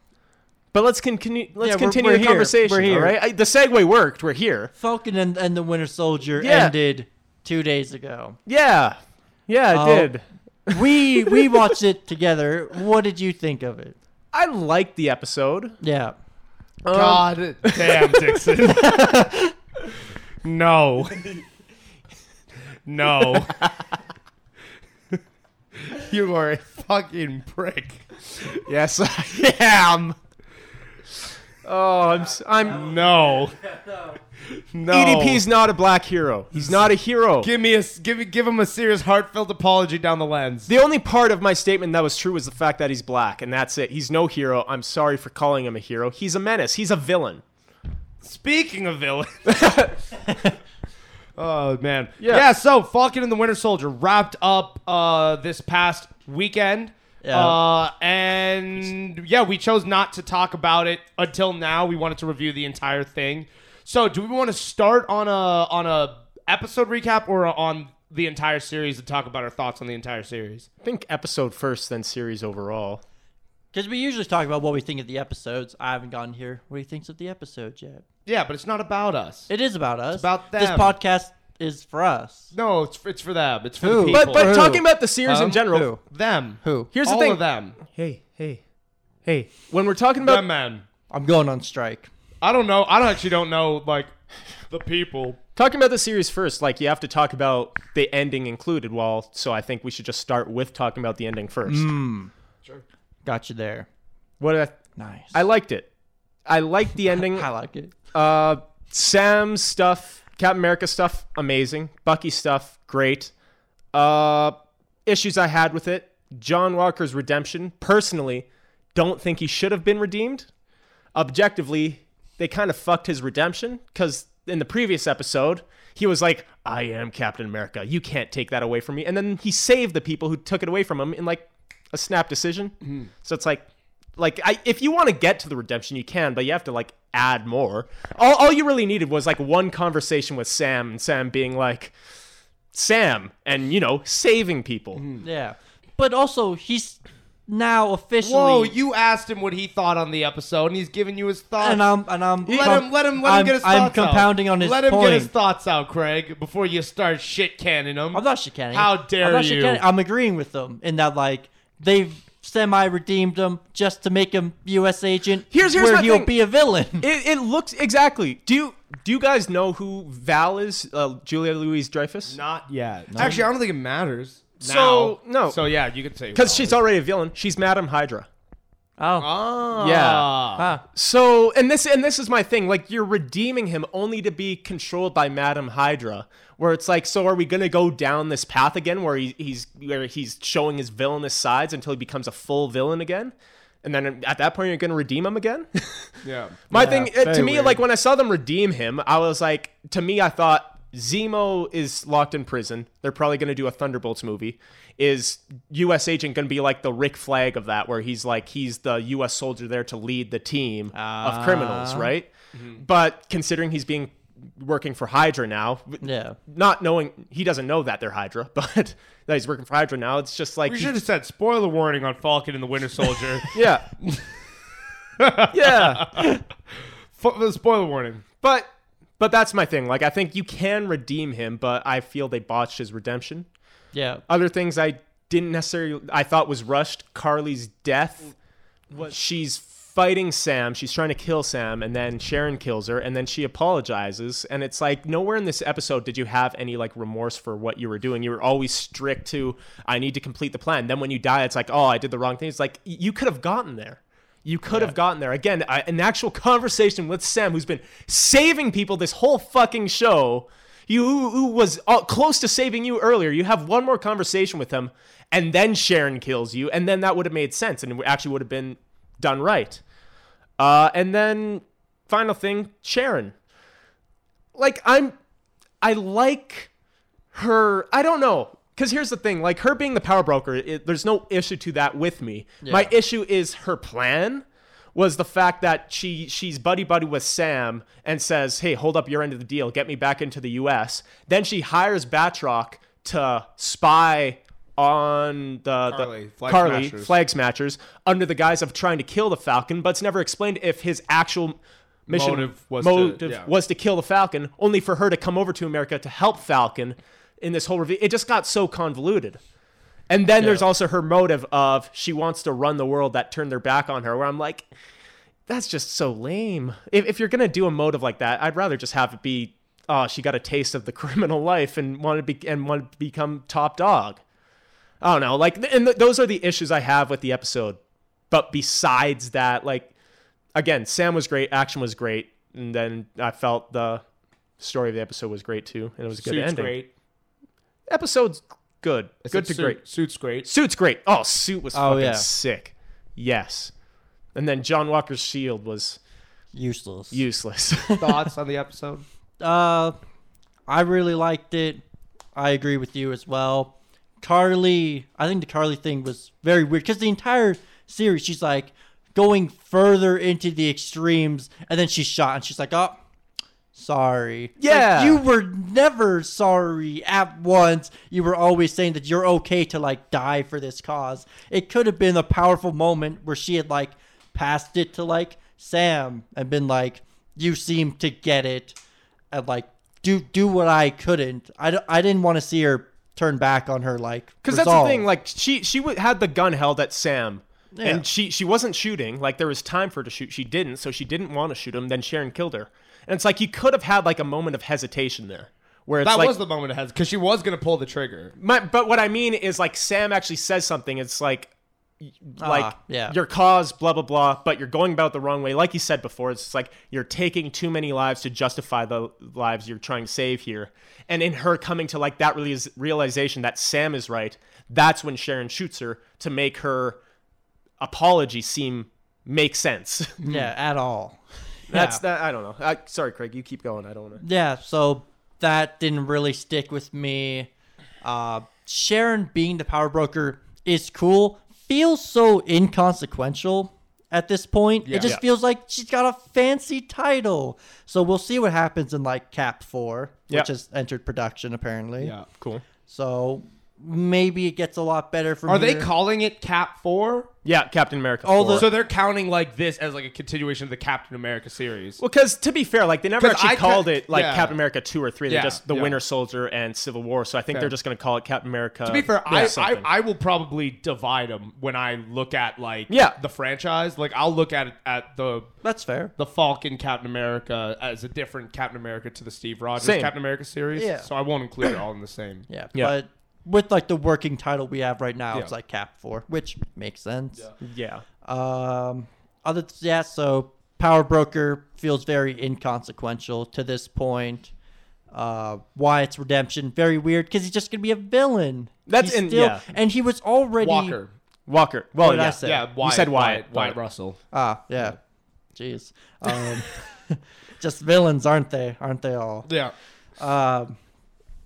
[SPEAKER 5] But let's continue. Let's
[SPEAKER 4] Yeah, we're-
[SPEAKER 5] continue
[SPEAKER 4] we're
[SPEAKER 5] the
[SPEAKER 4] here.
[SPEAKER 5] conversation.
[SPEAKER 4] We're here.
[SPEAKER 5] All right. I, the segue worked. We're here.
[SPEAKER 4] Falcon and, and the Winter Soldier
[SPEAKER 5] Yeah.
[SPEAKER 4] ended two days ago.
[SPEAKER 5] Yeah. Yeah. I
[SPEAKER 4] Oh.
[SPEAKER 5] did.
[SPEAKER 4] We we watched it together. What did you think of it?
[SPEAKER 5] I liked the episode.
[SPEAKER 4] Yeah.
[SPEAKER 3] Oh, God damn, Dixon. no. No. you are a fucking prick.
[SPEAKER 5] Yes, I am. Oh, I'm. s- I'm. E
[SPEAKER 3] No. No.
[SPEAKER 5] EDP's not a black hero. He's not a hero.
[SPEAKER 3] E Give me a give me, give him a serious heartfelt apology down the lens.
[SPEAKER 5] The only part of my statement that was true was the fact that he's black, and that's it. He's no hero. I'm sorry for calling him a hero. He's a menace. He's a villain.
[SPEAKER 3] Speaking of villains. oh man. Yeah.
[SPEAKER 5] Yeah.
[SPEAKER 3] so Falcon and the Winter Soldier wrapped up uh this past weekend.
[SPEAKER 4] Yeah.
[SPEAKER 3] Uh and yeah, we chose not to talk about it until now. We wanted to review the entire thing. So, do we want to start on a on a episode recap or on the entire series and talk about our thoughts on the entire series?
[SPEAKER 5] I think episode first, then series overall.
[SPEAKER 4] Because we usually talk about what we think of the episodes. I haven't gotten here. What he thinks of the episodes yet?
[SPEAKER 3] Yeah, but it's not about us.
[SPEAKER 4] It is about us. It's
[SPEAKER 3] about
[SPEAKER 4] This
[SPEAKER 3] them.
[SPEAKER 4] podcast is for us.
[SPEAKER 3] no, it's it's for them. It's for
[SPEAKER 4] Who?
[SPEAKER 3] the people.
[SPEAKER 5] But but
[SPEAKER 4] Who?
[SPEAKER 5] talking about the series
[SPEAKER 4] Huh?
[SPEAKER 5] in general.
[SPEAKER 4] Who?
[SPEAKER 3] them.
[SPEAKER 4] Who?
[SPEAKER 5] Here's
[SPEAKER 3] All
[SPEAKER 5] the thing.
[SPEAKER 3] of them.
[SPEAKER 5] Hey, hey, hey. When we're talking about
[SPEAKER 3] Them men.
[SPEAKER 4] I'm going on strike.
[SPEAKER 3] I don't know. I don't actually don't know like the people.
[SPEAKER 5] talking about the series first, like you have to talk about the ending included. Well, so I think we should just start with talking about Hmm. the ending first.
[SPEAKER 4] Got you there.
[SPEAKER 5] What I,
[SPEAKER 4] Nice.
[SPEAKER 5] I liked it. I like the ending.
[SPEAKER 4] I like it.
[SPEAKER 5] Uh, Sam's stuff, Captain America stuff, amazing. Bucky stuff, great. Uh, issues I had with it. John Walker's redemption. Personally, don't think he should have been redeemed. Objectively, they kind of fucked his redemption because in the previous episode, he was like, I am Captain America. You can't take that away from me. And then he saved the people who took it away from him in like a snap decision. So it's like, like I, if you want to get to the redemption, you can, but you have to like add more. All, all you really needed was like one conversation with Sam, and Sam being like, Sam, and you know, saving people.
[SPEAKER 4] Yeah, but also he's now officially.
[SPEAKER 3] Whoa, you asked him what he thought on the episode, and he's giving you his thoughts.
[SPEAKER 4] and I'm and I'm.
[SPEAKER 3] let him, let him, let him
[SPEAKER 4] I'm,
[SPEAKER 3] get his
[SPEAKER 4] I'm
[SPEAKER 3] thoughts out.
[SPEAKER 4] compounding on his
[SPEAKER 3] Let him
[SPEAKER 4] point.
[SPEAKER 3] get his thoughts out, Craig, before you start shit canning him.
[SPEAKER 4] I'm not chicaning.
[SPEAKER 3] How dare
[SPEAKER 4] I'm not
[SPEAKER 3] you.
[SPEAKER 4] Chicaning. I'm agreeing with them in that like they've semi redeemed him just to make him U.S. agent.
[SPEAKER 5] Here's- here's
[SPEAKER 4] where
[SPEAKER 5] my
[SPEAKER 4] he'll
[SPEAKER 5] thing.
[SPEAKER 4] be a villain.
[SPEAKER 5] It, it looks exactly. Do you do you guys know who Val is? Uh, Julia Louise Dreyfus.
[SPEAKER 3] Not yet. Actually, I don't think it matters.
[SPEAKER 5] So,
[SPEAKER 3] now.
[SPEAKER 5] no.
[SPEAKER 3] So yeah, you could say
[SPEAKER 5] Because she's already a villain. She's Madame Hydra.
[SPEAKER 4] oh,
[SPEAKER 3] Oh.
[SPEAKER 5] Yeah.
[SPEAKER 4] ah,
[SPEAKER 5] So, and this and this is my thing. Like, you're redeeming him only to be controlled by Madame Hydra. Where it's like, so are we gonna go down this path again, where he, he's where he's showing his villainous sides until he becomes a full villain again, and then at that point you're gonna redeem him again?
[SPEAKER 3] Yeah.
[SPEAKER 5] My thing uh, to
[SPEAKER 3] very
[SPEAKER 5] me,
[SPEAKER 3] weird.
[SPEAKER 5] like when I saw them redeem him, I was like, to me, I thought Zemo is locked in prison. They're probably going to do a Thunderbolts movie. Is U.S. Agent going to be like the Rick Flag of that, where he's like he's the U.S. soldier there to lead the team
[SPEAKER 3] Ah.
[SPEAKER 5] of criminals, right?
[SPEAKER 3] Mm-hmm.
[SPEAKER 5] But considering he's being working for Hydra now,
[SPEAKER 4] yeah.
[SPEAKER 5] not knowing he doesn't know that they're Hydra, but that he's working for Hydra now, it's just like
[SPEAKER 3] We
[SPEAKER 5] he-
[SPEAKER 3] should have said spoiler warning on Falcon and the Winter Soldier.
[SPEAKER 5] yeah, yeah.
[SPEAKER 3] F- uh, spoiler warning.
[SPEAKER 5] But but that's my thing. Like I think you can redeem him, but I feel they botched his redemption.
[SPEAKER 4] Yeah,
[SPEAKER 5] Other things I didn't necessarily I thought was rushed. Carly's death. What she's fighting Sam, she's trying to kill Sam, and then Sharon kills her, and then she apologizes. And it's like nowhere in this episode did you have any like remorse for what you were doing. You were always strict to I need to complete the plan. Then when you die, it's like, oh, I did the wrong thing. It's like y- you could have gotten there. You could have gotten there. Again, I, an actual conversation with Sam, who's been saving people this whole fucking show. You who, who was uh, close to saving you earlier. You have one more conversation with him, and then Sharon kills you, and then that would have made sense, and it actually would have been done right. Uh, and then final thing, Sharon. Like I'm, I like her. I don't know. Cause here's the thing, like her being the power broker, it, there's no issue to that with me. My issue is her plan was the fact that she she's buddy buddy with Sam and says, "Hey, hold up your end of the deal, get me back into the U.S." Then she hires Batroc to spy on the
[SPEAKER 3] Carly,
[SPEAKER 5] the,
[SPEAKER 3] Flag
[SPEAKER 5] Carly
[SPEAKER 3] Smashers.
[SPEAKER 5] flag smashers under the guise of trying to kill the Falcon, but it's never explained if his actual mission
[SPEAKER 3] Motive was to-
[SPEAKER 5] motive
[SPEAKER 3] yeah.
[SPEAKER 5] was to kill the Falcon, only for her to come over to America to help Falcon in this whole reveal. It just got so convoluted. And then there's also her motive of she wants to run the world that turned their back on her, where I'm like, that's just so lame. If, if you're going to do a motive like that, I'd rather just have it be, oh, she got a taste of the criminal life and wanted to, be, and wanted to become top dog. I don't know. Like, th- and th- those are the issues I have with the episode. But besides that, like, again, Sam was great, action was great, and then I felt the story of the episode was great too, and it was a good
[SPEAKER 3] Suits
[SPEAKER 5] ending.
[SPEAKER 3] great.
[SPEAKER 5] Episode's good,
[SPEAKER 3] I said
[SPEAKER 5] good to
[SPEAKER 3] suit-
[SPEAKER 5] great.
[SPEAKER 3] Suits great.
[SPEAKER 5] Suit's great. Oh, suit was
[SPEAKER 4] Oh,
[SPEAKER 5] fucking
[SPEAKER 4] yeah.
[SPEAKER 5] sick. Yes. And then John Walker's shield was
[SPEAKER 4] useless.
[SPEAKER 5] useless.
[SPEAKER 3] Thoughts on the episode?
[SPEAKER 4] Uh, I really liked it. I agree with you as well. Carly, I think the Carly thing was very weird because the entire series, she's like going further into the extremes, and then she's shot, and she's like, "Oh, sorry." Like,
[SPEAKER 5] Yeah.
[SPEAKER 4] you were never sorry at once. You were always saying that you're okay to like die for this cause. It could have been a powerful moment where she had like passed it to like Sam and been like, "You seem to get it," and like do do what I couldn't. I, d- I didn't want to see her turn back on her like
[SPEAKER 5] Because
[SPEAKER 4] because
[SPEAKER 5] that's the thing. Like she she w- had the gun held at Sam,
[SPEAKER 4] Yeah.
[SPEAKER 5] and she she wasn't shooting. Like there was time for her to shoot. She didn't, so she didn't want to shoot him. Then Sharon killed her, and it's like you could have had like a moment of hesitation there, where it's
[SPEAKER 3] That
[SPEAKER 5] like
[SPEAKER 3] was the moment it has because she was gonna pull the trigger.
[SPEAKER 5] my, but what I mean is like Sam actually says something. It's like like
[SPEAKER 4] Ah, yeah.
[SPEAKER 5] your cause blah blah blah but you're going about it the wrong way like you said before it's like you're taking too many lives to justify the lives you're trying to save here and in her coming to like that reali- realization that sam is right that's when sharon shoots her to make her apology seem make sense
[SPEAKER 4] yeah, at all.
[SPEAKER 5] that's
[SPEAKER 4] Yeah.
[SPEAKER 5] that i don't know I, sorry craig you keep going i don't want to
[SPEAKER 4] yeah so that didn't really stick with me uh sharon being the power broker is cool feels so inconsequential at this point it just
[SPEAKER 5] Yeah.
[SPEAKER 4] feels like she's got a fancy title so we'll see what happens in like cap 4
[SPEAKER 5] Yeah.
[SPEAKER 4] which has entered production apparently
[SPEAKER 3] Yeah.
[SPEAKER 5] cool
[SPEAKER 4] so maybe it gets a lot better from
[SPEAKER 3] Are they
[SPEAKER 4] here.
[SPEAKER 3] calling it Cap Four?
[SPEAKER 5] yeah captain america
[SPEAKER 4] All
[SPEAKER 5] four.
[SPEAKER 4] the-
[SPEAKER 3] So they're counting like this as like a continuation of the Captain America series.
[SPEAKER 5] Well, because to be fair, like they never
[SPEAKER 3] 'Cause
[SPEAKER 5] actually
[SPEAKER 3] I ca-
[SPEAKER 5] called it like
[SPEAKER 3] yeah.
[SPEAKER 5] Captain America two or three. They
[SPEAKER 3] Yeah,
[SPEAKER 5] just the
[SPEAKER 3] yeah.
[SPEAKER 5] Winter Soldier and Civil War. So I think
[SPEAKER 3] Fair.
[SPEAKER 5] they're just going to call it Captain America.
[SPEAKER 3] to be fair,
[SPEAKER 5] yeah,
[SPEAKER 3] I, I
[SPEAKER 5] something.
[SPEAKER 3] I will probably divide them when I look at like
[SPEAKER 5] Yeah.
[SPEAKER 3] the franchise. Like I'll look at it at the
[SPEAKER 4] that's fair
[SPEAKER 3] the Falcon Captain America as a different Captain America to the Steve Rogers
[SPEAKER 5] Same.
[SPEAKER 3] Captain America series.
[SPEAKER 4] Yeah.
[SPEAKER 3] So I won't include it all in the same.
[SPEAKER 4] yeah,
[SPEAKER 5] Yeah.
[SPEAKER 4] but with like the working title we have right now
[SPEAKER 3] Yeah.
[SPEAKER 4] it's like cap 4 which makes sense
[SPEAKER 5] yeah,
[SPEAKER 4] Um, other th- yeah, so power broker feels very inconsequential to this point. Uh, Wyatt's redemption very weird because he's just gonna be a villain.
[SPEAKER 5] That's
[SPEAKER 4] He's
[SPEAKER 5] in- yeah.
[SPEAKER 4] and he was already
[SPEAKER 3] Walker.
[SPEAKER 5] Walker. Well,
[SPEAKER 4] did I
[SPEAKER 5] yeah,
[SPEAKER 4] say?
[SPEAKER 3] Yeah, Wyatt,
[SPEAKER 5] said Wyatt,
[SPEAKER 3] Wyatt, Wyatt,
[SPEAKER 5] Wyatt.
[SPEAKER 3] Russell.
[SPEAKER 4] Ah, yeah. Jeez. Um, just villains, aren't they? Aren't they all?
[SPEAKER 3] Yeah,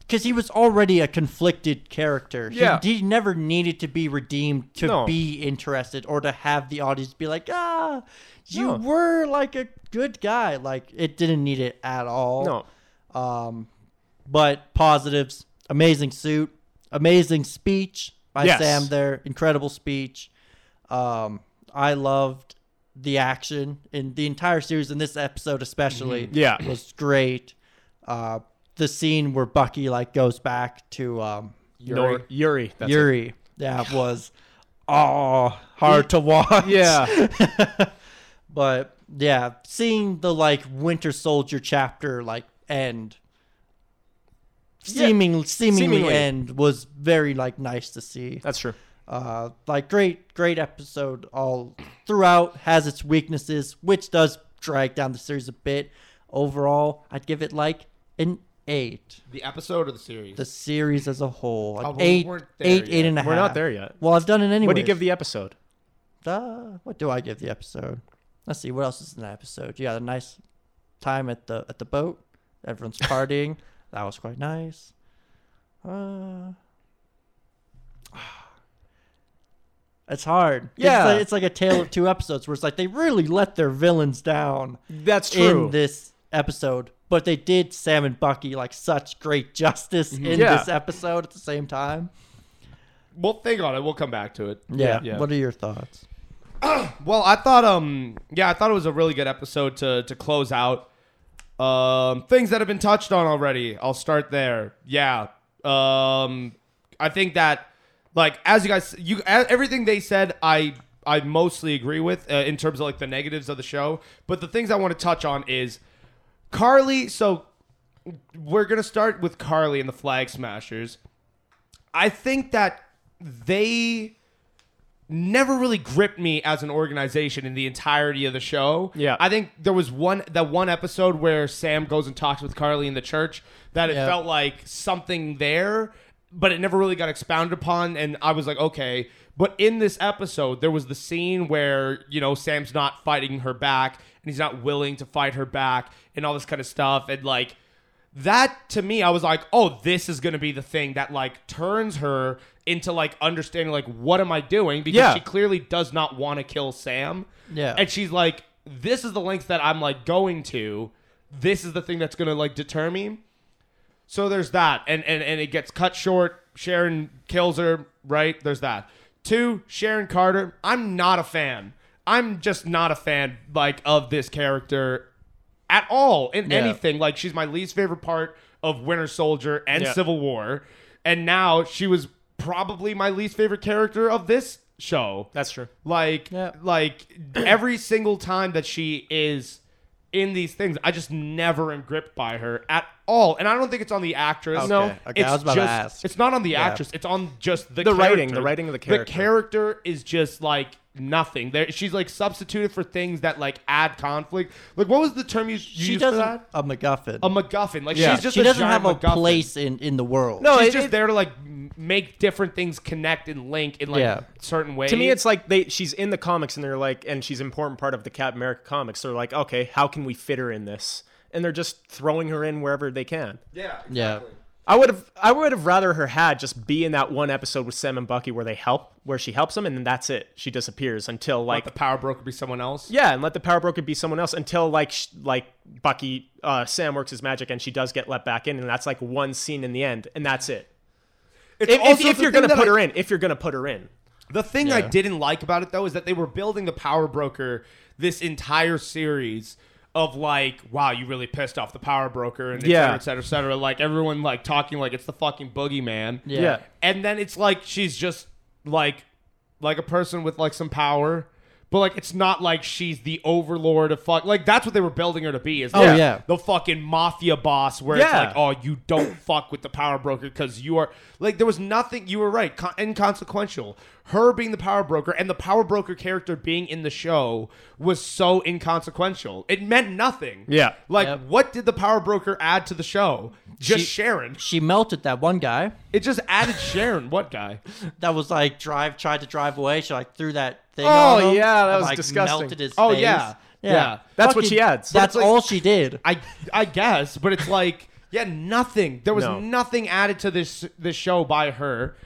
[SPEAKER 4] Because he was already a conflicted character. He-
[SPEAKER 3] Yeah.
[SPEAKER 4] He, never needed to be redeemed to
[SPEAKER 5] No.
[SPEAKER 4] be interested or to have the audience be like, ah, you
[SPEAKER 5] No.
[SPEAKER 4] were like a good guy. Like, it didn't need it at all. Um,
[SPEAKER 5] no,
[SPEAKER 4] But positives, amazing suit, amazing speech by
[SPEAKER 5] Yes.
[SPEAKER 4] Sam there, incredible speech. Um, I loved the action in the entire series, in this episode especially.
[SPEAKER 5] Mm-hmm. Yeah.
[SPEAKER 4] was great. Uh, the scene where Bucky like goes back to um,
[SPEAKER 5] Nor- Yuri. That's it.
[SPEAKER 4] Yuri, that was oh hard to watch.
[SPEAKER 5] Yeah,
[SPEAKER 4] But yeah, seeing the like Winter Soldier chapter like end, seeming, seemingly
[SPEAKER 5] Seemingly.
[SPEAKER 4] end was very like nice to see.
[SPEAKER 5] that's true.
[SPEAKER 4] Uh, like great, great episode all throughout. Has its weaknesses, which does drag down the series a bit. Overall, I'd give it like an eight.
[SPEAKER 3] the episode of the series.
[SPEAKER 4] The series as a whole, like
[SPEAKER 3] Oh, well, we
[SPEAKER 4] eight,
[SPEAKER 3] weren't there
[SPEAKER 4] eight,
[SPEAKER 3] yet.
[SPEAKER 4] eight and a half.
[SPEAKER 5] We're not there yet.
[SPEAKER 4] Well, I've done it anyway.
[SPEAKER 5] What do you give the episode?
[SPEAKER 4] Uh, what do I give the episode? Let's see what else is in that episode. You got a nice time at the at the boat. Everyone's partying. that was quite nice. Uh, it's hard. It's
[SPEAKER 5] Yeah.
[SPEAKER 4] like- it's like, a tale of two episodes where it's like they really let their villains down
[SPEAKER 5] That's
[SPEAKER 4] in this episode, but they did Sam and Bucky like such great justice
[SPEAKER 3] Mm-hmm.
[SPEAKER 4] in
[SPEAKER 5] Yeah.
[SPEAKER 4] this episode at the same time.
[SPEAKER 3] We'll think on it. We'll come back to it. Yeah.
[SPEAKER 4] What are your thoughts?
[SPEAKER 3] Well, I thought um yeah, I thought it was a really good episode to to close out. Um things that have been touched on already. I'll start there. Yeah. Um I think that like as you guys you a- everything they said I I mostly agree with uh, in terms of like the negatives of the show, but the things I want to touch on is Carly, so we're going to start with Carly and the Flag Smashers. I think that they never really gripped me as an organization in the entirety of the show.
[SPEAKER 5] Yeah.
[SPEAKER 3] I think there was one that one episode where Sam goes and talks with Carly in the church that it
[SPEAKER 4] Yeah.
[SPEAKER 3] felt like something there, but it never really got expounded upon and I was like, okay. But in this episode, there was the scene where, you know, Sam's not fighting her back and he's not willing to fight her back and all this kind of stuff and like that to me i was like oh this is gonna be the thing that like turns her into like understanding like what am i doing because
[SPEAKER 5] Yeah.
[SPEAKER 3] she clearly does not want to kill sam
[SPEAKER 4] Yeah.
[SPEAKER 3] and she's like this is the length that i'm like going to this is the thing that's gonna like deter me so there's that and and and it gets cut short sharon kills her right there's that two sharon carter i'm not a fan i'm just not a fan like of this character at all in
[SPEAKER 4] Yeah.
[SPEAKER 3] anything. Like she's my least favorite part of Winter Soldier and
[SPEAKER 5] Yeah.
[SPEAKER 3] Civil War, and now she was probably my least favorite character of this show.
[SPEAKER 5] That's true.
[SPEAKER 3] Like,
[SPEAKER 4] Yeah.
[SPEAKER 3] like every single time that she is in these things. I just never am gripped by her at all, and I don't think it's on the actress.
[SPEAKER 4] Okay,
[SPEAKER 3] No,
[SPEAKER 4] okay, I
[SPEAKER 3] it's
[SPEAKER 4] was about to
[SPEAKER 3] just
[SPEAKER 4] ask.
[SPEAKER 3] it's not on the actress. It's on just the
[SPEAKER 5] The writing,
[SPEAKER 3] character.
[SPEAKER 5] the writing of the
[SPEAKER 3] The
[SPEAKER 5] character.
[SPEAKER 3] character is just like nothing. There, she's like substituted for things that like add conflict. Like what was the term you, you used
[SPEAKER 4] She
[SPEAKER 3] for
[SPEAKER 4] doesn't
[SPEAKER 3] that?
[SPEAKER 4] a MacGuffin.
[SPEAKER 3] A MacGuffin. Like
[SPEAKER 5] Yeah.
[SPEAKER 3] she's just
[SPEAKER 4] she
[SPEAKER 3] a
[SPEAKER 4] doesn't have
[SPEAKER 3] giant
[SPEAKER 4] a
[SPEAKER 3] MacGuffin.
[SPEAKER 4] place in in the world.
[SPEAKER 5] No,
[SPEAKER 3] She's
[SPEAKER 5] it-
[SPEAKER 3] just
[SPEAKER 5] it-
[SPEAKER 3] there to like m- make different things connect and link in like
[SPEAKER 4] Yeah.
[SPEAKER 3] certain ways.
[SPEAKER 5] To me, it's like they she's in the comics and they're like, and she's an important part of the Cap America comics. They're like, okay, how can we fit her in this? And they're just throwing her in wherever they can.
[SPEAKER 3] yeah,
[SPEAKER 4] Yeah.
[SPEAKER 5] I would have, I would have rather her had just be in that one episode with Sam and Bucky where they help, where she helps them, and then that's it. She disappears until
[SPEAKER 3] Like
[SPEAKER 5] like,
[SPEAKER 3] the power broker be someone else.
[SPEAKER 5] yeah, and let the power broker be someone else until like, sh- like Bucky, uh, Sam works his magic and she does get let back in, and that's like one scene in the end, and that's it.
[SPEAKER 3] It's
[SPEAKER 5] If, if,
[SPEAKER 3] also
[SPEAKER 5] if
[SPEAKER 3] the
[SPEAKER 5] you're
[SPEAKER 3] thing
[SPEAKER 5] gonna
[SPEAKER 3] that
[SPEAKER 5] put
[SPEAKER 3] I-
[SPEAKER 5] her in, if you're gonna put her in,
[SPEAKER 3] The thing I didn't like about it though is that they were building the power broker this entire series of like, wow, you really pissed off the power broker and et
[SPEAKER 5] Yeah.
[SPEAKER 3] cetera, et cetera, et cetera. Like everyone like talking like it's the fucking boogeyman.
[SPEAKER 4] Yeah.
[SPEAKER 5] Yeah.
[SPEAKER 3] And then it's like she's just like like a person with like some power. But like it's not like she's the overlord of fuck like that's what they were building her to be is
[SPEAKER 4] Oh,
[SPEAKER 3] like
[SPEAKER 4] yeah.
[SPEAKER 3] the fucking mafia boss where
[SPEAKER 5] Yeah.
[SPEAKER 3] it's like oh you don't fuck with the power broker because you are like there was nothing you were right con- inconsequential her being the power broker and the power broker character being in the show was so inconsequential it meant nothing
[SPEAKER 5] Yeah.
[SPEAKER 3] like
[SPEAKER 4] Yep.
[SPEAKER 3] what did the power broker add to the show just Sharon
[SPEAKER 4] She melted that one guy
[SPEAKER 3] it just added Sharon what guy
[SPEAKER 4] that was like drive tried to drive away. She like threw that thing.
[SPEAKER 5] Oh,
[SPEAKER 4] on him
[SPEAKER 5] yeah, that
[SPEAKER 4] and,
[SPEAKER 5] was
[SPEAKER 4] like,
[SPEAKER 5] disgusting.
[SPEAKER 4] Melted his
[SPEAKER 3] Oh,
[SPEAKER 4] face.
[SPEAKER 3] yeah.
[SPEAKER 4] yeah.
[SPEAKER 3] Yeah.
[SPEAKER 5] That's what she adds. But
[SPEAKER 4] That's
[SPEAKER 3] it's like-
[SPEAKER 4] all she did.
[SPEAKER 3] I I guess, but it's like yeah, nothing. There was
[SPEAKER 5] No.
[SPEAKER 3] nothing added to this this show by her.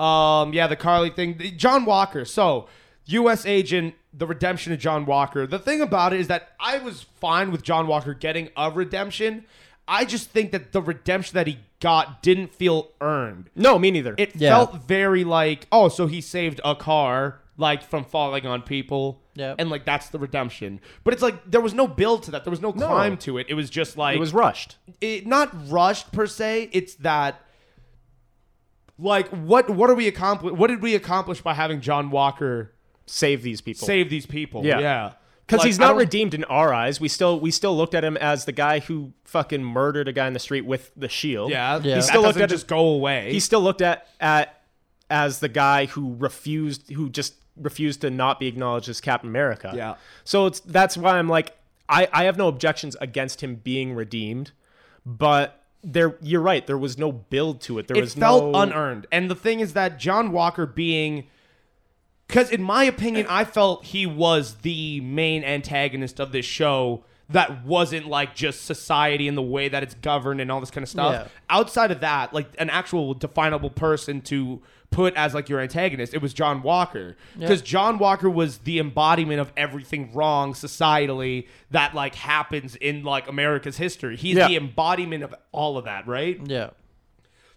[SPEAKER 3] Um, yeah, the Carly thing, The- John Walker. So U.S. agent, the redemption of John Walker. The thing about it is that I was fine with John Walker getting a redemption. I just think that the redemption that he got didn't feel earned.
[SPEAKER 5] no, me neither.
[SPEAKER 3] It
[SPEAKER 4] Yeah.
[SPEAKER 3] felt very like, oh, so he saved a car like from falling on people.
[SPEAKER 4] Yep.
[SPEAKER 3] And like that's the redemption. But it's like there was no build to that. There was no climb to it. It was just like
[SPEAKER 5] it was rushed.
[SPEAKER 3] it, not rushed per se. It's that like what what are we accomplish what did we accomplish by having John Walker
[SPEAKER 5] Save these people.
[SPEAKER 3] save these people?
[SPEAKER 5] Yeah. Because
[SPEAKER 3] Like,
[SPEAKER 5] he's
[SPEAKER 3] I
[SPEAKER 5] not
[SPEAKER 3] don't-
[SPEAKER 5] redeemed in our eyes. We still we still looked at him as the guy who fucking murdered a guy in the street with the shield.
[SPEAKER 3] Yeah,
[SPEAKER 4] Yeah.
[SPEAKER 3] He
[SPEAKER 5] He
[SPEAKER 3] still
[SPEAKER 5] still
[SPEAKER 3] that
[SPEAKER 5] looked
[SPEAKER 3] doesn't
[SPEAKER 5] at
[SPEAKER 3] just
[SPEAKER 5] just
[SPEAKER 3] go away.
[SPEAKER 5] he still looked at at as the guy who refused who just refused to not be acknowledged as Captain America.
[SPEAKER 3] Yeah.
[SPEAKER 5] So it's that's why I'm like I, I have no objections against him being redeemed, but there you're right, there was no build to it. There
[SPEAKER 3] it
[SPEAKER 5] was
[SPEAKER 3] felt
[SPEAKER 5] no
[SPEAKER 3] unearned. And the thing is that John Walker being because in my opinion, I felt he was the main antagonist of this show that wasn't like just society and the way that it's governed and all this kind of stuff.
[SPEAKER 4] Yeah.
[SPEAKER 3] Outside of that, like an actual definable person to put as like your antagonist, it was John Walker. Because John Walker was the embodiment of everything wrong societally that like happens in like America's history. He's
[SPEAKER 5] Yeah.
[SPEAKER 3] the embodiment of all of that, right?
[SPEAKER 4] yeah.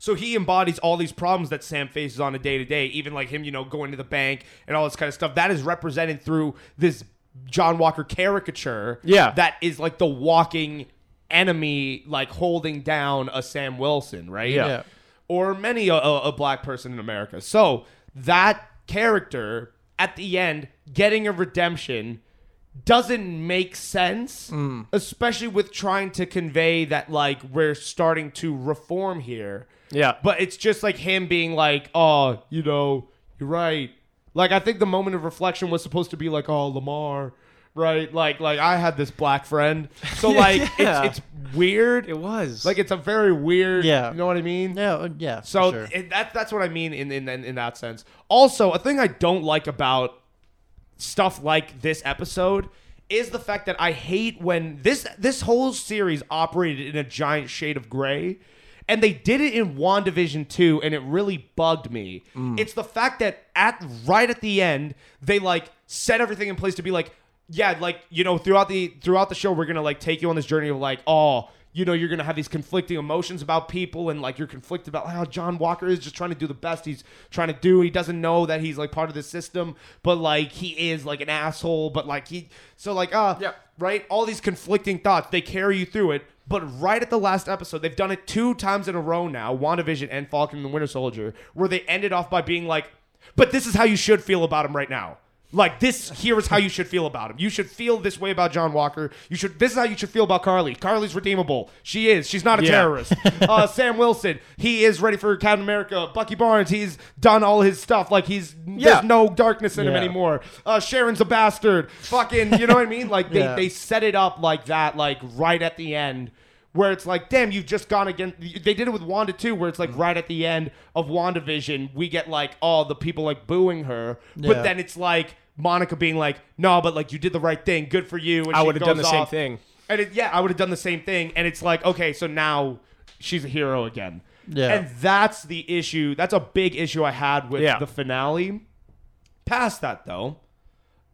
[SPEAKER 3] So he embodies all these problems that Sam faces on a day to day, even like him, you know, going to the bank and all this kind of stuff. That is represented through this John Walker caricature.
[SPEAKER 5] Yeah.
[SPEAKER 3] That is like the walking enemy, like holding down a Sam Wilson, right?
[SPEAKER 5] Yeah.
[SPEAKER 4] Yeah.
[SPEAKER 3] Or many a, a a black person in America. So that character at the end getting a redemption doesn't make sense,
[SPEAKER 5] Mm.
[SPEAKER 3] especially with trying to convey that like we're starting to reform here.
[SPEAKER 5] Yeah.
[SPEAKER 3] But it's just like him being like, oh, you know, you're right. Like I think the moment of reflection was supposed to be like, oh, Lamar, right? Like like I had this black friend. So like
[SPEAKER 5] Yeah.
[SPEAKER 3] it's it's weird.
[SPEAKER 5] it was.
[SPEAKER 3] like it's a very weird.
[SPEAKER 4] Yeah.
[SPEAKER 3] You know what I mean?
[SPEAKER 4] Yeah. Yeah. for
[SPEAKER 3] So
[SPEAKER 4] sure.
[SPEAKER 3] it, that that's what I mean in, in in in that sense. Also, a thing I don't like about stuff like this episode is the fact that I hate when this this whole series operated in a giant shade of gray. And they did it in WandaVision 2 and it really bugged me.
[SPEAKER 4] Mm.
[SPEAKER 3] It's the fact that at right at the end, they like set everything in place to be like, yeah, like, you know, throughout the throughout the show, we're gonna like take you on this journey of like, oh, you know, you're gonna have these conflicting emotions about people and like you're conflicted about how John Walker is just trying to do the best he's trying to do. He doesn't know that he's like part of the system, but like he is like an asshole, but like he so like uh
[SPEAKER 5] Yeah.
[SPEAKER 3] right? All these conflicting thoughts, they carry you through it. But right at the last episode, they've done it two times in a row now, WandaVision and Falcon and the Winter Soldier, where they ended off by being like, but this is how you should feel about him right now. Like this, here is how you should feel about him. You should feel this way about John Walker. You should. This is how you should feel about Carly. Carly's redeemable. She is. She's not a
[SPEAKER 5] Yeah.
[SPEAKER 3] terrorist. uh, Sam Wilson. He is ready for Captain America. Bucky Barnes. He's done all his stuff. Like he's.
[SPEAKER 5] Yeah.
[SPEAKER 3] There's no darkness in him
[SPEAKER 4] Yeah.
[SPEAKER 3] anymore. Uh, Sharon's a bastard. Fucking. You know what I mean? Like they,
[SPEAKER 4] Yeah.
[SPEAKER 3] they set it up like that. Like right at the end. Where it's like, damn, you've just gone again. They did it with Wanda too, where it's like
[SPEAKER 5] Mm-hmm.
[SPEAKER 3] right at the end of WandaVision, we get like, oh, the people like booing her, but
[SPEAKER 4] Yeah.
[SPEAKER 3] then it's like Monica being like, "No, but like you did the right thing. Good for you." And
[SPEAKER 5] I
[SPEAKER 3] she
[SPEAKER 5] would've done
[SPEAKER 3] goes
[SPEAKER 5] the same
[SPEAKER 3] off.
[SPEAKER 5] thing.
[SPEAKER 3] And it, yeah, I would have done the same thing. And it's like, okay, so now she's a hero again.
[SPEAKER 4] Yeah.
[SPEAKER 3] And that's the issue. That's a big issue I had with
[SPEAKER 5] Yeah.
[SPEAKER 3] the finale. Past that though,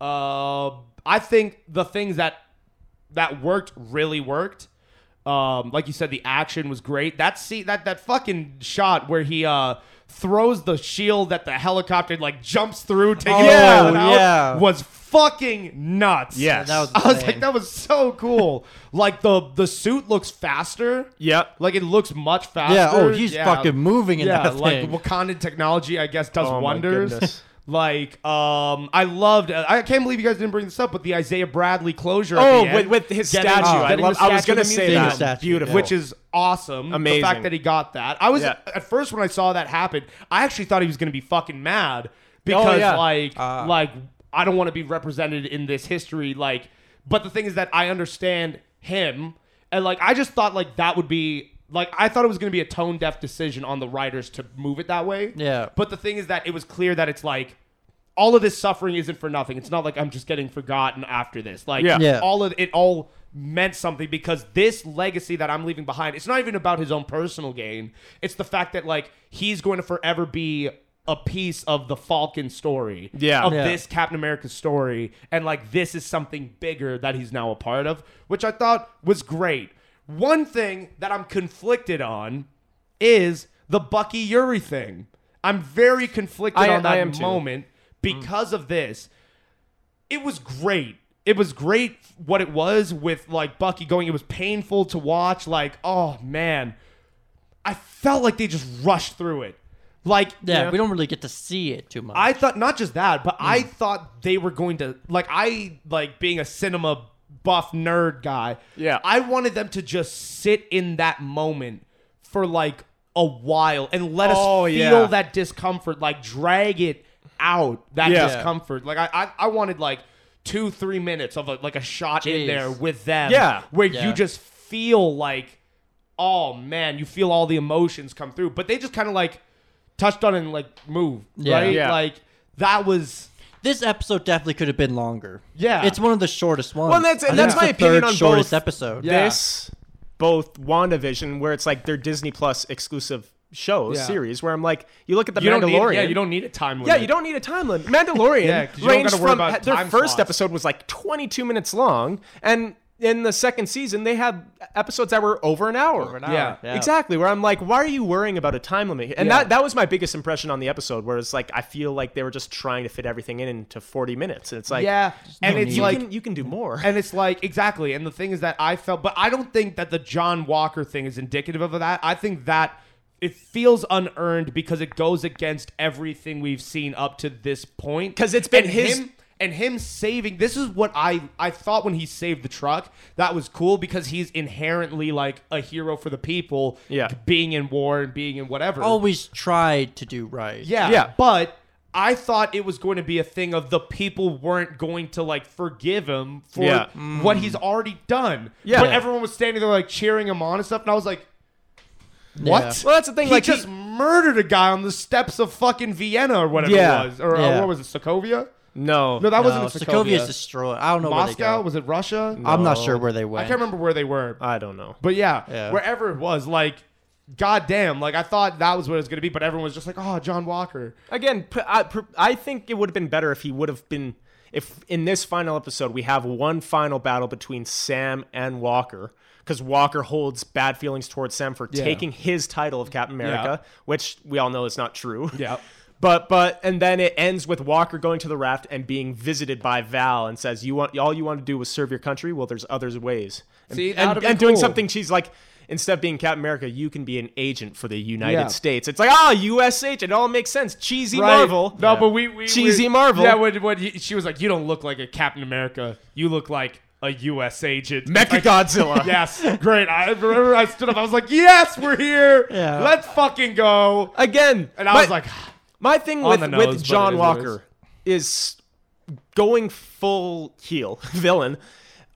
[SPEAKER 3] uh, I think the things that that worked really worked. Um, like you said, the action was great. That see that that fucking shot where he uh throws the shield that the helicopter like jumps through, taking
[SPEAKER 4] Oh,
[SPEAKER 3] the pilot out,
[SPEAKER 4] yeah.
[SPEAKER 3] was fucking nuts.
[SPEAKER 5] Yeah,
[SPEAKER 4] that was
[SPEAKER 3] I was
[SPEAKER 4] insane.
[SPEAKER 3] like, that was so cool. like the the suit looks faster.
[SPEAKER 5] Yep.
[SPEAKER 3] Like it looks much faster.
[SPEAKER 4] Yeah, oh, he's fucking moving in
[SPEAKER 3] yeah,
[SPEAKER 4] that
[SPEAKER 3] like
[SPEAKER 4] thing.
[SPEAKER 3] Wakandan technology, I guess, does
[SPEAKER 5] Oh, my
[SPEAKER 3] wonders.
[SPEAKER 5] goodness.
[SPEAKER 3] like, um, I loved. I can't believe you guys didn't bring this up, but the Isaiah Bradley closure. at
[SPEAKER 5] Oh,
[SPEAKER 3] the end,
[SPEAKER 5] with- with his
[SPEAKER 3] getting-
[SPEAKER 5] statue. I
[SPEAKER 3] getting
[SPEAKER 5] love-
[SPEAKER 3] the
[SPEAKER 5] I was
[SPEAKER 3] statue
[SPEAKER 5] gonna
[SPEAKER 3] in the
[SPEAKER 5] say
[SPEAKER 3] museum,
[SPEAKER 4] that. Statue, Beautiful.
[SPEAKER 3] which is awesome.
[SPEAKER 5] Amazing.
[SPEAKER 3] the fact that he got that. I was
[SPEAKER 5] Yeah.
[SPEAKER 3] at first when I saw that happen, I actually thought he was gonna be fucking mad because
[SPEAKER 5] yeah.
[SPEAKER 3] like, like I don't want to be represented in this history. Like, but the thing is that I understand him, and like I just thought like that would be. Like I thought it was going to be a tone deaf decision on the writers to move it that way.
[SPEAKER 4] Yeah.
[SPEAKER 3] But the thing is that it was clear that it's like all of this suffering isn't for nothing. It's not like I'm just getting forgotten after this. Like
[SPEAKER 5] Yeah.
[SPEAKER 4] Yeah.
[SPEAKER 3] all of it all meant something because this legacy that I'm leaving behind, it's not even about his own personal gain. It's the fact that like he's going to forever be a piece of the Falcon story.
[SPEAKER 5] Yeah.
[SPEAKER 3] Of
[SPEAKER 5] Yeah.
[SPEAKER 3] this Captain America story. And like this is something bigger that he's now a part of, which I thought was great. One thing that I'm conflicted on is the Bucky Yuri thing. I'm very conflicted
[SPEAKER 5] I-
[SPEAKER 3] on that
[SPEAKER 5] I am too.
[SPEAKER 3] moment because of this. It was great. It was great what it was with like Bucky going. It was painful to watch. Like, oh man, I felt like they just rushed through it. Like,
[SPEAKER 4] Yeah, we don't really get to see it too much.
[SPEAKER 3] I thought not just that, but I
[SPEAKER 5] Mm.
[SPEAKER 3] thought they were going to like I like being a cinema buff nerd guy.
[SPEAKER 5] Yeah.
[SPEAKER 3] I wanted them to just sit in that moment for like a while and let
[SPEAKER 5] Oh,
[SPEAKER 3] us feel
[SPEAKER 5] yeah.
[SPEAKER 3] that discomfort, like drag it out that
[SPEAKER 5] Yeah.
[SPEAKER 3] discomfort. Like I, I I wanted like two three minutes of a, like a shot in
[SPEAKER 4] Jeez.
[SPEAKER 3] there with them.
[SPEAKER 5] Yeah.
[SPEAKER 3] where
[SPEAKER 4] Yeah.
[SPEAKER 3] you just feel like oh man, you feel all the emotions come through. But they just kind of like touched on it and like move,
[SPEAKER 4] Yeah.
[SPEAKER 3] right?
[SPEAKER 5] Yeah.
[SPEAKER 3] Like that was
[SPEAKER 4] this episode definitely could have been longer.
[SPEAKER 3] Yeah.
[SPEAKER 4] it's one of the shortest ones.
[SPEAKER 5] Well, that's-
[SPEAKER 4] I think
[SPEAKER 5] that's
[SPEAKER 4] it's
[SPEAKER 5] my
[SPEAKER 4] the
[SPEAKER 5] opinion
[SPEAKER 4] third
[SPEAKER 5] on
[SPEAKER 4] shortest
[SPEAKER 5] both.
[SPEAKER 4] episode.
[SPEAKER 3] Yeah.
[SPEAKER 5] This, both WandaVision, where it's like their Disney Plus exclusive shows,
[SPEAKER 3] Yeah.
[SPEAKER 5] series, where I'm like, you look at the
[SPEAKER 3] you don't
[SPEAKER 5] Mandalorian.
[SPEAKER 3] need, yeah, you don't need a time limit.
[SPEAKER 5] Yeah, you don't need a time limit. Mandalorian
[SPEAKER 3] Yeah, 'cause you don't
[SPEAKER 5] ranged
[SPEAKER 3] gotta worry
[SPEAKER 5] from
[SPEAKER 3] about
[SPEAKER 5] their
[SPEAKER 3] time
[SPEAKER 5] first
[SPEAKER 3] slots.
[SPEAKER 5] episode was like 22 minutes long, and in the second season they had episodes that were over an hour.
[SPEAKER 4] Over an hour.
[SPEAKER 3] Yeah.
[SPEAKER 4] yeah.
[SPEAKER 5] Exactly, where I'm like, why are you worrying about a time limit? And
[SPEAKER 3] Yeah.
[SPEAKER 5] that, that was my biggest impression on the episode, where it's like, I feel like they were just trying to fit everything in into 40 minutes. It's like,
[SPEAKER 3] yeah, and
[SPEAKER 4] no
[SPEAKER 3] it's
[SPEAKER 4] need.
[SPEAKER 5] you,
[SPEAKER 3] like
[SPEAKER 5] can, you can do more.
[SPEAKER 3] and it's like exactly. And the thing is that I felt, but I don't think that the John Walker thing is indicative of that. I think that it feels unearned because it goes against everything we've seen up to this point.
[SPEAKER 5] 'Cause it's been
[SPEAKER 3] And
[SPEAKER 5] his-
[SPEAKER 3] him- and him saving. This is what I I thought when he saved the truck. That was cool because he's inherently like a hero for the people.
[SPEAKER 5] Yeah. Oh,
[SPEAKER 3] being in war and being in whatever.
[SPEAKER 4] always tried to do right.
[SPEAKER 3] Yeah.
[SPEAKER 5] Yeah.
[SPEAKER 3] But I thought it was going to be a thing of the people weren't going to like forgive him for
[SPEAKER 5] Yeah.
[SPEAKER 3] what he's already done.
[SPEAKER 5] Yeah.
[SPEAKER 3] But everyone was standing there like cheering him on and stuff, and I was like, what?
[SPEAKER 5] Well, that's the thing,
[SPEAKER 3] He
[SPEAKER 5] like, he-
[SPEAKER 3] just murdered a guy on the steps of fucking Vienna or whatever
[SPEAKER 5] Yeah.
[SPEAKER 3] it was, or, or
[SPEAKER 4] Yeah.
[SPEAKER 3] what was it, Sokovia?
[SPEAKER 5] no.
[SPEAKER 3] No, that
[SPEAKER 4] No,
[SPEAKER 3] wasn't in Sokovia.
[SPEAKER 4] Uh, Sokovia is destroyed. I don't know where they
[SPEAKER 3] Moscow?
[SPEAKER 4] go.
[SPEAKER 3] Was it Russia?
[SPEAKER 4] I'm not sure where they
[SPEAKER 3] I
[SPEAKER 4] went.
[SPEAKER 3] can't remember where they were.
[SPEAKER 5] I don't know.
[SPEAKER 3] But yeah,
[SPEAKER 4] Yeah.
[SPEAKER 3] wherever it was, like, goddamn, like I thought that was what it was gonna be, but everyone was just like, oh, John Walker.
[SPEAKER 5] Again, p- I, pr- I think it would have been better if he would have been. If in this final episode we have one final battle between Sam and Walker, because Walker holds bad feelings towards Sam for taking his title of Captain America, which we all know is not true.
[SPEAKER 3] Yeah.
[SPEAKER 5] But but and then it ends with Walker going to the raft and being visited by Val and says, "You want all you want to do was serve your country. Well, there's other ways." And,
[SPEAKER 3] See, that
[SPEAKER 5] and,
[SPEAKER 3] would've been
[SPEAKER 5] and doing
[SPEAKER 3] cool.
[SPEAKER 5] something she's like, instead of being Captain America, you can be an agent for the United
[SPEAKER 3] Yeah.
[SPEAKER 5] States. It's like, ah, USH. It all makes sense. Cheesy Marvel.
[SPEAKER 3] No, but we, we
[SPEAKER 5] Cheesy
[SPEAKER 3] we-
[SPEAKER 5] Marvel.
[SPEAKER 3] Yeah, when, when he- she was like, "You don't look like a Captain America. You look like a U.S. agent."
[SPEAKER 5] Mecha
[SPEAKER 3] Like,
[SPEAKER 5] Godzilla.
[SPEAKER 3] Yes, great. I remember I stood up. I was like, "Yes, we're here.
[SPEAKER 4] Yeah.
[SPEAKER 3] Let's fucking go."
[SPEAKER 5] Again.
[SPEAKER 3] And I
[SPEAKER 5] my-
[SPEAKER 3] was like,
[SPEAKER 5] my thing
[SPEAKER 3] on
[SPEAKER 5] with,
[SPEAKER 3] the nose,
[SPEAKER 5] with
[SPEAKER 3] but it
[SPEAKER 5] John
[SPEAKER 3] is what it
[SPEAKER 5] Walker is going full heel villain.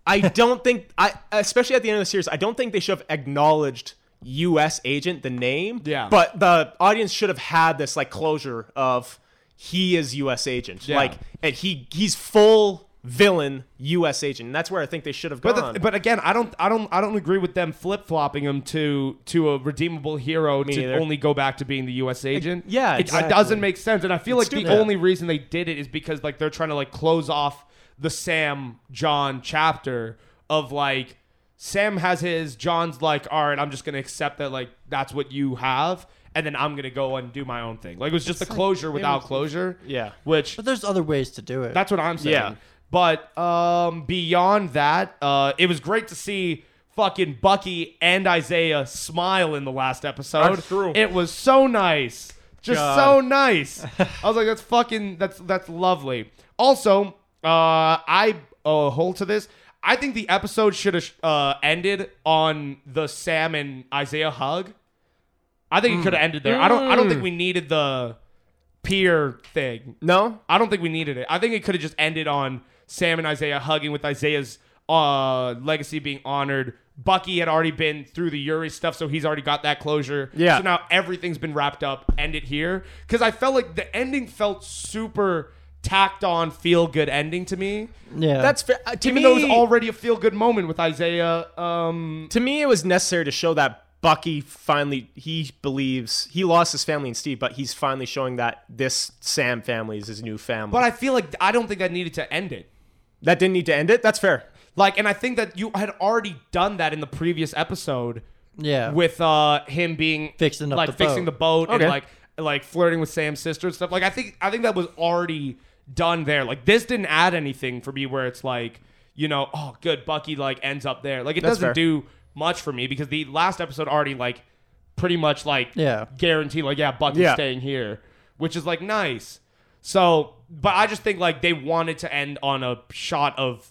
[SPEAKER 5] I don't think I, especially at the end of the series, I don't think they should have acknowledged U.S. agent the name.
[SPEAKER 3] Yeah.
[SPEAKER 5] But the audience should have had this like closure of he is U.S. agent.
[SPEAKER 3] Yeah.
[SPEAKER 5] Like, and he he's full villain U.S. agent. And that's where I think they should have gone.
[SPEAKER 3] But, the, but again, I don't, I don't, I don't agree with them flip flopping him to to a redeemable hero to
[SPEAKER 5] neither.
[SPEAKER 3] only go back to being the U.S. agent.
[SPEAKER 5] yeah,
[SPEAKER 3] it, it
[SPEAKER 5] exactly.
[SPEAKER 3] doesn't make sense, and I feel like the
[SPEAKER 5] stupid.
[SPEAKER 3] only reason they did it is because like they're trying to like close off the Sam John chapter of like Sam has his, John's like, all right, I'm just gonna accept that like that's what you have. And then I'm gonna go and do my own thing. Like it was just a closure without closure.
[SPEAKER 5] Yeah.
[SPEAKER 3] Which
[SPEAKER 4] But there's other ways to do it.
[SPEAKER 3] that's what I'm saying.
[SPEAKER 5] Yeah.
[SPEAKER 3] But um, beyond that, uh, it was great to see fucking Bucky and Isaiah smile in the last episode.
[SPEAKER 5] That's true.
[SPEAKER 3] It was so nice. Just
[SPEAKER 5] God.
[SPEAKER 3] so nice. I was like, that's fucking that's that's lovely. Also, uh, I uh, hold to this. I think the episode should have uh, ended on the Sam and Isaiah hug. I think it could have ended there. I don't. I don't think we needed the peer thing.
[SPEAKER 5] no.
[SPEAKER 3] I don't think we needed it. I think it could have just ended on Sam and Isaiah hugging with Isaiah's uh, legacy being honored. Bucky had already been through the Yuri stuff, so he's already got that closure.
[SPEAKER 5] Yeah.
[SPEAKER 3] So now everything's been wrapped up. End it here. Because I felt like the ending felt super tacked on, feel good ending to me.
[SPEAKER 4] yeah.
[SPEAKER 5] That's fair. Uh, to
[SPEAKER 3] Even
[SPEAKER 5] me,
[SPEAKER 3] though it was already a feel good moment with Isaiah. Um,
[SPEAKER 5] to me it was necessary to show that bucky finally he believes he lost his family and steve but he's finally showing that this sam family is his new family
[SPEAKER 3] but I feel like I don't think that needed to end it.
[SPEAKER 5] that didn't need to end it that's fair
[SPEAKER 3] Like, and I think that you had already done that in the previous episode.
[SPEAKER 4] yeah.
[SPEAKER 3] with uh him being
[SPEAKER 4] Fixing up
[SPEAKER 3] like
[SPEAKER 4] the
[SPEAKER 3] fixing
[SPEAKER 4] boat.
[SPEAKER 3] the boat
[SPEAKER 5] Okay.
[SPEAKER 3] and like like flirting with Sam's sister and stuff. Like I think I think that was already done there. Like this didn't add anything for me where it's like, you know, oh good, Bucky like ends up there. Like it
[SPEAKER 5] That's
[SPEAKER 3] doesn't
[SPEAKER 5] fair.
[SPEAKER 3] do much for me because the last episode already like pretty much like
[SPEAKER 4] Yeah.
[SPEAKER 3] guaranteed like yeah, Bucky's
[SPEAKER 5] Yeah.
[SPEAKER 3] staying here, which is like nice. So, but I just think like they wanted to end on a shot of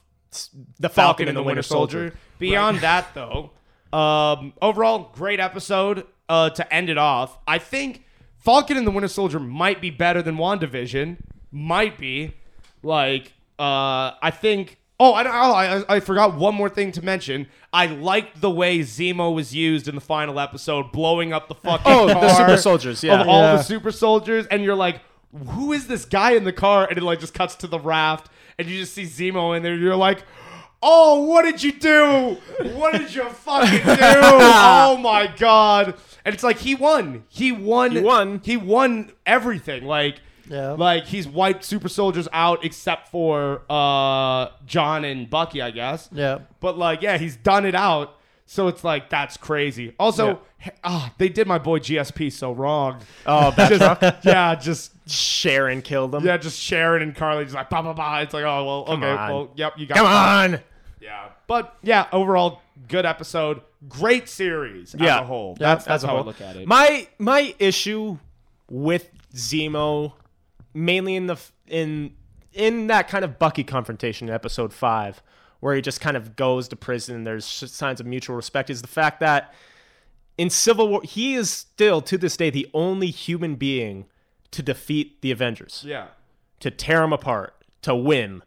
[SPEAKER 5] the
[SPEAKER 3] Falcon and the Winter Soldier. Beyond that, though, um, overall great episode uh, to end it off. I think Falcon and the Winter Soldier might be better than WandaVision. Might be like uh, I think. Oh, I, I, I- I forgot one more thing to mention. I liked the way Zemo was used in the final episode, blowing up the fucking
[SPEAKER 5] oh the
[SPEAKER 3] car
[SPEAKER 5] super soldiers yeah
[SPEAKER 3] of all
[SPEAKER 4] Yeah.
[SPEAKER 3] the super soldiers, and you're like, who is this guy in the car? And it like just cuts to the raft, and you just see Zemo in there. You're like, oh, what did you do? What did you fucking do? Oh my god! And it's like he won. He won. He
[SPEAKER 5] won.
[SPEAKER 3] He won everything. Like.
[SPEAKER 4] Yeah.
[SPEAKER 3] Like he's wiped super soldiers out except for uh John and Bucky, I guess.
[SPEAKER 4] Yeah.
[SPEAKER 3] But like, yeah, he's done it out. So it's like that's crazy. Also, he- ah, they did my boy GSP so wrong.
[SPEAKER 5] oh bad
[SPEAKER 3] Just- yeah, just
[SPEAKER 5] sharon killed them
[SPEAKER 3] yeah, just Sharon and Carly just like bah bah bah. It's like oh well, okay,
[SPEAKER 5] on.
[SPEAKER 3] well, yep, you got.
[SPEAKER 5] come
[SPEAKER 3] it.
[SPEAKER 5] on
[SPEAKER 3] Yeah, but yeah, overall good episode, great series as
[SPEAKER 5] Yeah.
[SPEAKER 3] a whole.
[SPEAKER 5] Yeah,
[SPEAKER 3] that's
[SPEAKER 5] as
[SPEAKER 3] that's
[SPEAKER 5] a
[SPEAKER 3] how I
[SPEAKER 5] whole.
[SPEAKER 3] look at it.
[SPEAKER 5] my my issue with zemo mainly in the f- in in that kind of bucky confrontation in episode 5 where he just kind of goes to prison and there's sh- signs of mutual respect is the fact that in civil war he is still to this day the only human being to defeat the avengers
[SPEAKER 3] yeah,
[SPEAKER 5] to tear them apart to win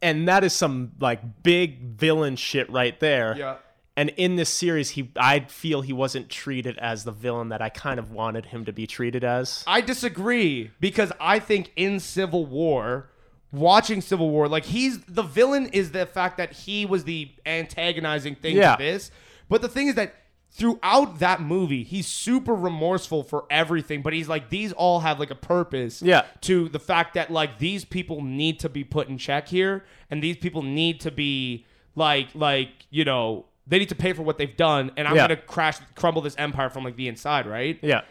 [SPEAKER 5] and that is some like big villain shit right there
[SPEAKER 3] yeah.
[SPEAKER 5] and in this series he i feel he wasn't treated as the villain that i kind of wanted him to be treated as
[SPEAKER 3] I disagree because I think in Civil War, watching Civil War, like he's the villain is the fact that he was the antagonizing thing
[SPEAKER 5] Yeah.
[SPEAKER 3] to this. But the thing is that throughout that movie, he's super remorseful for everything, but he's like these all have like a purpose
[SPEAKER 5] Yeah.
[SPEAKER 3] to the fact that like these people need to be put in check here and these people need to be like like, you know, they need to pay for what they've done and I'm
[SPEAKER 5] Yeah.
[SPEAKER 3] going to crash crumble this empire from like the inside, right?
[SPEAKER 5] yeah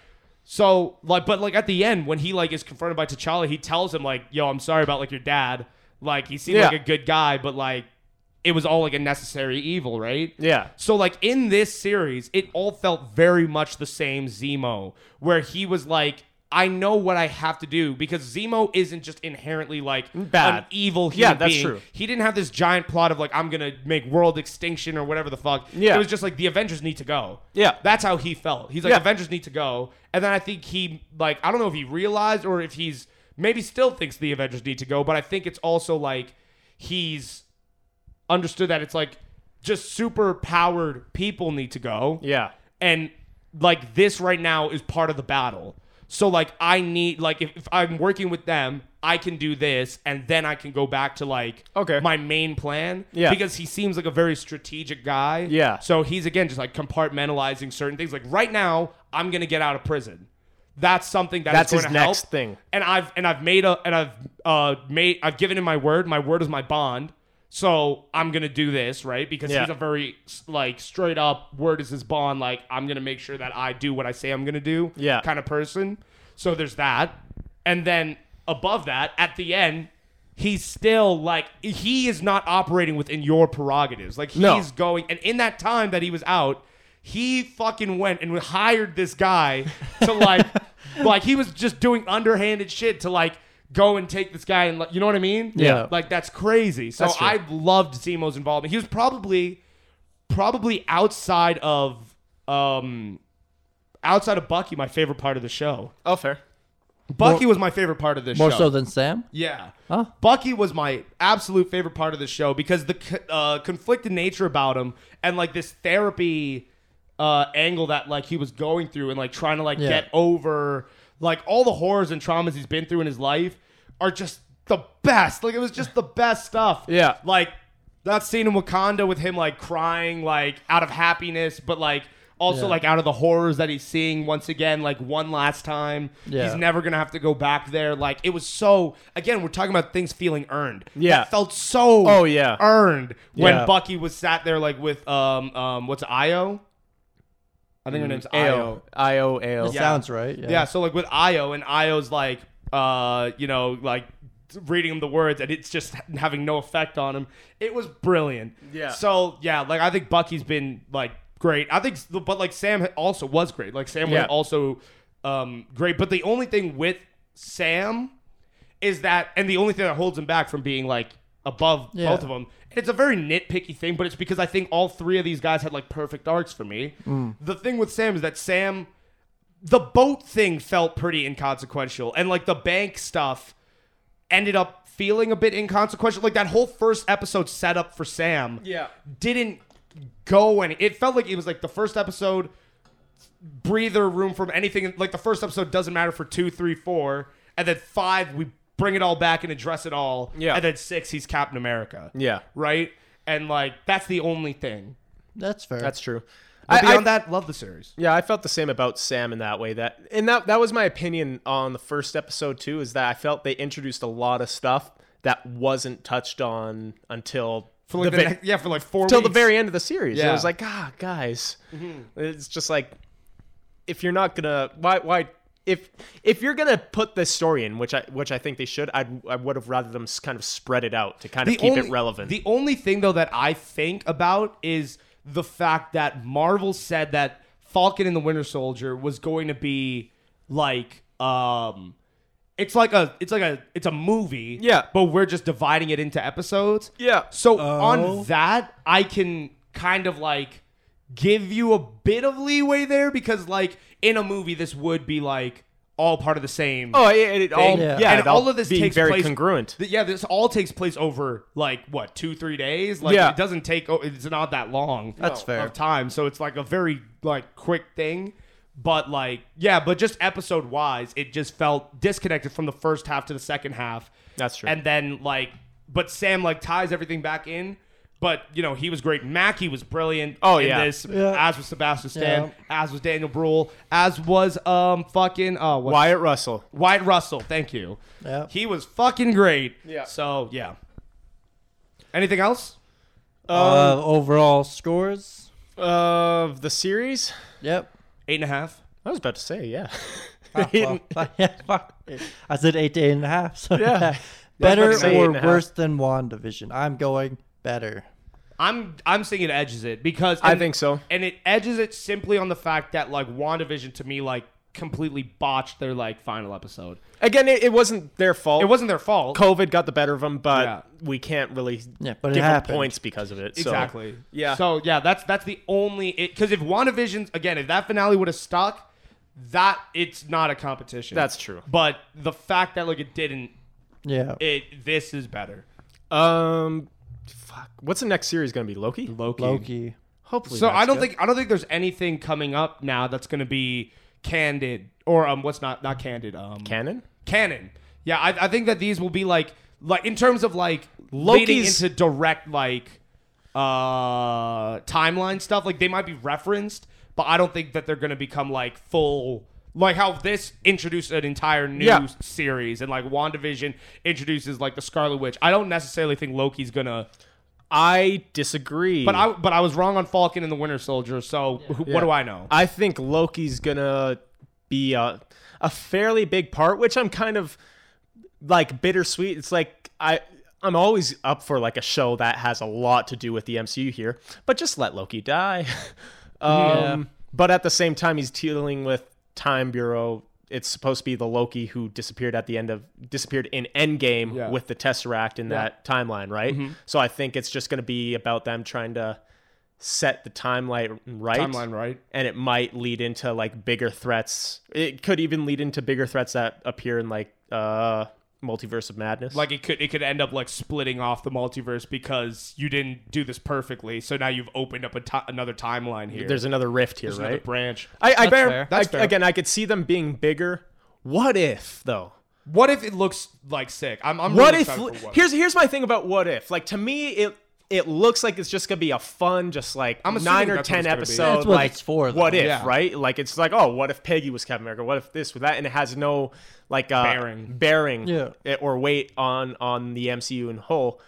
[SPEAKER 3] So like, but like at the end when he like is confronted by T'Challa, he tells him like, "Yo, I'm sorry about like your dad. Like he seemed
[SPEAKER 5] Yeah.
[SPEAKER 3] like a good guy, but like it was all like a necessary evil, right?
[SPEAKER 5] Yeah.
[SPEAKER 3] So like in this series, it all felt very much the same Zemo, where he was like, I know what I have to do because Zemo isn't just inherently like
[SPEAKER 5] Bad.
[SPEAKER 3] an evil
[SPEAKER 5] Yeah,
[SPEAKER 3] human
[SPEAKER 5] that's
[SPEAKER 3] being.
[SPEAKER 5] true.
[SPEAKER 3] He didn't have this giant plot of like I'm gonna make world extinction or whatever the fuck.
[SPEAKER 5] Yeah.
[SPEAKER 3] It was just like the Avengers need to go.
[SPEAKER 5] Yeah.
[SPEAKER 3] That's how he felt. He's like
[SPEAKER 5] Yeah.
[SPEAKER 3] Avengers need to go. And then I think he like I don't know if he realized or if he's maybe still thinks the Avengers need to go, but I think it's also like he's understood that it's like just super powered people need to go.
[SPEAKER 5] Yeah.
[SPEAKER 3] And like this right now is part of the battle. So like I need like if, if I'm working with them, I can do this and then I can go back to like
[SPEAKER 5] Okay.
[SPEAKER 3] my main plan.
[SPEAKER 5] Yeah.
[SPEAKER 3] Because he seems like a very strategic guy.
[SPEAKER 5] Yeah.
[SPEAKER 3] So he's again just like compartmentalizing certain things. Like right now, I'm gonna get out of prison. That's something that is
[SPEAKER 5] That's
[SPEAKER 3] going
[SPEAKER 5] his
[SPEAKER 3] to help.
[SPEAKER 5] next thing.
[SPEAKER 3] And I've and I've made a and I've uh made I've given him my word. My word is my bond. So I'm gonna do this right because
[SPEAKER 5] Yeah.
[SPEAKER 3] he's a very s- like straight up word is his bond. Like I'm gonna make sure that I do what I say I'm gonna do.
[SPEAKER 5] Yeah.
[SPEAKER 3] Kind of person. So there's that. And then above that, at the end, he's still like he is not operating within your prerogatives. Like he's
[SPEAKER 5] No.
[SPEAKER 3] going and in that time that he was out, he fucking went and hired this guy to like like he was just doing underhanded shit to like go and take this guy and like, you know what I mean?
[SPEAKER 4] Yeah.
[SPEAKER 3] Like that's crazy. So
[SPEAKER 5] That's true.
[SPEAKER 3] I loved Zemo's involvement. He was probably probably outside of um outside of Bucky my favorite part of the show.
[SPEAKER 5] Oh, fair.
[SPEAKER 3] Bucky was my favorite part of this
[SPEAKER 4] More
[SPEAKER 3] show.
[SPEAKER 4] so than Sam.
[SPEAKER 3] Yeah.
[SPEAKER 4] Huh?
[SPEAKER 3] Bucky was my absolute favorite part of the show because the co- uh, conflicted nature about him and like this therapy uh, angle that like he was going through and like trying to like
[SPEAKER 4] Yeah.
[SPEAKER 3] get over like all the horrors and traumas he's been through in his life are just the best. Like it was just the best stuff.
[SPEAKER 5] Yeah.
[SPEAKER 3] Like that scene in Wakanda with him like crying like out of happiness, but like also
[SPEAKER 4] Yeah.
[SPEAKER 3] like out of the horrors that he's seeing once again, like one last time.
[SPEAKER 4] Yeah.
[SPEAKER 3] He's never gonna have to go back there. Like it was so. Again, we're talking about things feeling earned.
[SPEAKER 5] Yeah.
[SPEAKER 3] That felt so.
[SPEAKER 5] Oh, yeah.
[SPEAKER 3] earned when
[SPEAKER 5] Yeah.
[SPEAKER 3] Bucky was sat there like with um um what's Io. I
[SPEAKER 5] Mm-hmm.
[SPEAKER 3] think her name's Io.
[SPEAKER 5] Io. Io.
[SPEAKER 4] It sounds right. Yeah.
[SPEAKER 3] Yeah, so like with Io and Io's like uh, you know, like reading him the words and it's just having no effect on him. It was brilliant.
[SPEAKER 5] Yeah.
[SPEAKER 3] So yeah, like I think Bucky's been like great. I think but like Sam also was great. Like Sam
[SPEAKER 5] Yeah.
[SPEAKER 3] was also um great. But the only thing with Sam is that and the only thing that holds him back from being like above
[SPEAKER 4] Yeah.
[SPEAKER 3] both of them and it's a very nitpicky thing but it's because i think all three of these guys had like perfect arcs for me
[SPEAKER 4] Mm.
[SPEAKER 3] the thing with sam is that sam the boat thing felt pretty inconsequential and like the bank stuff ended up feeling a bit inconsequential like that whole first episode setup for sam
[SPEAKER 5] Yeah.
[SPEAKER 3] didn't go any it felt like it was like the first episode breather room from anything like the first episode doesn't matter for two three four and then five we bring it all back and address it all
[SPEAKER 5] Yeah.
[SPEAKER 3] and then six he's captain america
[SPEAKER 5] Yeah.
[SPEAKER 3] right and like that's the only thing
[SPEAKER 4] That's fair.
[SPEAKER 5] That's true.
[SPEAKER 3] but
[SPEAKER 5] I, I,
[SPEAKER 3] beyond that love the series
[SPEAKER 5] Yeah, I felt the same about Sam in that way. That and that that was my opinion on the first episode too. Is that I felt they introduced a lot of stuff that wasn't touched on until
[SPEAKER 3] for like the,
[SPEAKER 5] ve-
[SPEAKER 3] next, yeah for like four
[SPEAKER 5] till the
[SPEAKER 3] weeks.
[SPEAKER 5] very end of the series. It
[SPEAKER 3] Yeah.
[SPEAKER 5] was like, ah, guys, Mm-hmm. it's just like if you're not gonna why why if if you're gonna put this story in, which I which I think they should, I'd, I would have rather them s- kind of spread it out to kind of keep it relevant.
[SPEAKER 3] The only thing though that I think about is the fact that Marvel said that Falcon and the Winter Soldier was going to be like um it's like a it's like a it's a movie.
[SPEAKER 5] Yeah.
[SPEAKER 3] But we're just dividing it into episodes.
[SPEAKER 5] Yeah. Oh.
[SPEAKER 3] So on that, I can kind of like give you a bit of leeway there because like in a movie this would be like all part of the same
[SPEAKER 5] oh, it, it all
[SPEAKER 4] Yeah.
[SPEAKER 5] yeah,
[SPEAKER 3] and
[SPEAKER 5] it all
[SPEAKER 3] all of this
[SPEAKER 5] being
[SPEAKER 3] takes
[SPEAKER 5] very
[SPEAKER 3] place
[SPEAKER 5] congruent.
[SPEAKER 3] th- yeah, this all takes place over like what two, three days. Like
[SPEAKER 5] Yeah.
[SPEAKER 3] it doesn't take. o- It's not that long.
[SPEAKER 4] That's
[SPEAKER 3] of
[SPEAKER 4] fair.
[SPEAKER 3] time, so it's like a very like quick thing. But like yeah, but just episode wise, it just felt disconnected from the first half to the second half.
[SPEAKER 5] That's true.
[SPEAKER 3] And then like, but Sam like ties everything back in. But you know he was great. Mackie was brilliant.
[SPEAKER 5] Oh,
[SPEAKER 3] in
[SPEAKER 5] yeah.
[SPEAKER 3] this
[SPEAKER 4] Yeah.
[SPEAKER 3] as was Sebastian Stan,
[SPEAKER 4] Yeah.
[SPEAKER 3] as was Daniel Bruhl, as was um fucking uh what's
[SPEAKER 5] Wyatt Russell.
[SPEAKER 3] Wyatt Russell, thank you.
[SPEAKER 4] Yeah.
[SPEAKER 3] He was fucking great.
[SPEAKER 5] Yeah.
[SPEAKER 3] So yeah. Anything else?
[SPEAKER 4] uh, overall scores.
[SPEAKER 5] of the series.
[SPEAKER 4] Yep.
[SPEAKER 3] Eight and a half.
[SPEAKER 5] I was about to say, yeah.
[SPEAKER 4] Well, yeah, fuck. I said eight to eight and a half. So
[SPEAKER 5] Yeah.
[SPEAKER 4] better
[SPEAKER 5] Say eight
[SPEAKER 4] or
[SPEAKER 5] and a half.
[SPEAKER 4] worse than Wandavision? I'm going better.
[SPEAKER 3] I'm I'm saying it edges it because
[SPEAKER 5] I think so.
[SPEAKER 3] and it edges it simply on the fact that like WandaVision to me like completely botched their like final episode.
[SPEAKER 5] Again, it, it wasn't their fault.
[SPEAKER 3] It wasn't their fault.
[SPEAKER 5] COVID got the better of them, but
[SPEAKER 3] Yeah.
[SPEAKER 5] we can't really
[SPEAKER 4] Yeah, but it
[SPEAKER 5] give 'em
[SPEAKER 4] happened.
[SPEAKER 5] points because of it. so-
[SPEAKER 3] Exactly.
[SPEAKER 5] Yeah.
[SPEAKER 3] So yeah, that's that's the only because if WandaVision's again, if that finale would have stuck, that it's not a competition.
[SPEAKER 5] That's true.
[SPEAKER 3] But the fact that like it didn't,
[SPEAKER 4] Yeah.
[SPEAKER 3] it this is better.
[SPEAKER 5] um, fuck. What's the next series going to be? Loki.
[SPEAKER 3] Loki.
[SPEAKER 4] Loki.
[SPEAKER 5] Hopefully.
[SPEAKER 3] So
[SPEAKER 5] that's
[SPEAKER 3] I don't
[SPEAKER 5] good.
[SPEAKER 3] think I don't think there's anything coming up now that's going to be candid or um what's not not candid um
[SPEAKER 5] canon.
[SPEAKER 3] canon. Yeah, I, I think that these will be like like in terms of like leading
[SPEAKER 5] Loki's-
[SPEAKER 3] into direct like uh timeline stuff. Like they might be referenced, but I don't think that they're gonna become like full like how this introduced an entire new
[SPEAKER 5] Yeah.
[SPEAKER 3] series and like WandaVision introduces like the Scarlet Witch. I don't necessarily think Loki's gonna
[SPEAKER 5] I disagree.
[SPEAKER 3] but I but I was wrong on Falcon and the Winter Soldier, so who- what do I know?
[SPEAKER 5] I think Loki's gonna be a, a fairly big part, which I'm kind of like bittersweet. It's like I I'm always up for like a show that has a lot to do with the MCU here, but just let Loki die. um, But at the same time, he's dealing with Time Bureau. It's supposed to be the Loki who disappeared at the end of disappeared in Endgame
[SPEAKER 3] Yeah. Mm-hmm.
[SPEAKER 5] with the Tesseract in that timeline, right? So I think it's just going to be about them trying to set the timeline right
[SPEAKER 3] Timeline right.
[SPEAKER 5] and it might lead into like bigger threats. It could even lead into bigger threats that appear in like uh multiverse of madness.
[SPEAKER 3] Like it could it could end up like splitting off the multiverse because you didn't do this perfectly, so now you've opened up a ti- another timeline here.
[SPEAKER 5] there's another rift here,
[SPEAKER 3] another
[SPEAKER 5] right?
[SPEAKER 3] branch.
[SPEAKER 5] I, I,
[SPEAKER 4] fair.
[SPEAKER 5] I-
[SPEAKER 3] That's fair.
[SPEAKER 5] again, I could see them being bigger. What if though?
[SPEAKER 3] What if it looks like sick? I'm, I'm
[SPEAKER 5] What
[SPEAKER 3] really
[SPEAKER 5] if?
[SPEAKER 3] excited for what
[SPEAKER 5] Here's here's my thing about what if. Like to me, it it looks like it's just gonna be a fun, just like
[SPEAKER 3] I'm assuming
[SPEAKER 5] nine or
[SPEAKER 3] that's what
[SPEAKER 5] ten
[SPEAKER 3] it's gonna be.
[SPEAKER 5] episode.
[SPEAKER 4] That's what
[SPEAKER 5] like
[SPEAKER 4] it's for, though.
[SPEAKER 5] what if,
[SPEAKER 3] Yeah.
[SPEAKER 5] right? Like it's like, oh, what if Peggy was Captain America? What if this, with that, and it has no like uh,
[SPEAKER 3] Bearing.
[SPEAKER 5] bearing,
[SPEAKER 4] Yeah.
[SPEAKER 5] eh, or weight on on the MCU in whole.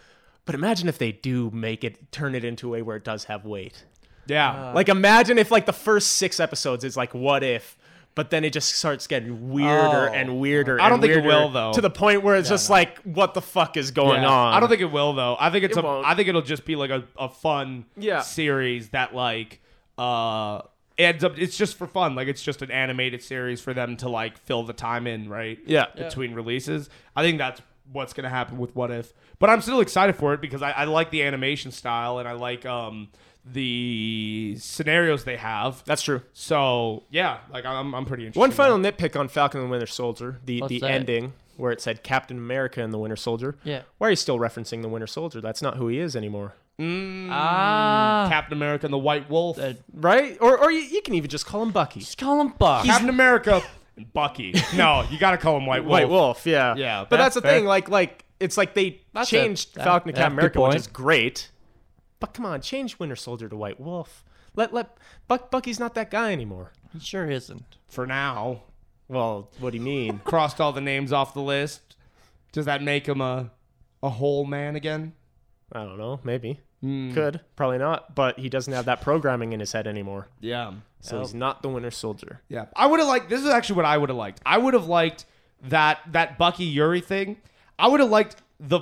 [SPEAKER 5] But imagine if they do make it turn it into a way where it does have weight.
[SPEAKER 3] yeah.
[SPEAKER 5] Like imagine if like the first six episodes is like what if, but then it just starts getting weirder
[SPEAKER 3] Oh.
[SPEAKER 5] and weirder.
[SPEAKER 3] I don't
[SPEAKER 5] and
[SPEAKER 3] think it
[SPEAKER 5] weirder
[SPEAKER 3] will, though.
[SPEAKER 5] To the point where it's just like what the fuck is going
[SPEAKER 3] Yeah.
[SPEAKER 5] on?
[SPEAKER 3] I don't think it will though. I think it's a,
[SPEAKER 5] It won't.
[SPEAKER 3] I think it'll just be like a, a fun
[SPEAKER 5] Yeah.
[SPEAKER 3] series that like uh ends up it's just for fun. Like it's just an animated series for them to like fill the time in, right?
[SPEAKER 5] Yeah. Yeah.
[SPEAKER 3] Between releases. I think that's what's gonna happen with what if. But I'm still excited for it because I, I like the animation style and I like um the scenarios they have.
[SPEAKER 5] that's true.
[SPEAKER 3] So yeah, like I'm I'm pretty interested.
[SPEAKER 5] One
[SPEAKER 3] in that.
[SPEAKER 5] final nitpick on Falcon and the Winter Soldier, the
[SPEAKER 4] What's
[SPEAKER 5] the
[SPEAKER 4] that?
[SPEAKER 5] ending where it said Captain America and the Winter Soldier.
[SPEAKER 4] Yeah.
[SPEAKER 5] Why are you still referencing the Winter Soldier? That's not who he is anymore.
[SPEAKER 4] Ah.
[SPEAKER 3] Captain America and the White Wolf.
[SPEAKER 5] Uh,
[SPEAKER 4] That-
[SPEAKER 5] Right? Or or you, you can even just call him Bucky.
[SPEAKER 4] Just call him Buck.
[SPEAKER 3] Captain America and Bucky. No, you gotta call him White Wolf.
[SPEAKER 5] White Wolf, yeah.
[SPEAKER 3] Yeah,
[SPEAKER 5] But
[SPEAKER 3] that's
[SPEAKER 5] that's, the
[SPEAKER 3] fair.
[SPEAKER 5] thing, like like it's like they
[SPEAKER 4] That's a-
[SPEAKER 5] changed
[SPEAKER 4] that-
[SPEAKER 5] Falcon to
[SPEAKER 4] yeah,
[SPEAKER 5] Captain
[SPEAKER 4] good
[SPEAKER 5] America, which
[SPEAKER 4] point.
[SPEAKER 5] is great. But come on, change Winter Soldier to White Wolf. Let let Buck Bucky's not that guy anymore.
[SPEAKER 4] He sure isn't.
[SPEAKER 3] For now,
[SPEAKER 5] Well, what do you mean?
[SPEAKER 3] crossed all the names off the list. Does that make him a a whole man again?
[SPEAKER 5] I don't know, maybe.
[SPEAKER 4] Hmm.
[SPEAKER 5] Could, probably not, but he doesn't have that programming in his head anymore.
[SPEAKER 3] Yeah.
[SPEAKER 5] So
[SPEAKER 4] Oh.
[SPEAKER 5] he's not the Winter Soldier.
[SPEAKER 3] Yeah. I would have liked this is actually what I would have liked. I would have liked that that Bucky Yuri thing. I would have liked the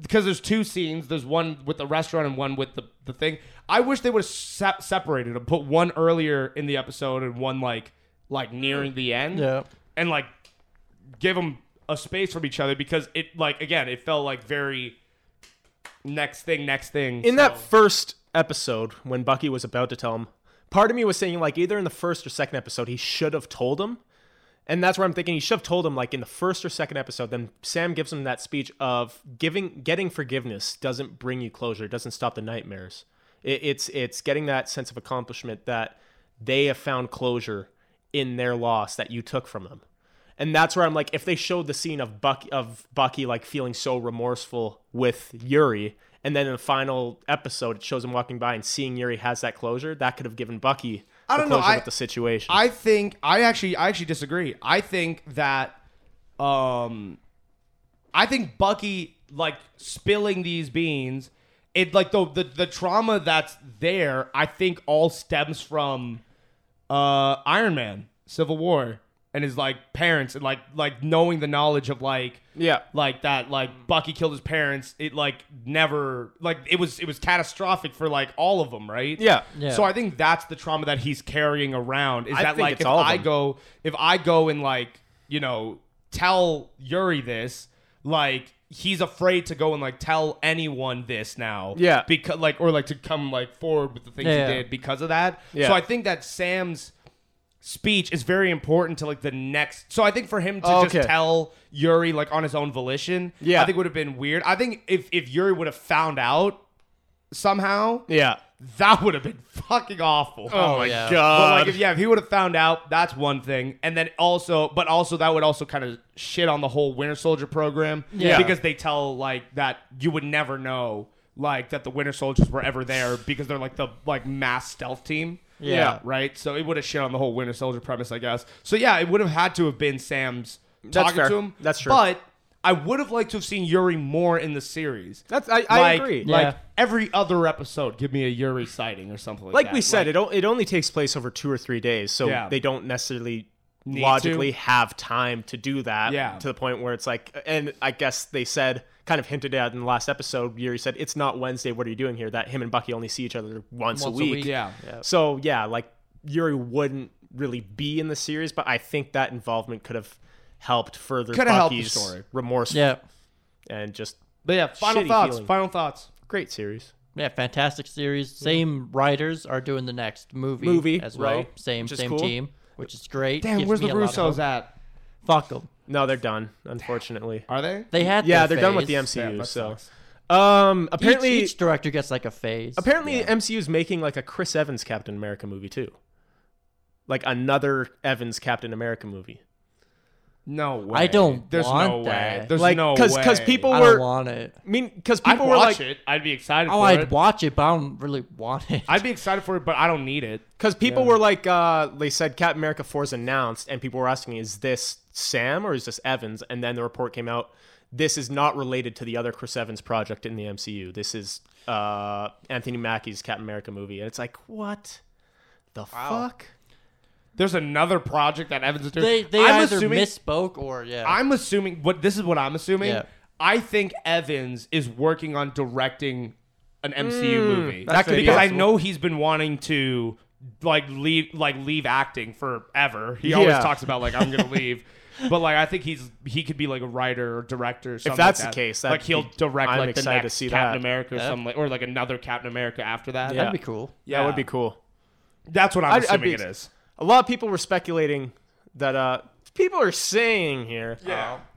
[SPEAKER 3] because there's two scenes. There's one with the restaurant and one with the, the thing. I wish they would have se- separated and put one earlier in the episode and one like like nearing the end.
[SPEAKER 4] Yeah.
[SPEAKER 3] And like give them a space from each other because it like again it felt like very next thing next thing
[SPEAKER 5] in
[SPEAKER 3] so-
[SPEAKER 5] that first episode when bucky was about to tell him part of me was saying like either in the first or second episode he should have told him and that's where i'm thinking he should have told him like in the first or second episode then sam gives him that speech of giving getting forgiveness doesn't bring you closure it doesn't stop the nightmares it, it's it's getting that sense of accomplishment that they have found closure in their loss that you took from them and that's where I'm like, if they showed the scene of Buck of Bucky like feeling so remorseful with Yuri, and then in the final episode it shows him walking by and seeing Yuri has that closure, that could have given Bucky
[SPEAKER 3] I
[SPEAKER 5] the
[SPEAKER 3] don't know,
[SPEAKER 5] closure
[SPEAKER 3] I-
[SPEAKER 5] with the situation.
[SPEAKER 3] I think I actually I actually disagree. I think that um I think Bucky like spilling these beans it like the the, the trauma that's there I think all stems from uh Iron Man Civil War and his like parents and like like knowing the knowledge of like
[SPEAKER 5] Yeah.
[SPEAKER 3] like that like Bucky killed his parents. It like never like it was it was catastrophic for like all of them, right?
[SPEAKER 5] Yeah.
[SPEAKER 4] Yeah.
[SPEAKER 3] So I think that's the trauma that he's carrying around. Is
[SPEAKER 5] I
[SPEAKER 3] that
[SPEAKER 5] think
[SPEAKER 3] like
[SPEAKER 5] it's
[SPEAKER 3] if
[SPEAKER 5] all of
[SPEAKER 3] I
[SPEAKER 5] them.
[SPEAKER 3] go if I go and like you know tell Yuri this like. He's afraid to go and like tell anyone this now,
[SPEAKER 5] Yeah.
[SPEAKER 3] Because like, or like to come like forward with the things
[SPEAKER 4] Yeah.
[SPEAKER 3] he did because of that.
[SPEAKER 5] Yeah.
[SPEAKER 3] So I think that Sam's speech is very important to like the next. So I think for him to
[SPEAKER 5] Oh,
[SPEAKER 3] just
[SPEAKER 5] okay.
[SPEAKER 3] tell Yuri like on his own volition,
[SPEAKER 5] Yeah.
[SPEAKER 3] I think would have been weird. I think if if Yuri would have found out somehow,
[SPEAKER 5] Yeah.
[SPEAKER 3] that would have been fucking awful.
[SPEAKER 5] Oh, my
[SPEAKER 4] yeah.
[SPEAKER 3] But
[SPEAKER 5] god.
[SPEAKER 3] like if yeah, if he would have found out, that's one thing. And then also, but also that would also kind of shit on the whole Winter Soldier program,
[SPEAKER 5] Yeah.
[SPEAKER 3] because they tell like that you would never know like that the Winter Soldiers were ever there because they're like the like mass stealth team.
[SPEAKER 4] Yeah.
[SPEAKER 5] Yeah.
[SPEAKER 3] Right? So it would have shit on the whole Winter Soldier premise, I guess. So yeah, it would have had to have been Sam's talking
[SPEAKER 5] fair.
[SPEAKER 3] to him.
[SPEAKER 5] That's true.
[SPEAKER 3] But I would have liked to have seen Yuri more in the series.
[SPEAKER 5] That's- I- I
[SPEAKER 3] Like-
[SPEAKER 5] agree.
[SPEAKER 3] Like
[SPEAKER 4] Yeah.
[SPEAKER 3] every other episode, give me a Yuri sighting or something like,
[SPEAKER 5] like
[SPEAKER 3] that.
[SPEAKER 5] we said, it, o- it only takes place over two or three days, so
[SPEAKER 3] Yeah.
[SPEAKER 5] they don't necessarily
[SPEAKER 3] Need
[SPEAKER 5] logically
[SPEAKER 3] to.
[SPEAKER 5] have time to do that.
[SPEAKER 3] Yeah.
[SPEAKER 5] To the point where it's like, and I guess they said, kind of hinted at in the last episode, Yuri said, "It's not Wednesday. What are you doing here?" That him and Bucky only see each other once, a
[SPEAKER 4] Once a
[SPEAKER 5] week.
[SPEAKER 4] week.
[SPEAKER 3] Yeah.
[SPEAKER 5] So yeah, like Yuri wouldn't really be in the series, but I think that involvement could have helped further
[SPEAKER 3] Could have helped the
[SPEAKER 5] Bucky's
[SPEAKER 3] story.
[SPEAKER 5] remorse
[SPEAKER 4] Yeah.
[SPEAKER 5] and just
[SPEAKER 3] But yeah, final
[SPEAKER 5] Shitty
[SPEAKER 3] thoughts.
[SPEAKER 5] feeling.
[SPEAKER 3] Final thoughts.
[SPEAKER 5] great series.
[SPEAKER 4] Yeah, fantastic series. Same writers are doing the next movie,
[SPEAKER 5] Movie,
[SPEAKER 4] as well.
[SPEAKER 5] right,
[SPEAKER 4] Same
[SPEAKER 5] which is
[SPEAKER 4] same
[SPEAKER 5] cool.
[SPEAKER 4] team, which is great.
[SPEAKER 3] Damn,
[SPEAKER 4] Gives
[SPEAKER 3] where's
[SPEAKER 4] me
[SPEAKER 3] the
[SPEAKER 4] a lot of
[SPEAKER 3] Russos
[SPEAKER 4] hope.
[SPEAKER 3] at?
[SPEAKER 4] Fuck them.
[SPEAKER 5] No, they're done, unfortunately.
[SPEAKER 3] Are they?
[SPEAKER 4] They had
[SPEAKER 5] Yeah,
[SPEAKER 4] their
[SPEAKER 5] they're done with the
[SPEAKER 4] phase.
[SPEAKER 5] MCU.
[SPEAKER 3] Yeah, that
[SPEAKER 5] so,
[SPEAKER 3] sucks.
[SPEAKER 5] um,
[SPEAKER 4] Each-
[SPEAKER 5] apparently,
[SPEAKER 4] each, director gets like a phase.
[SPEAKER 5] Apparently, MCU is making like a Chris Evans Captain America movie too, like another Evans Captain America movie.
[SPEAKER 3] No way.
[SPEAKER 4] I don't
[SPEAKER 3] There's
[SPEAKER 4] want
[SPEAKER 3] no way.
[SPEAKER 4] that.
[SPEAKER 3] There's
[SPEAKER 5] like,
[SPEAKER 3] no
[SPEAKER 5] cause,
[SPEAKER 3] way.
[SPEAKER 5] cause people
[SPEAKER 4] I
[SPEAKER 5] were,
[SPEAKER 4] don't want it.
[SPEAKER 5] I mean, because
[SPEAKER 3] I'd
[SPEAKER 5] people were
[SPEAKER 3] watch
[SPEAKER 5] like,
[SPEAKER 3] it. I'd be excited.
[SPEAKER 4] Oh,
[SPEAKER 3] for
[SPEAKER 4] I'd
[SPEAKER 3] it.
[SPEAKER 4] watch it, but I don't really want it.
[SPEAKER 3] I'd be excited for it, but I don't need it.
[SPEAKER 5] because people were like, uh, they said Captain America Four is announced, and people were asking, is this Sam or is this Evans? And then the report came out, this is not related to the other Chris Evans project in the MCU. This is uh, Anthony Mackie's Captain America movie, and it's like, what the fuck?
[SPEAKER 3] There's another project that Evans is doing.
[SPEAKER 4] they they
[SPEAKER 3] I'm
[SPEAKER 4] either
[SPEAKER 3] assuming,
[SPEAKER 4] misspoke or yeah.
[SPEAKER 3] I'm assuming. What this is what I'm assuming.
[SPEAKER 4] Yeah.
[SPEAKER 3] I think Evans is working on directing an MCU movie.
[SPEAKER 4] That could be
[SPEAKER 3] because I
[SPEAKER 4] possible.
[SPEAKER 3] know he's been wanting to like leave like leave acting forever. He always
[SPEAKER 5] Yeah.
[SPEAKER 3] talks about like I'm gonna leave. But like I think he's he could be like a writer or director. Or something
[SPEAKER 5] that's
[SPEAKER 3] like that.
[SPEAKER 5] the case, that'd
[SPEAKER 3] like he'll
[SPEAKER 5] be-
[SPEAKER 3] direct
[SPEAKER 5] I'm
[SPEAKER 3] like the
[SPEAKER 5] excited to
[SPEAKER 3] next
[SPEAKER 5] see
[SPEAKER 3] Captain
[SPEAKER 5] that.
[SPEAKER 3] America or
[SPEAKER 4] Yeah.
[SPEAKER 3] something, like- or like another Captain America after that.
[SPEAKER 5] Yeah.
[SPEAKER 4] That'd be cool.
[SPEAKER 5] That would be cool.
[SPEAKER 3] That's what I'm
[SPEAKER 5] I'd- I'd
[SPEAKER 3] assuming
[SPEAKER 5] be
[SPEAKER 3] it
[SPEAKER 5] ex-
[SPEAKER 3] is.
[SPEAKER 5] a lot of people were speculating that uh people are saying here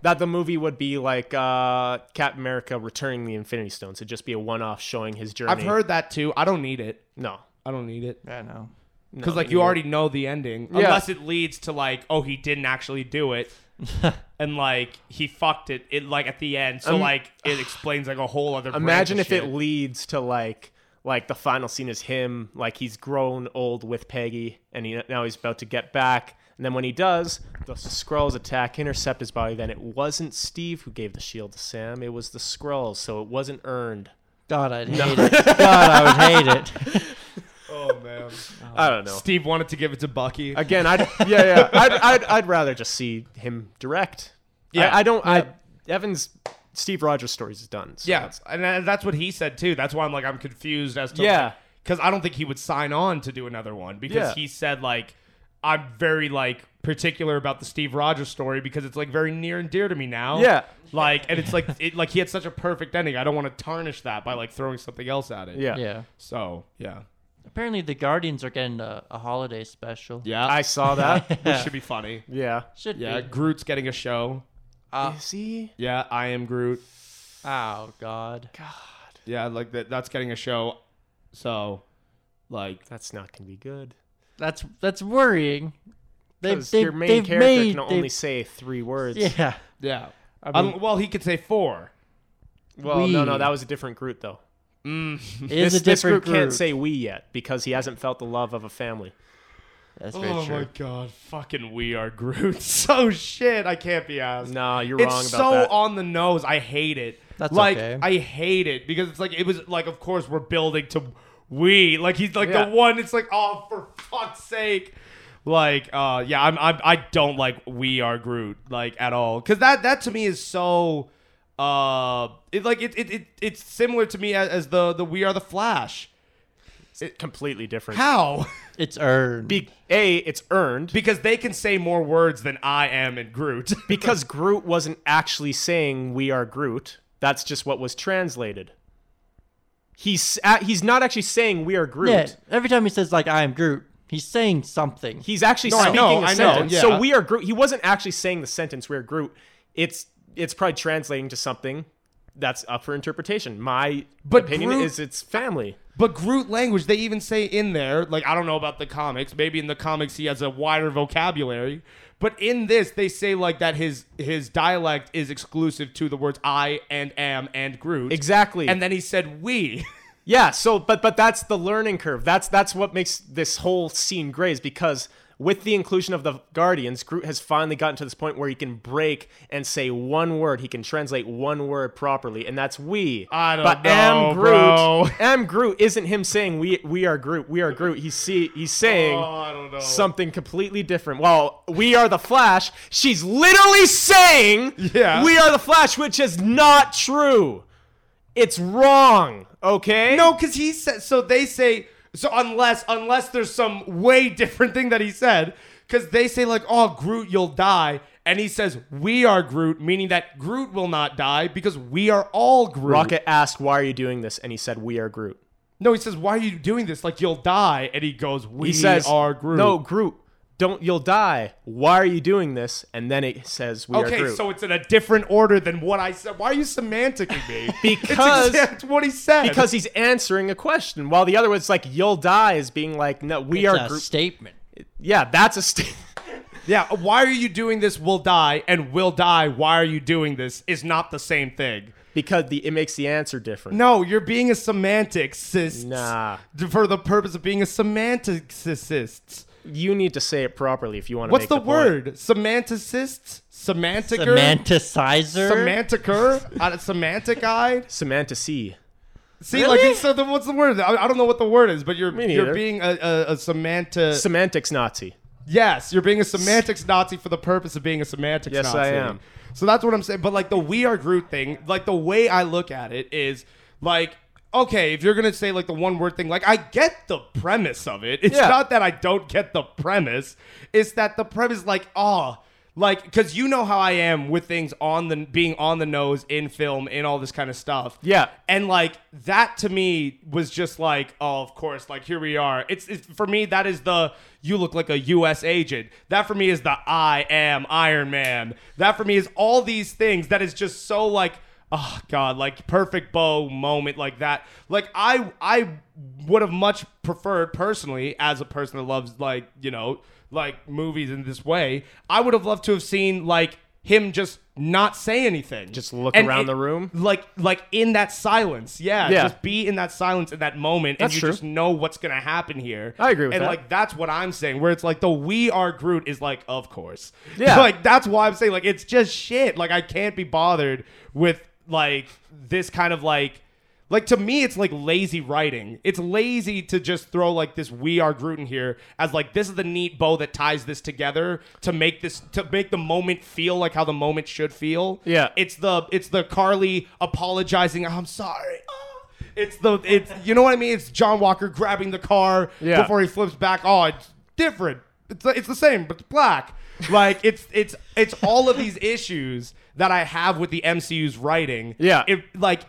[SPEAKER 5] that the movie would be like uh Captain America returning the Infinity Stones. It'd just be a one off showing his journey.
[SPEAKER 3] I've heard that too. I don't need it.
[SPEAKER 5] no.
[SPEAKER 3] I don't need it.
[SPEAKER 4] I know.
[SPEAKER 3] because like you already know the ending unless it leads to like oh he didn't actually do it and like he fucked it it like at the end so like it explains like a whole other branch
[SPEAKER 5] Um, Imagine
[SPEAKER 3] of
[SPEAKER 5] if it
[SPEAKER 3] shit.
[SPEAKER 5] leads to like like the final scene is him like he's grown old with Peggy and he, now he's about to get back. And then when he does, the Skrulls attack, intercept his body. Then it wasn't Steve who gave the shield to Sam; it was the Skrulls, so it wasn't earned.
[SPEAKER 4] God, I'd hate it. God, I would hate it.
[SPEAKER 3] oh man
[SPEAKER 5] I don't know.
[SPEAKER 3] steve wanted to give it to bucky
[SPEAKER 5] Again, I'd yeah, yeah. I'd, I'd, I'd rather just see him direct.
[SPEAKER 3] Yeah.
[SPEAKER 5] I, I don't. I Evans Steve Rogers stories is done. So
[SPEAKER 3] yeah
[SPEAKER 5] that's-
[SPEAKER 3] and that- that's what he said too that's why i'm like i'm confused as to
[SPEAKER 5] Yeah.
[SPEAKER 3] because i don't think he would sign on to do another one because
[SPEAKER 5] Yeah.
[SPEAKER 3] he said like i'm very like particular about the steve rogers story because it's like very near and dear to me now
[SPEAKER 5] Yeah.
[SPEAKER 3] like and it's like it like he had such a perfect ending i don't want to tarnish that by like throwing something else at it
[SPEAKER 5] yeah,
[SPEAKER 4] Yeah.
[SPEAKER 3] so yeah
[SPEAKER 4] Apparently, the Guardians are getting a, a holiday special.
[SPEAKER 3] yeah
[SPEAKER 5] I saw that.
[SPEAKER 3] which should be funny
[SPEAKER 5] yeah.
[SPEAKER 4] Should
[SPEAKER 3] yeah
[SPEAKER 4] be.
[SPEAKER 3] groot's getting a show Uh,
[SPEAKER 5] Is he?
[SPEAKER 3] yeah i am groot
[SPEAKER 4] Oh God.
[SPEAKER 3] yeah like that that's getting a show so like
[SPEAKER 5] That's not gonna be good.
[SPEAKER 4] That's that's worrying. They,
[SPEAKER 5] 'Cause
[SPEAKER 4] they,
[SPEAKER 5] your main
[SPEAKER 4] they've
[SPEAKER 5] character
[SPEAKER 4] made,
[SPEAKER 5] can only
[SPEAKER 4] they've-
[SPEAKER 5] say three words.
[SPEAKER 4] yeah.
[SPEAKER 3] yeah
[SPEAKER 4] mean-
[SPEAKER 3] um, well he could say four
[SPEAKER 5] Well, no, no,
[SPEAKER 4] We.
[SPEAKER 5] that was a different group though.
[SPEAKER 4] It
[SPEAKER 5] This,
[SPEAKER 4] is a
[SPEAKER 5] this
[SPEAKER 4] different
[SPEAKER 5] group can't say we yet because he hasn't felt the love of a family.
[SPEAKER 4] That's very
[SPEAKER 3] oh
[SPEAKER 4] true.
[SPEAKER 3] my god, fucking we are Groot. So shit, I can't be asked.
[SPEAKER 5] Nah, you're
[SPEAKER 3] it's
[SPEAKER 5] wrong
[SPEAKER 3] so
[SPEAKER 5] about that.
[SPEAKER 3] on the nose. I hate it.
[SPEAKER 4] That's
[SPEAKER 3] like
[SPEAKER 4] okay.
[SPEAKER 3] I hate it because it's like it was like of course we're building to we like he's like
[SPEAKER 5] Yeah.
[SPEAKER 3] the one. It's like oh for fuck's sake. Like, uh, yeah, I'm, I'm, I don't like we are Groot like at all because that that to me is so, uh, it like it, it, it it's similar to me as, as the the we are the Flash.
[SPEAKER 5] It's completely different.
[SPEAKER 3] How?
[SPEAKER 4] It's earned.
[SPEAKER 5] Be- a, it's earned
[SPEAKER 3] because they can say more words than I am in Groot.
[SPEAKER 5] because Groot wasn't actually saying "We are Groot." That's just what was translated. He's a he's not actually saying "We are Groot."
[SPEAKER 4] yeah. Every time he says like I am Groot, he's saying something.
[SPEAKER 5] He's actually
[SPEAKER 3] I
[SPEAKER 5] speaking
[SPEAKER 3] know,
[SPEAKER 5] a
[SPEAKER 3] I know,
[SPEAKER 5] sentence.
[SPEAKER 3] yeah.
[SPEAKER 5] So "We are Groot." He wasn't actually saying the sentence "We are Groot." It's it's probably translating to something that's up for interpretation. My
[SPEAKER 3] But
[SPEAKER 5] opinion
[SPEAKER 3] Groot-
[SPEAKER 5] is it's family.
[SPEAKER 3] But Groot language, they even say in there, like, I don't know about the comics. Maybe in the comics he has a wider vocabulary. But in this, they say, like, that his his dialect is exclusive to the words I and am and Groot.
[SPEAKER 5] Exactly.
[SPEAKER 3] And then he said we.
[SPEAKER 5] Yeah, so but but that's the learning curve. That's that's what makes this whole scene great is because with the inclusion of the Guardians, Groot has finally gotten to this point where he can break and say one word. He can translate one word properly, and that's we.
[SPEAKER 3] I don't
[SPEAKER 5] but
[SPEAKER 3] know,
[SPEAKER 5] M Groot,
[SPEAKER 3] bro.
[SPEAKER 5] M Groot isn't him saying we we are Groot, we are Groot. He's see he's saying
[SPEAKER 3] Oh, don't know.
[SPEAKER 5] something completely different. While we are the Flash, she's literally saying
[SPEAKER 3] Yeah.
[SPEAKER 5] we are the Flash, which is not true. It's wrong. Okay.
[SPEAKER 3] no, because he said, so they say, so unless, unless there's some way different thing that he said, because they say, like, oh, Groot, you'll die. And he says, we are Groot, meaning that Groot will not die because we are all Groot.
[SPEAKER 5] Rocket asked, "Why are you doing this?" And he said, "We are Groot."
[SPEAKER 3] No, he says, "Why are you doing this? Like you'll die." And he goes, "We
[SPEAKER 5] He says,
[SPEAKER 3] are Groot."
[SPEAKER 5] No, Groot, don't you'll die. Why are you doing this? And then it says, "We are
[SPEAKER 3] okay,
[SPEAKER 5] Groot."
[SPEAKER 3] so it's in a different order than what I said. Why are you semanticing me?
[SPEAKER 5] Because-
[SPEAKER 3] it's exact what he said.
[SPEAKER 5] because he's answering a question, while the other one's like, "You'll die," is being like, "No, we
[SPEAKER 4] it's
[SPEAKER 5] are
[SPEAKER 4] a
[SPEAKER 5] Groot."
[SPEAKER 4] statement.
[SPEAKER 5] yeah, that's a st-
[SPEAKER 3] yeah, why are you doing this? Will die and will die. Why are you doing this? Is not the same thing.
[SPEAKER 5] because the it makes the answer different.
[SPEAKER 3] No, you're being a semanticist.
[SPEAKER 5] Nah.
[SPEAKER 3] For the purpose of being a semanticist.
[SPEAKER 5] You need to say it properly if you want to.
[SPEAKER 3] What's
[SPEAKER 5] make
[SPEAKER 3] the,
[SPEAKER 5] point.
[SPEAKER 3] word? Semanticist? Semanticer?
[SPEAKER 4] Semanticizer.
[SPEAKER 3] Semanticer? Uh, Semantic guy?
[SPEAKER 5] Semanticy.
[SPEAKER 3] See, like, it's- so the, what's the word? I, I don't know what the word is, but you're
[SPEAKER 5] Me
[SPEAKER 3] you're
[SPEAKER 5] neither.
[SPEAKER 3] being a, a, a semantic.
[SPEAKER 5] Semantics Nazi.
[SPEAKER 3] yes, you're being a semantics Nazi for the purpose of being a semantics
[SPEAKER 5] Yes,
[SPEAKER 3] Nazi.
[SPEAKER 5] I am.
[SPEAKER 3] So that's what I'm saying. But like the "we are Groot" thing, like the way I look at it is like, okay, if you're gonna say like the one word thing, like I get the premise of it. It's
[SPEAKER 5] Yeah.
[SPEAKER 3] not that I don't get the premise. It's that the premise, like, oh. Like, cause you know how I am with things on the being on the nose in film in all this kind of stuff.
[SPEAKER 5] Yeah.
[SPEAKER 3] And like that to me was just like, oh, of course, like here we are. It's, it's for me that is the you look like a U.S. agent. That for me is the I am Iron Man. That for me is all these things. That is just so like, oh god, like perfect bow moment like that. Like I I would have much preferred personally as a person that loves like you know like movies in this way. I would have loved to have seen like him just not say anything
[SPEAKER 5] Just look around the room?
[SPEAKER 3] like like in that silence yeah,
[SPEAKER 5] Yeah.
[SPEAKER 3] just be in that silence in that moment and
[SPEAKER 5] That's
[SPEAKER 3] you
[SPEAKER 5] true.
[SPEAKER 3] just know what's gonna happen here
[SPEAKER 5] I agree with
[SPEAKER 3] and
[SPEAKER 5] that.
[SPEAKER 3] like that's what i'm saying where it's like the we are groot is like of course
[SPEAKER 5] Yeah.
[SPEAKER 3] like that's why i'm saying like it's just shit like i can't be bothered with like this kind of like like to me it's like lazy writing it's lazy to just throw like this we are groot in here as like this is the neat bow that ties this together to make this to make the moment feel like how the moment should feel
[SPEAKER 5] Yeah.
[SPEAKER 3] it's the it's the Carly apologizing. I'm sorry. Ah. It's the it's you know what I mean. It's John Walker grabbing the car
[SPEAKER 5] Yeah.
[SPEAKER 3] before he flips back. Oh, it's different. It's the, it's the same, but it's black. Like it's it's it's all of these issues that I have with the MCU's writing.
[SPEAKER 5] Yeah.
[SPEAKER 3] it like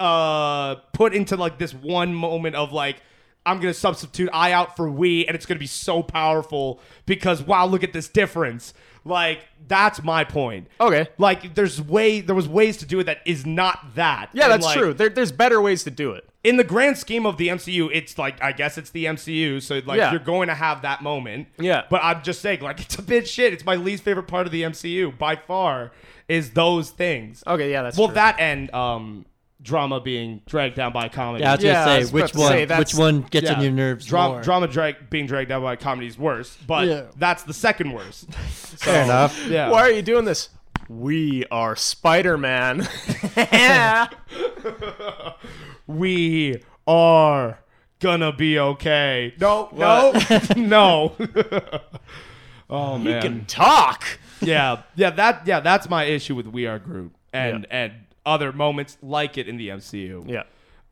[SPEAKER 3] uh put into like this one moment of like. I'm gonna substitute I out for we, and it's gonna be so powerful because wow, look at this difference. Like that's my point.
[SPEAKER 5] Okay.
[SPEAKER 3] Like there's way there was ways to do it that is not that.
[SPEAKER 5] Yeah,
[SPEAKER 3] And,
[SPEAKER 5] that's
[SPEAKER 3] like,
[SPEAKER 5] true. There, there's better ways to do it.
[SPEAKER 3] In the grand scheme of the MCU, it's like I guess it's the MCU, so like
[SPEAKER 5] Yeah.
[SPEAKER 3] you're going to have that moment.
[SPEAKER 5] Yeah.
[SPEAKER 3] But I'm just saying, like it's a bit shit. It's my least favorite part of the MCU by far is those things.
[SPEAKER 5] Okay, yeah, that's
[SPEAKER 3] well
[SPEAKER 5] true.
[SPEAKER 3] that and um drama being dragged down by comedy.
[SPEAKER 4] Yeah, I was
[SPEAKER 5] Yeah,
[SPEAKER 4] gonna
[SPEAKER 5] I
[SPEAKER 4] say
[SPEAKER 5] was about
[SPEAKER 4] which
[SPEAKER 5] to say,
[SPEAKER 4] one
[SPEAKER 5] that's-
[SPEAKER 4] which one gets
[SPEAKER 3] Yeah.
[SPEAKER 4] on your nerves
[SPEAKER 3] Dra-
[SPEAKER 4] more.
[SPEAKER 3] Drama drag being dragged down by comedy is worse, but
[SPEAKER 4] Yeah.
[SPEAKER 3] that's the second worst.
[SPEAKER 4] Fair enough.
[SPEAKER 3] Yeah.
[SPEAKER 5] Why are you doing this? We are Spider Man. yeah.
[SPEAKER 3] we are gonna be okay.
[SPEAKER 1] No,
[SPEAKER 3] no, no. oh man,
[SPEAKER 5] Talk.
[SPEAKER 3] yeah, yeah, that yeah, that's my issue with We Are Groot and and other moments like it in the MCU.
[SPEAKER 5] Yeah.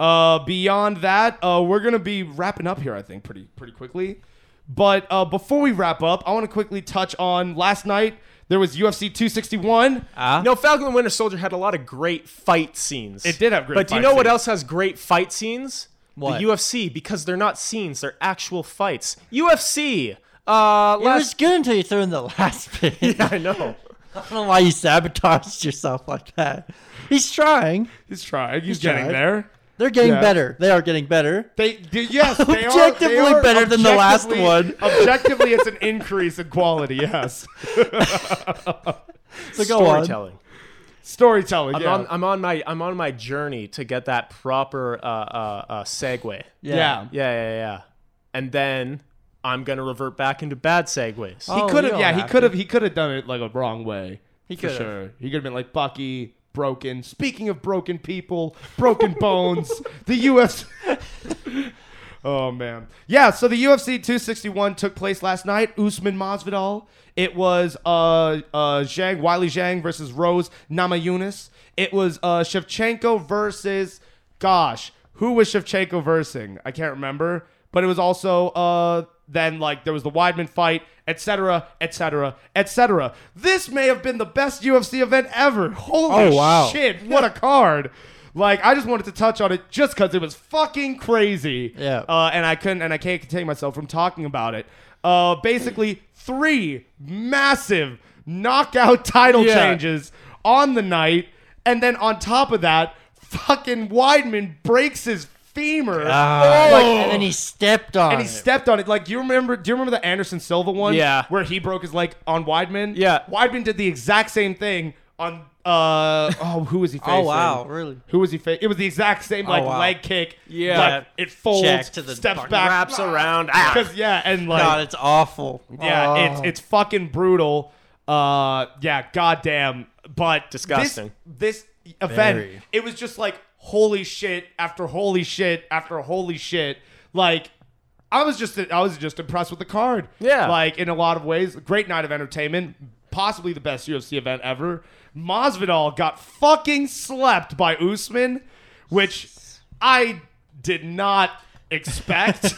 [SPEAKER 3] Uh, beyond that, uh, we're gonna be wrapping up here, I think, pretty pretty quickly. But uh, before we wrap up, I want to quickly touch on last night. There was UFC 261.
[SPEAKER 5] No, Falcon and Winter Soldier had a lot of great fight scenes.
[SPEAKER 3] It did have great
[SPEAKER 5] But do you
[SPEAKER 3] fight
[SPEAKER 5] know what
[SPEAKER 3] scenes.
[SPEAKER 5] else has great fight scenes?
[SPEAKER 4] What?
[SPEAKER 5] The UFC because they're not scenes, they're actual fights. UFC. Uh,
[SPEAKER 4] It was
[SPEAKER 5] last.
[SPEAKER 4] good until you threw in the last bit.
[SPEAKER 5] I know.
[SPEAKER 4] I don't know why you sabotaged yourself like that. He's trying.
[SPEAKER 3] He's trying. He's,
[SPEAKER 4] He's
[SPEAKER 3] getting
[SPEAKER 4] trying.
[SPEAKER 3] there.
[SPEAKER 4] They're getting
[SPEAKER 3] Yeah.
[SPEAKER 4] better. They are getting better.
[SPEAKER 3] They, they yes, they are- they
[SPEAKER 4] Objectively
[SPEAKER 3] are
[SPEAKER 4] better than the last
[SPEAKER 3] objectively-
[SPEAKER 4] one.
[SPEAKER 3] objectively, it's an increase in quality. Yes,
[SPEAKER 4] So go on.
[SPEAKER 5] Storytelling.
[SPEAKER 3] storytelling.
[SPEAKER 5] I'm,
[SPEAKER 3] yeah.
[SPEAKER 5] on, I'm on my I'm on my journey to get that proper uh, uh, uh, segue. Yeah.
[SPEAKER 3] yeah.
[SPEAKER 5] yeah, yeah, yeah. And then I'm gonna revert back into bad segues.
[SPEAKER 3] He
[SPEAKER 4] Oh,
[SPEAKER 3] could have,
[SPEAKER 4] you don't
[SPEAKER 3] yeah, he
[SPEAKER 4] have
[SPEAKER 3] could have, he could have done it like a wrong way. He
[SPEAKER 4] could've.
[SPEAKER 3] sure. He could have been like Bucky, broken. Speaking of broken people, broken bones, the UFC. oh man, yeah. So the UFC 261 took place last night. Usman Masvidal. It was uh uh Zhang Wiley Zhang versus Rose Namajunas. It was uh Shevchenko versus, gosh, who was Shevchenko versing? I can't remember. But it was also uh then like there was the Weidman fight, etc., etc., etc. This may have been the best UFC event ever. Holy
[SPEAKER 4] Oh, wow.
[SPEAKER 3] shit, what a card. Like I just wanted to touch on it just cuz it was fucking crazy.
[SPEAKER 4] Yeah.
[SPEAKER 3] Uh, and I couldn't and I can't contain myself from talking about it. Uh basically three massive knockout title
[SPEAKER 5] Yeah.
[SPEAKER 3] changes on the night and then on top of that fucking Weidman breaks his femur.
[SPEAKER 4] Ah. and then he stepped on.
[SPEAKER 3] Oh. And he
[SPEAKER 4] it.
[SPEAKER 3] stepped on it. Like, do you remember? Do you remember the Anderson Silva one?
[SPEAKER 5] Yeah.
[SPEAKER 3] where he broke his leg on Weidman.
[SPEAKER 5] Yeah.
[SPEAKER 3] Weidman did the exact same thing on. Uh oh, who was he facing?
[SPEAKER 4] Oh, wow, really? Oh,
[SPEAKER 3] Who was he facing? It was the exact same like
[SPEAKER 4] wow.
[SPEAKER 3] leg kick.
[SPEAKER 5] Yeah.
[SPEAKER 3] like, it folds
[SPEAKER 4] Check to the
[SPEAKER 3] steps
[SPEAKER 4] fucking
[SPEAKER 3] back,
[SPEAKER 5] Wraps around. Ah.
[SPEAKER 3] Because yeah, and like
[SPEAKER 4] God, it's awful.
[SPEAKER 3] yeah,
[SPEAKER 4] Oh.
[SPEAKER 3] it's it's fucking brutal. Uh, yeah, goddamn. But this-
[SPEAKER 5] Disgusting.
[SPEAKER 3] This, event,
[SPEAKER 4] Very.
[SPEAKER 3] it was just like holy shit after holy shit after holy shit. Like, I was just I was just impressed with the card.
[SPEAKER 5] Yeah.
[SPEAKER 3] like in a lot of ways, great night of entertainment. Possibly the best UFC event ever. Masvidal got fucking slept by Usman, which I did not expect.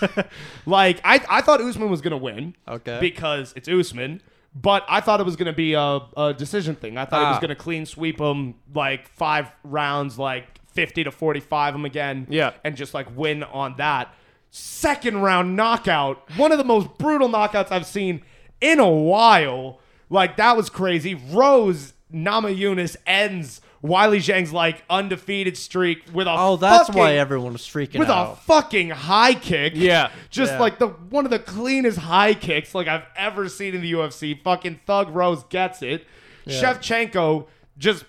[SPEAKER 3] like I, I thought Usman was gonna win.
[SPEAKER 4] Okay.
[SPEAKER 3] Because it's Usman. But I thought it was gonna be a, a decision thing. I thought it was
[SPEAKER 4] Ah.
[SPEAKER 3] gonna clean sweep him like five rounds, like fifty to forty five him again.
[SPEAKER 5] Yeah.
[SPEAKER 3] And just like win on that. Second round knockout, one of the most brutal knockouts I've seen in a while. Like that was crazy. Rose Nama Yunus ends Wiley Zhang's like undefeated streak with a
[SPEAKER 4] Oh, that's why
[SPEAKER 3] fucking-
[SPEAKER 4] everyone was freaking
[SPEAKER 3] with a
[SPEAKER 4] out.
[SPEAKER 3] fucking high kick.
[SPEAKER 5] Yeah.
[SPEAKER 3] Just
[SPEAKER 4] Yeah.
[SPEAKER 3] like the one of the cleanest high kicks like I've ever seen in the UFC. Fucking Thug Rose gets it. Shevchenko just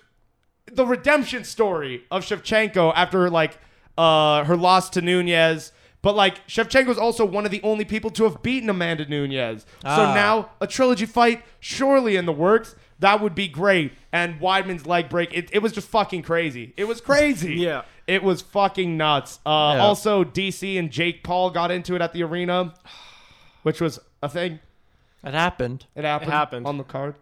[SPEAKER 3] the redemption story of Shevchenko after like uh, her loss to Nunez. But like Shevchenko is also one of the only people to have beaten Amanda Nunez. So
[SPEAKER 4] Ah.
[SPEAKER 3] now a trilogy fight surely in the works. That would be great. And Weidman's leg break. It, it was just fucking crazy. It was crazy.
[SPEAKER 5] Yeah.
[SPEAKER 3] It was fucking nuts. Uh, Also, DC and Jake Paul got into it at the arena, which was a thing.
[SPEAKER 4] it happened.
[SPEAKER 3] It happened,
[SPEAKER 5] happened.
[SPEAKER 3] on the card.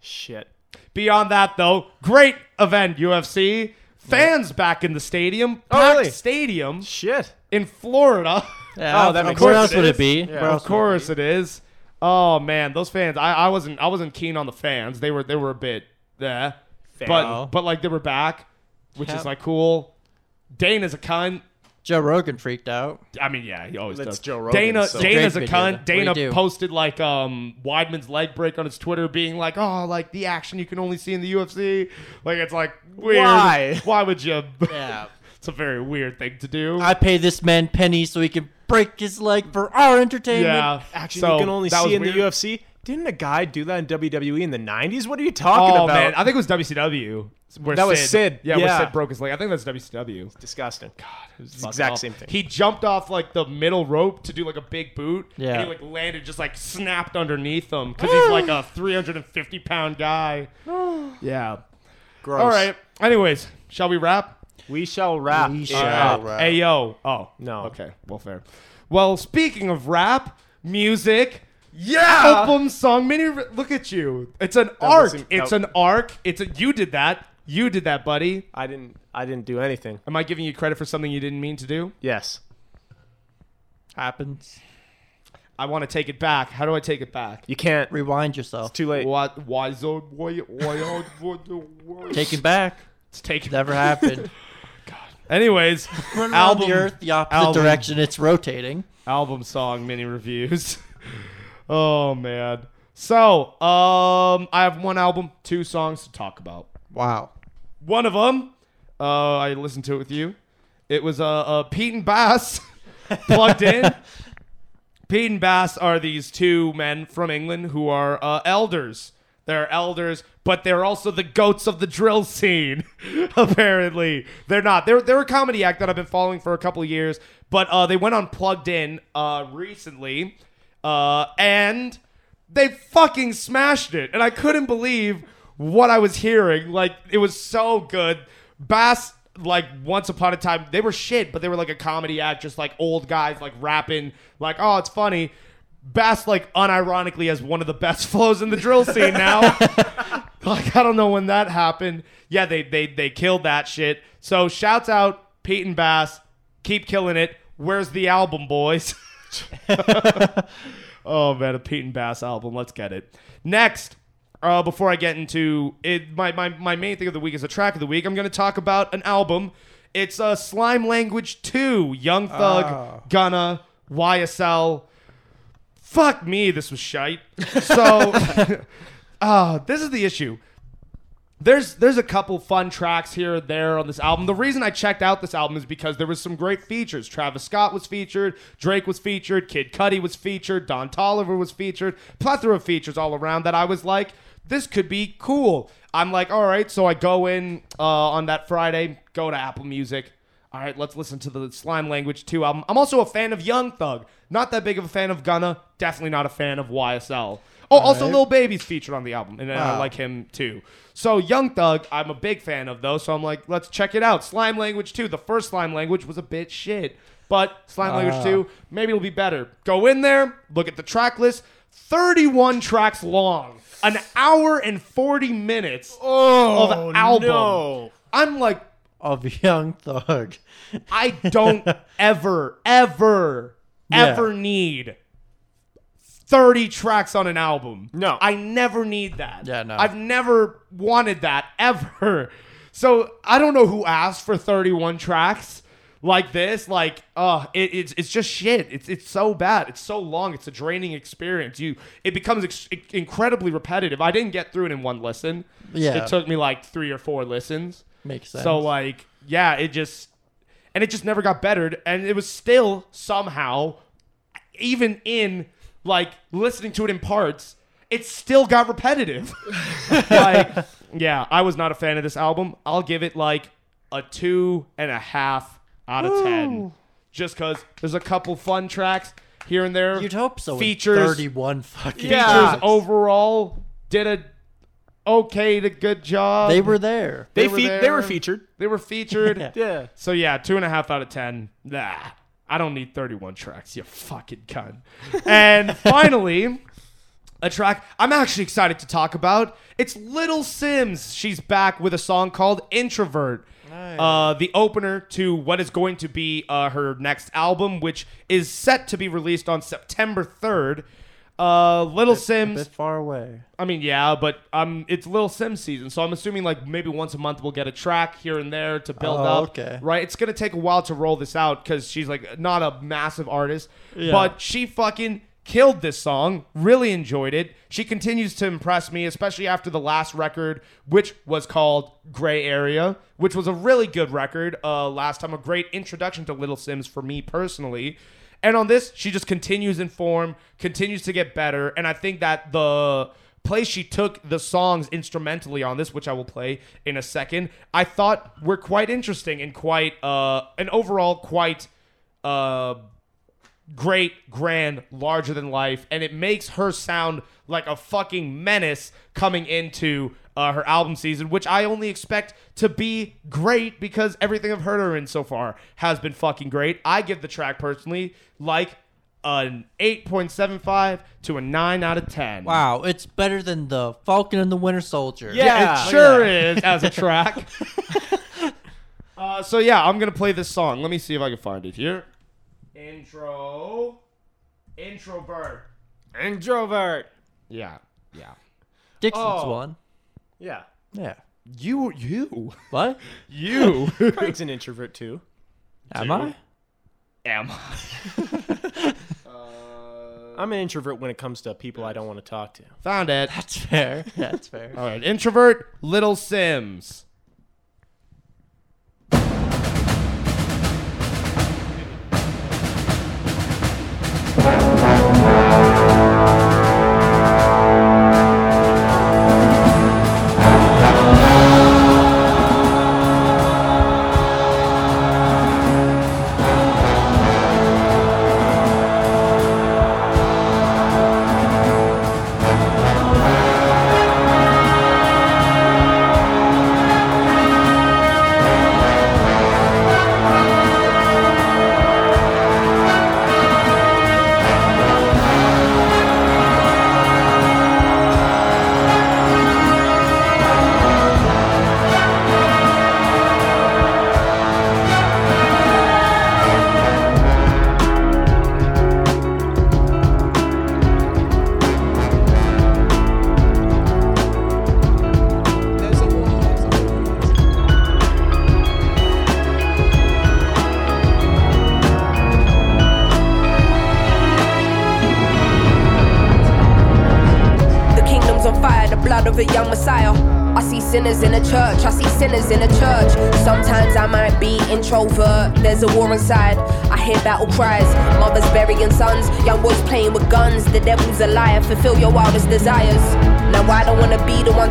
[SPEAKER 5] Shit.
[SPEAKER 3] Beyond that, though, great event, UFC. Fans back in the stadium. packed
[SPEAKER 5] Oh, really?
[SPEAKER 3] Stadium
[SPEAKER 5] Shit.
[SPEAKER 3] in Florida.
[SPEAKER 4] Yeah,
[SPEAKER 5] Oh, that
[SPEAKER 4] of
[SPEAKER 5] makes
[SPEAKER 4] Where
[SPEAKER 5] sense.
[SPEAKER 4] else would
[SPEAKER 5] It
[SPEAKER 4] it be?
[SPEAKER 5] is. Yeah.
[SPEAKER 4] Where
[SPEAKER 3] of
[SPEAKER 4] else would-
[SPEAKER 3] course it is. Oh man, those fans. I, I wasn't I wasn't keen on the fans. They were they were a bit there. But
[SPEAKER 4] Fair.
[SPEAKER 3] but like they were back, which
[SPEAKER 4] Yeah.
[SPEAKER 3] is like cool. Dana's a cunt.
[SPEAKER 4] Joe Rogan freaked out.
[SPEAKER 3] I mean, yeah, he always
[SPEAKER 5] That's
[SPEAKER 3] does.
[SPEAKER 5] Joe Rogan,
[SPEAKER 3] Dana,
[SPEAKER 5] so-
[SPEAKER 3] Dana's a
[SPEAKER 4] Great video.
[SPEAKER 3] cunt.
[SPEAKER 4] What do you
[SPEAKER 3] Dana
[SPEAKER 4] do?
[SPEAKER 3] posted like um Weidman's leg break on his Twitter, being like, "Oh, like the action you can only see in the UFC." Like it's like weird.
[SPEAKER 5] Why?
[SPEAKER 3] Why would you?
[SPEAKER 4] Yeah.
[SPEAKER 3] it's a very weird thing to do.
[SPEAKER 4] I pay this man pennies so he can break his leg for our entertainment.
[SPEAKER 3] yeah,
[SPEAKER 5] Action
[SPEAKER 3] So,
[SPEAKER 5] you can only
[SPEAKER 3] that was
[SPEAKER 5] see in
[SPEAKER 3] weird.
[SPEAKER 5] the UFC. Didn't a guy do that in WWE in the 90s? What are you talking
[SPEAKER 3] Oh
[SPEAKER 5] about?
[SPEAKER 3] man, I think it was WCW. Where
[SPEAKER 5] That was Sid.
[SPEAKER 3] Yeah, where
[SPEAKER 5] Yeah.
[SPEAKER 3] Sid broke his leg. I think that's WCW.
[SPEAKER 5] disgusting. God, it was the
[SPEAKER 3] Fuck
[SPEAKER 5] exact
[SPEAKER 3] off.
[SPEAKER 5] same thing.
[SPEAKER 3] He jumped off like the middle rope to do like a big boot.
[SPEAKER 4] Yeah.
[SPEAKER 3] And he like landed just like snapped underneath him because he's like a 350 pound guy. yeah.
[SPEAKER 5] Gross.
[SPEAKER 3] All right. Anyways, shall we wrap?
[SPEAKER 5] We shall rap. Uh,
[SPEAKER 4] We
[SPEAKER 5] it
[SPEAKER 4] shall
[SPEAKER 5] up.
[SPEAKER 9] rap.
[SPEAKER 3] Hey yo. Oh
[SPEAKER 5] No.
[SPEAKER 3] Okay. Well, fair. Well, speaking of rap, music,
[SPEAKER 1] Yeah.
[SPEAKER 3] album, song, mini. Look at you. It's an arc.
[SPEAKER 5] wasn't-
[SPEAKER 3] it's
[SPEAKER 5] that-
[SPEAKER 3] an arc. It's a. You did that. You did that, buddy.
[SPEAKER 5] I didn't. I didn't do anything.
[SPEAKER 3] Am I giving you credit for something you didn't mean to do?
[SPEAKER 5] Yes.
[SPEAKER 4] Happens.
[SPEAKER 3] I want to take it back. How do I take it back?
[SPEAKER 5] You can't.
[SPEAKER 4] Rewind yourself.
[SPEAKER 5] Too late.
[SPEAKER 3] What? Why so? Why? Why? why- why-
[SPEAKER 4] Take it back.
[SPEAKER 3] Let's take it.
[SPEAKER 4] Never happened.
[SPEAKER 3] Anyways,
[SPEAKER 4] Run around
[SPEAKER 3] album,
[SPEAKER 4] the earth the opposite
[SPEAKER 3] album.
[SPEAKER 4] direction. It's rotating.
[SPEAKER 3] album song mini reviews. oh man. So, um, I have one album, two songs to talk about.
[SPEAKER 4] Wow.
[SPEAKER 3] One of them, uh, I listened to it with you. It was uh, uh Pete and Bass plugged in. Pete and Bass are these two men from England who are uh, elders. They're elders, but they're also the goats of the drill scene. Apparently, they're not. They're they're a comedy act that I've been following for a couple of years, but uh, they went on Plugged In uh, recently, uh, and they fucking smashed it. And I couldn't believe what I was hearing. Like it was so good. Bass like once upon a time they were shit, but they were like a comedy act, just like old guys like rapping, like oh it's funny. Bass like unironically has one of the best flows in the drill scene now. like I don't know when that happened. Yeah, they they they killed that shit. So shouts out Pete and Bass, keep killing it. Where's the album, boys? oh man, a Pete and Bass album. Let's get it. Next, uh, before I get into it, my, my my main thing of the week is a track of the week. I'm going to talk about an album. It's uh, Slime Language Two, Young Thug, Gunna, YSL. Fuck me, this was shite. So, uh, this is the issue there's there's a couple fun tracks here or there on this album. The reason I checked out this album is because there was some great features. Travis Scott was featured, Drake was featured, Kid Cudi was featured, Don Tolliver was featured, plethora of features all around that I was like, this could be cool. I'm like, all right, so I go in uh, on that Friday, go to Apple Music. All right, let's listen to the Slime Language 2 album. I'm also a fan of Young Thug. Not that big of a fan of Gunna. Definitely not a fan of YSL. Oh, also Lil Baby's featured on the album, and I like him too. So Young Thug, I'm a big fan of though. So I'm like, let's check it out. Slime Language 2. The first Slime Language was a bit shit, but Slime Language 2 maybe it'll be better. Go in there, look at the track list. 31 tracks long, an hour and 40 minutes of album. I'm like,
[SPEAKER 4] Of Young Thug.
[SPEAKER 3] I don't ever, ever,
[SPEAKER 4] Yeah.
[SPEAKER 3] ever need 30 tracks on an album.
[SPEAKER 5] No.
[SPEAKER 3] I never need that.
[SPEAKER 4] Yeah, no.
[SPEAKER 3] I've never wanted that ever. So I don't know who asked for 31 tracks like this. Like, uh, it, it's it's just shit. It's it's so bad. It's so long. It's a draining experience. You it becomes ex- incredibly repetitive. I didn't get through it in one listen.
[SPEAKER 4] Yeah.
[SPEAKER 3] It took me like three or four listens.
[SPEAKER 4] Makes sense.
[SPEAKER 3] So like, yeah, it just and it just never got bettered, and it was still somehow, even in like listening to it in parts, it still got repetitive. like, yeah, I was not a fan of this album. I'll give it like a two and a half out of ten, just because there's a couple fun tracks here and there.
[SPEAKER 4] You'd hope so. in
[SPEAKER 3] Features
[SPEAKER 4] 31 fucking
[SPEAKER 3] features
[SPEAKER 5] Yeah.
[SPEAKER 3] overall did a okay to good job.
[SPEAKER 4] They were there.
[SPEAKER 5] They
[SPEAKER 3] They
[SPEAKER 5] fe-
[SPEAKER 3] were
[SPEAKER 5] they were
[SPEAKER 3] there.
[SPEAKER 5] featured.
[SPEAKER 3] They were featured.
[SPEAKER 5] Yeah.
[SPEAKER 3] So yeah, two and a half out of ten. Nah, I don't need 31 tracks. You fucking cunt. And finally, a track I'm actually excited to talk about. It's Little Sims. She's back with a song called Introvert. Uh, the opener to what is going to be uh, her next album, which is set to be released on September 3rd. Uh, Little
[SPEAKER 4] A
[SPEAKER 3] Sims.
[SPEAKER 4] bit far away.
[SPEAKER 3] I mean, yeah, but um, it's Little Sim season, so I'm assuming like maybe once a month we'll get a track here and there to build
[SPEAKER 4] Oh,
[SPEAKER 3] up.
[SPEAKER 4] okay.
[SPEAKER 3] Right? It's gonna take a while to roll this out because she's like not a massive artist, but she fucking killed this song. Really enjoyed it. She continues to impress me, especially after the last record, which was called Gray Area, which was a really good record. Uh, last time a great introduction to Little Sims for me personally. And on this, she just continues in form, continues to get better. And I think that the place she took the songs instrumentally on this, which I will play in a second, I thought were quite interesting and quite, uh, and overall quite, uh, great, grand, larger than life, and it makes her sound like a fucking menace coming into uh, her album season, which I only expect to be great because everything I've heard her in so far has been fucking great. I give the track personally like an 8.75 to a 9 out of 10.
[SPEAKER 4] Wow, it's better than the Falcon and the Winter Soldier.
[SPEAKER 3] Yeah,
[SPEAKER 5] Yeah.
[SPEAKER 3] it sure is as a track. uh, so yeah, I'm gonna play this song. Let me see if I can find it here. Intro, introvert.
[SPEAKER 5] Introvert.
[SPEAKER 3] Yeah, yeah.
[SPEAKER 4] Dixon's
[SPEAKER 3] Oh.
[SPEAKER 4] one.
[SPEAKER 5] Yeah.
[SPEAKER 4] Yeah.
[SPEAKER 3] You, you,
[SPEAKER 4] What?
[SPEAKER 3] you.
[SPEAKER 5] Craig's an introvert too.
[SPEAKER 4] Am I?
[SPEAKER 3] Am
[SPEAKER 5] I'm an introvert when it comes to people I don't want to talk to.
[SPEAKER 3] found it.
[SPEAKER 4] That's fair. That's fair.
[SPEAKER 3] All right, introvert, Little Sims.
[SPEAKER 10] The kingdom's on fire, the blood of a young Messiah. I see sinners in a church, I see sinners in a church. Sometimes I might be introvert, there's a war inside. I hear battle cries, mothers burying sons, young boys playing with guns. The devil's a liar, fulfill your wildest desires. Now, I don't wanna be the one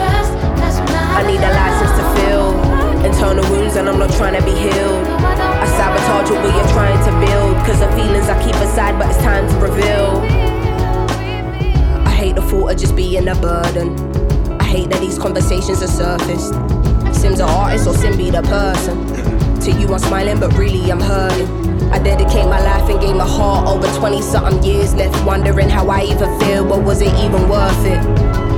[SPEAKER 10] I need a license to feel internal wounds, and I'm not trying to be healed. I sabotage what we are trying to build. Cause the feelings I keep aside, but it's time to reveal. I hate the thought of just being a burden. I hate that these conversations are surfaced. Sim's an artist or Sim be the person. To you, I'm smiling, but really I'm hurting. I dedicate my life and gave my heart over 20 something years, left wondering how I even feel, but was it even worth it?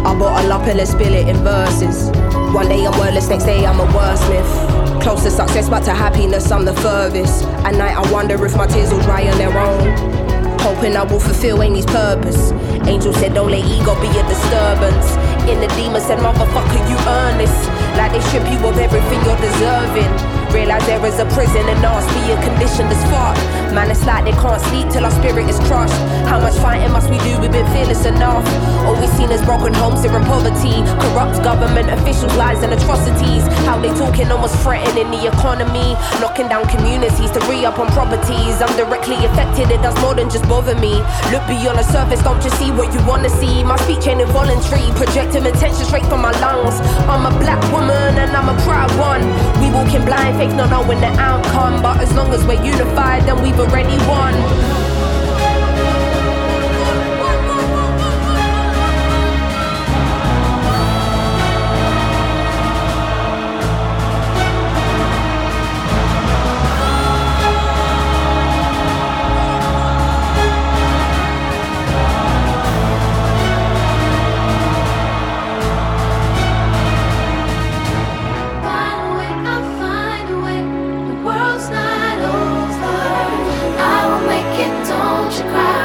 [SPEAKER 10] I bought a lot and let's spill it in verses. One day I'm wordless, next day I'm a wordsmith. Close to success, but to happiness, I'm the furthest. At night, I wonder if my tears will dry on their own. Hoping I will fulfill Amy's purpose. Angel said, Don't let ego be a disturbance. In the demon said, Motherfucker, you earn this. Like they strip you of everything you're deserving. Realize there is a prison and nasty and conditioned as fuck. Man, it's like they can't sleep till our spirit is crushed. How much fighting must we do? We've been fearless enough. All we've seen is broken homes here and poverty. Corrupt government officials, lies and atrocities. How they talking almost threatening the economy. Knocking down communities to re up on properties. I'm directly affected, it does more than just bother me. Look beyond the surface, don't just see what you wanna see. My speech ain't involuntary, projecting attention straight from my lungs. I'm a black woman and I'm a proud one. We walk in blind faith, not knowing the outcome. But as long as we're unified, then we've already won.
[SPEAKER 11] Find a way, the world's not over. I will make it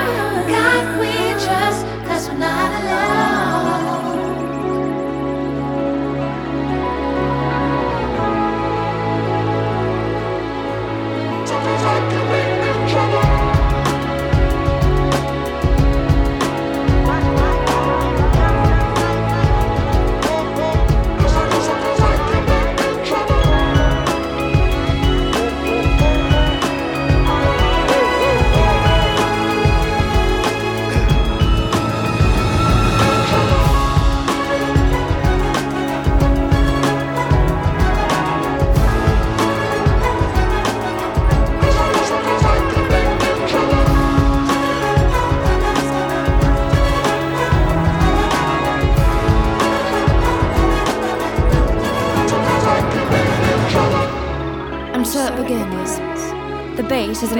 [SPEAKER 11] usurp beginners. The base is an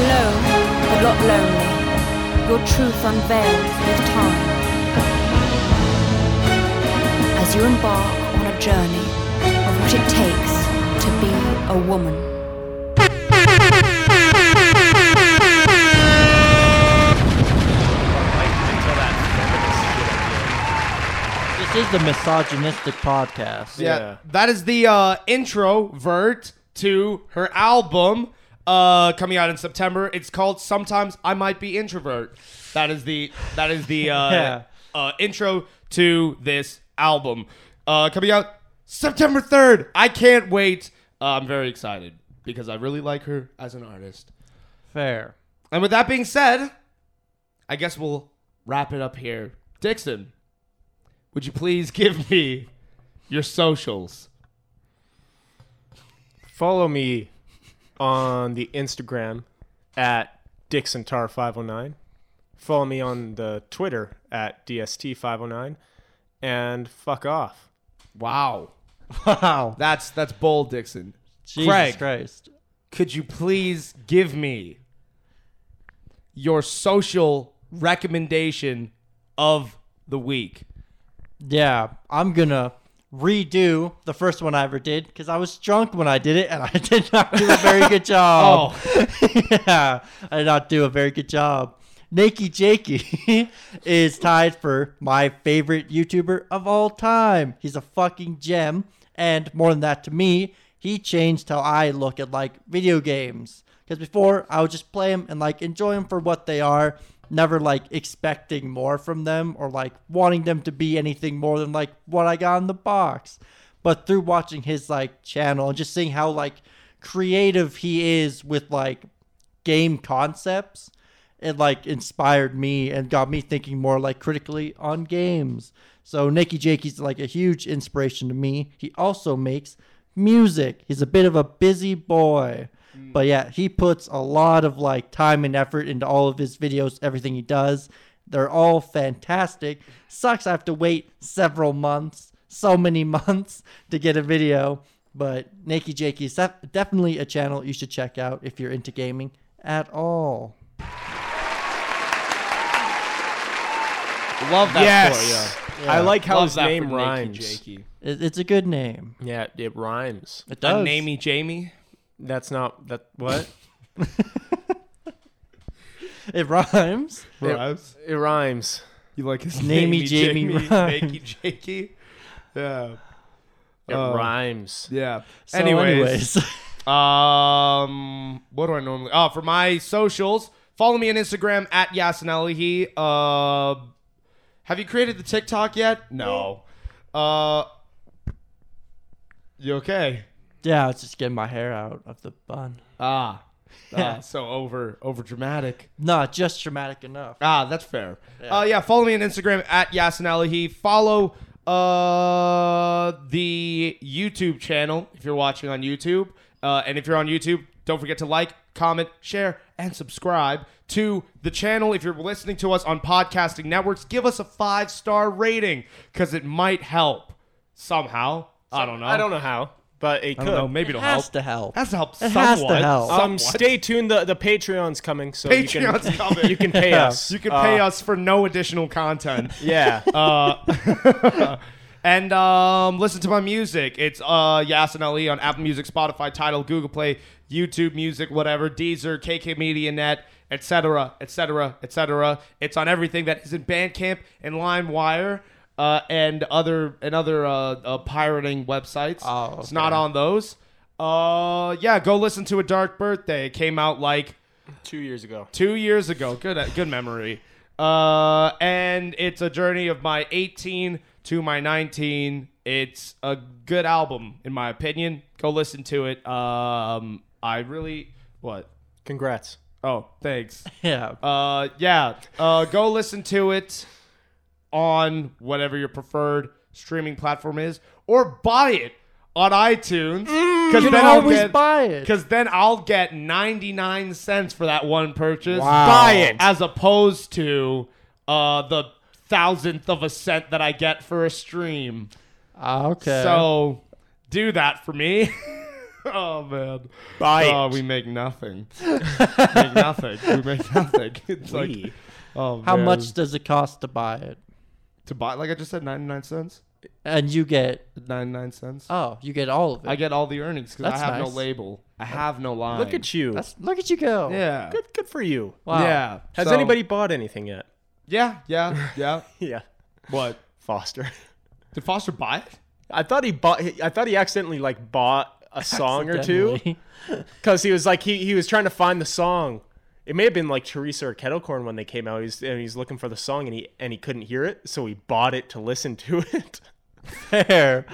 [SPEAKER 11] Alone, but not lonely. Your truth unveils with time. As you embark on a journey of what it takes to be a woman.
[SPEAKER 4] This is the misogynistic podcast.
[SPEAKER 3] Yeah. That is the uh, introvert to her album uh, coming out in September. It's called Sometimes I Might Be Introvert. That is the that is the uh,
[SPEAKER 4] Yeah.
[SPEAKER 3] uh, intro to this album. Uh, coming out September 3rd. I can't wait. Uh, I'm very excited because I really like her as an artist.
[SPEAKER 4] Fair.
[SPEAKER 3] And with that being said, I guess we'll wrap it up here. Dixon, would you please give me your socials?
[SPEAKER 5] Follow me on the Instagram at DixonTar509. Follow me on the Twitter at DST509. And fuck off.
[SPEAKER 3] Wow.
[SPEAKER 4] Wow.
[SPEAKER 3] That's that's bold, Dixon.
[SPEAKER 4] Jesus Christ.
[SPEAKER 3] Could you please give me your social recommendation of the week?
[SPEAKER 4] Yeah, I'm gonna redo the first one I ever did because I was drunk when I did it and I did not do a very good job. yeah, I did not do a very good job. Nakey Jakey is tied for my favorite YouTuber of all time. He's a fucking gem, and more than that, to me, he changed how I look at like video games. Because before, I would just play them and like enjoy them for what they are, never like expecting more from them or like wanting them to be anything more than like what I got in the box. But through watching his like channel and just seeing how like creative he is with like game concepts, it like inspired me and got me thinking more like critically on games. So Nicky Jakey's like a huge inspiration to me. He also makes music. He's a bit of a busy boy. But yeah, he puts a lot of like time and effort into all of his videos, everything he does. They're all fantastic. Sucks I have to wait several months, so many months to get a video. But Nakey Jakey is def- definitely a channel you should check out if you're into gaming at all.
[SPEAKER 3] Love that
[SPEAKER 5] Yes!
[SPEAKER 3] for you.
[SPEAKER 5] I like how
[SPEAKER 3] Love
[SPEAKER 5] his
[SPEAKER 3] that
[SPEAKER 5] name
[SPEAKER 3] for Nikki
[SPEAKER 5] rhymes.
[SPEAKER 3] Jakey.
[SPEAKER 4] It, it's a good name.
[SPEAKER 5] Yeah, it rhymes.
[SPEAKER 4] It
[SPEAKER 3] A
[SPEAKER 4] does.
[SPEAKER 3] namey Jamie.
[SPEAKER 5] That's not that what?
[SPEAKER 4] It rhymes.
[SPEAKER 3] Rhymes.
[SPEAKER 5] It rhymes.
[SPEAKER 3] You like his
[SPEAKER 4] Namey
[SPEAKER 3] namey
[SPEAKER 4] Jamie rhymes.
[SPEAKER 3] Nakey Jakey. Yeah.
[SPEAKER 5] It
[SPEAKER 3] Oh.
[SPEAKER 5] rhymes.
[SPEAKER 3] Yeah.
[SPEAKER 4] So
[SPEAKER 3] anyways,
[SPEAKER 4] anyways.
[SPEAKER 3] um, what do I normally? Oh, for my socials, follow me on Instagram at Yasinelli. Uh, have you created the TikTok yet? No. Uh, you okay?
[SPEAKER 4] yeah, I was just getting my hair out of the bun.
[SPEAKER 3] Ah, ah, so over over dramatic.
[SPEAKER 4] Not just dramatic enough.
[SPEAKER 3] Ah, that's fair. Uh, yeah, follow me on Instagram at Yasin Alahi. Follow uh, the YouTube channel if you're watching on YouTube. Uh, and if you're on YouTube, don't forget to like, comment, share, and subscribe to the channel. If you're listening to us on podcasting networks, give us a five star rating because it might help somehow. I don't know.
[SPEAKER 5] I don't know how, but it
[SPEAKER 3] I
[SPEAKER 5] could.
[SPEAKER 3] don't know. Maybe it will
[SPEAKER 4] has
[SPEAKER 3] help.
[SPEAKER 4] to help.
[SPEAKER 3] Has to help
[SPEAKER 4] It
[SPEAKER 3] somewhat.
[SPEAKER 4] has to help.
[SPEAKER 5] Um,
[SPEAKER 3] somewhat.
[SPEAKER 5] stay tuned. The the Patreon's coming, so
[SPEAKER 3] Patreon's
[SPEAKER 5] you can,
[SPEAKER 3] coming.
[SPEAKER 5] You can pay
[SPEAKER 4] Yeah.
[SPEAKER 5] us.
[SPEAKER 3] You can pay
[SPEAKER 5] Uh,
[SPEAKER 3] us for no additional content.
[SPEAKER 5] Yeah.
[SPEAKER 3] Uh, and um, listen to my music. It's uh, Yasin Ali on Apple Music, Spotify, Title, Google Play, YouTube Music, whatever, Deezer, KK Media Net, etc., etc., etc. It's on everything that is in Bandcamp and LimeWire. Uh, and other and other uh, uh, pirating websites.
[SPEAKER 4] Oh,
[SPEAKER 3] It's not on those. Uh, yeah, go listen to a Dark Birthday. It came out like
[SPEAKER 5] two years ago.
[SPEAKER 3] two years ago. uh, Good, good memory. Uh, and it's a journey of my 18 to my 19. It's a good album, in my opinion. Go listen to it. Um, I really what?
[SPEAKER 5] Congrats.
[SPEAKER 3] Oh, thanks.
[SPEAKER 4] Yeah.
[SPEAKER 3] Uh, yeah. Uh, go listen to it on whatever your preferred streaming platform is, or buy it on iTunes. Because
[SPEAKER 4] Mm, you
[SPEAKER 3] then
[SPEAKER 4] can
[SPEAKER 3] I'll
[SPEAKER 4] always
[SPEAKER 3] get,
[SPEAKER 4] buy it.
[SPEAKER 3] Because then I'll get ninety nine cents for that one purchase.
[SPEAKER 4] Wow.
[SPEAKER 5] Buy it.
[SPEAKER 3] as opposed to uh, the thousandth of a cent that I get for a stream.
[SPEAKER 4] Ah, okay.
[SPEAKER 3] So do that for me. oh man.
[SPEAKER 5] Buy
[SPEAKER 3] Oh,
[SPEAKER 5] it.
[SPEAKER 3] we make nothing. make nothing. We make nothing. It's like
[SPEAKER 5] We.
[SPEAKER 3] oh,
[SPEAKER 4] how
[SPEAKER 3] man.
[SPEAKER 4] much does it cost to buy it?
[SPEAKER 3] to buy? Like I just said, ninety nine cents.
[SPEAKER 4] And you get
[SPEAKER 3] Ninety nine cents.
[SPEAKER 4] oh, you get all of it.
[SPEAKER 3] I get all the earnings because I
[SPEAKER 4] That's
[SPEAKER 3] have no
[SPEAKER 4] nice.
[SPEAKER 3] label. I have no line.
[SPEAKER 5] Look at you.
[SPEAKER 4] That's, look at you go.
[SPEAKER 3] yeah.
[SPEAKER 5] good. Good for you.
[SPEAKER 4] Wow.
[SPEAKER 3] Yeah.
[SPEAKER 5] Has
[SPEAKER 3] So-
[SPEAKER 5] anybody bought anything yet?
[SPEAKER 3] Yeah, yeah, yeah.
[SPEAKER 5] Yeah.
[SPEAKER 3] what?
[SPEAKER 5] Foster.
[SPEAKER 3] Did Foster buy it?
[SPEAKER 5] I thought he bought. I thought he accidentally like bought a song or two
[SPEAKER 4] Definitely.
[SPEAKER 5] because he was like he he was trying to find the song. It may have been like Teresa or Kettlecorn when they came out. He's and he's looking for the song and he and he couldn't hear it, so he bought it to listen to it.
[SPEAKER 4] Fair.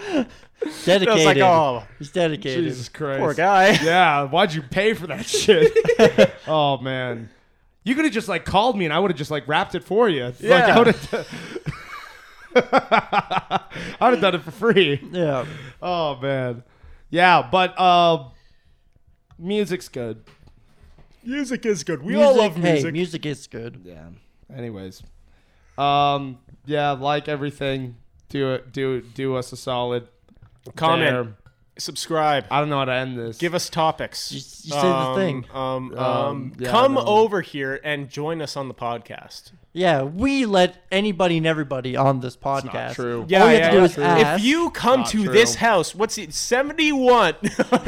[SPEAKER 4] dedicated.
[SPEAKER 5] I was like, oh,
[SPEAKER 4] He's dedicated.
[SPEAKER 3] Jesus Christ.
[SPEAKER 5] poor guy.
[SPEAKER 3] Yeah, why'd you pay for that shit? oh man. You could have just like called me and I would have just like wrapped it for you. Like,
[SPEAKER 5] Yeah.
[SPEAKER 3] I would have I would have done it for free.
[SPEAKER 4] Yeah.
[SPEAKER 3] Oh man. Yeah, but uh music's good.
[SPEAKER 5] Music is good. We
[SPEAKER 4] Music,
[SPEAKER 5] all love
[SPEAKER 4] Hey,
[SPEAKER 5] music.
[SPEAKER 4] music is good.
[SPEAKER 3] Yeah. Anyways. Um yeah, like everything. Do it do do us a solid.
[SPEAKER 5] Comment,
[SPEAKER 3] There.
[SPEAKER 5] subscribe,
[SPEAKER 3] I don't know how to end this.
[SPEAKER 5] give us topics.
[SPEAKER 4] You, you say the thing.
[SPEAKER 5] Um, um,
[SPEAKER 3] yeah,
[SPEAKER 5] come
[SPEAKER 3] no.
[SPEAKER 5] over here and join us on the podcast.
[SPEAKER 4] Yeah, we let anybody and everybody on this podcast.
[SPEAKER 3] true.
[SPEAKER 4] Yeah, All you have to do is
[SPEAKER 5] true.
[SPEAKER 4] ask.
[SPEAKER 5] If you come
[SPEAKER 3] Not
[SPEAKER 5] to
[SPEAKER 3] Ah, true.
[SPEAKER 5] this house, what's it? Seventy-one.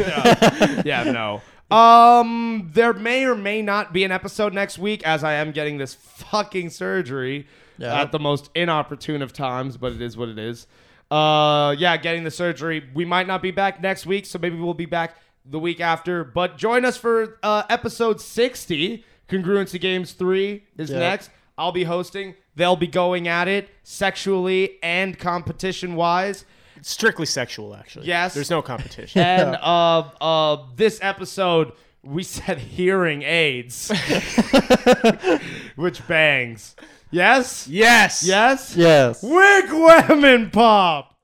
[SPEAKER 3] yeah, no. Um, there may or may not be an episode next week as I am getting this fucking surgery
[SPEAKER 4] Yeah.
[SPEAKER 3] at the most inopportune of times, but it is what it is. Uh, yeah, getting the surgery. We might not be back next week, so maybe we'll be back the week after. But join us for uh, episode 60. Congruency Games 3 is
[SPEAKER 4] Yeah.
[SPEAKER 3] next. I'll be hosting. They'll be going at it sexually and competition wise.
[SPEAKER 5] Strictly sexual, actually.
[SPEAKER 3] Yes.
[SPEAKER 5] There's no competition.
[SPEAKER 3] And uh, uh, this episode, we said hearing aids, which bangs. Yes?
[SPEAKER 5] yes.
[SPEAKER 3] Yes?
[SPEAKER 4] yes.
[SPEAKER 3] Wigwam and Pop!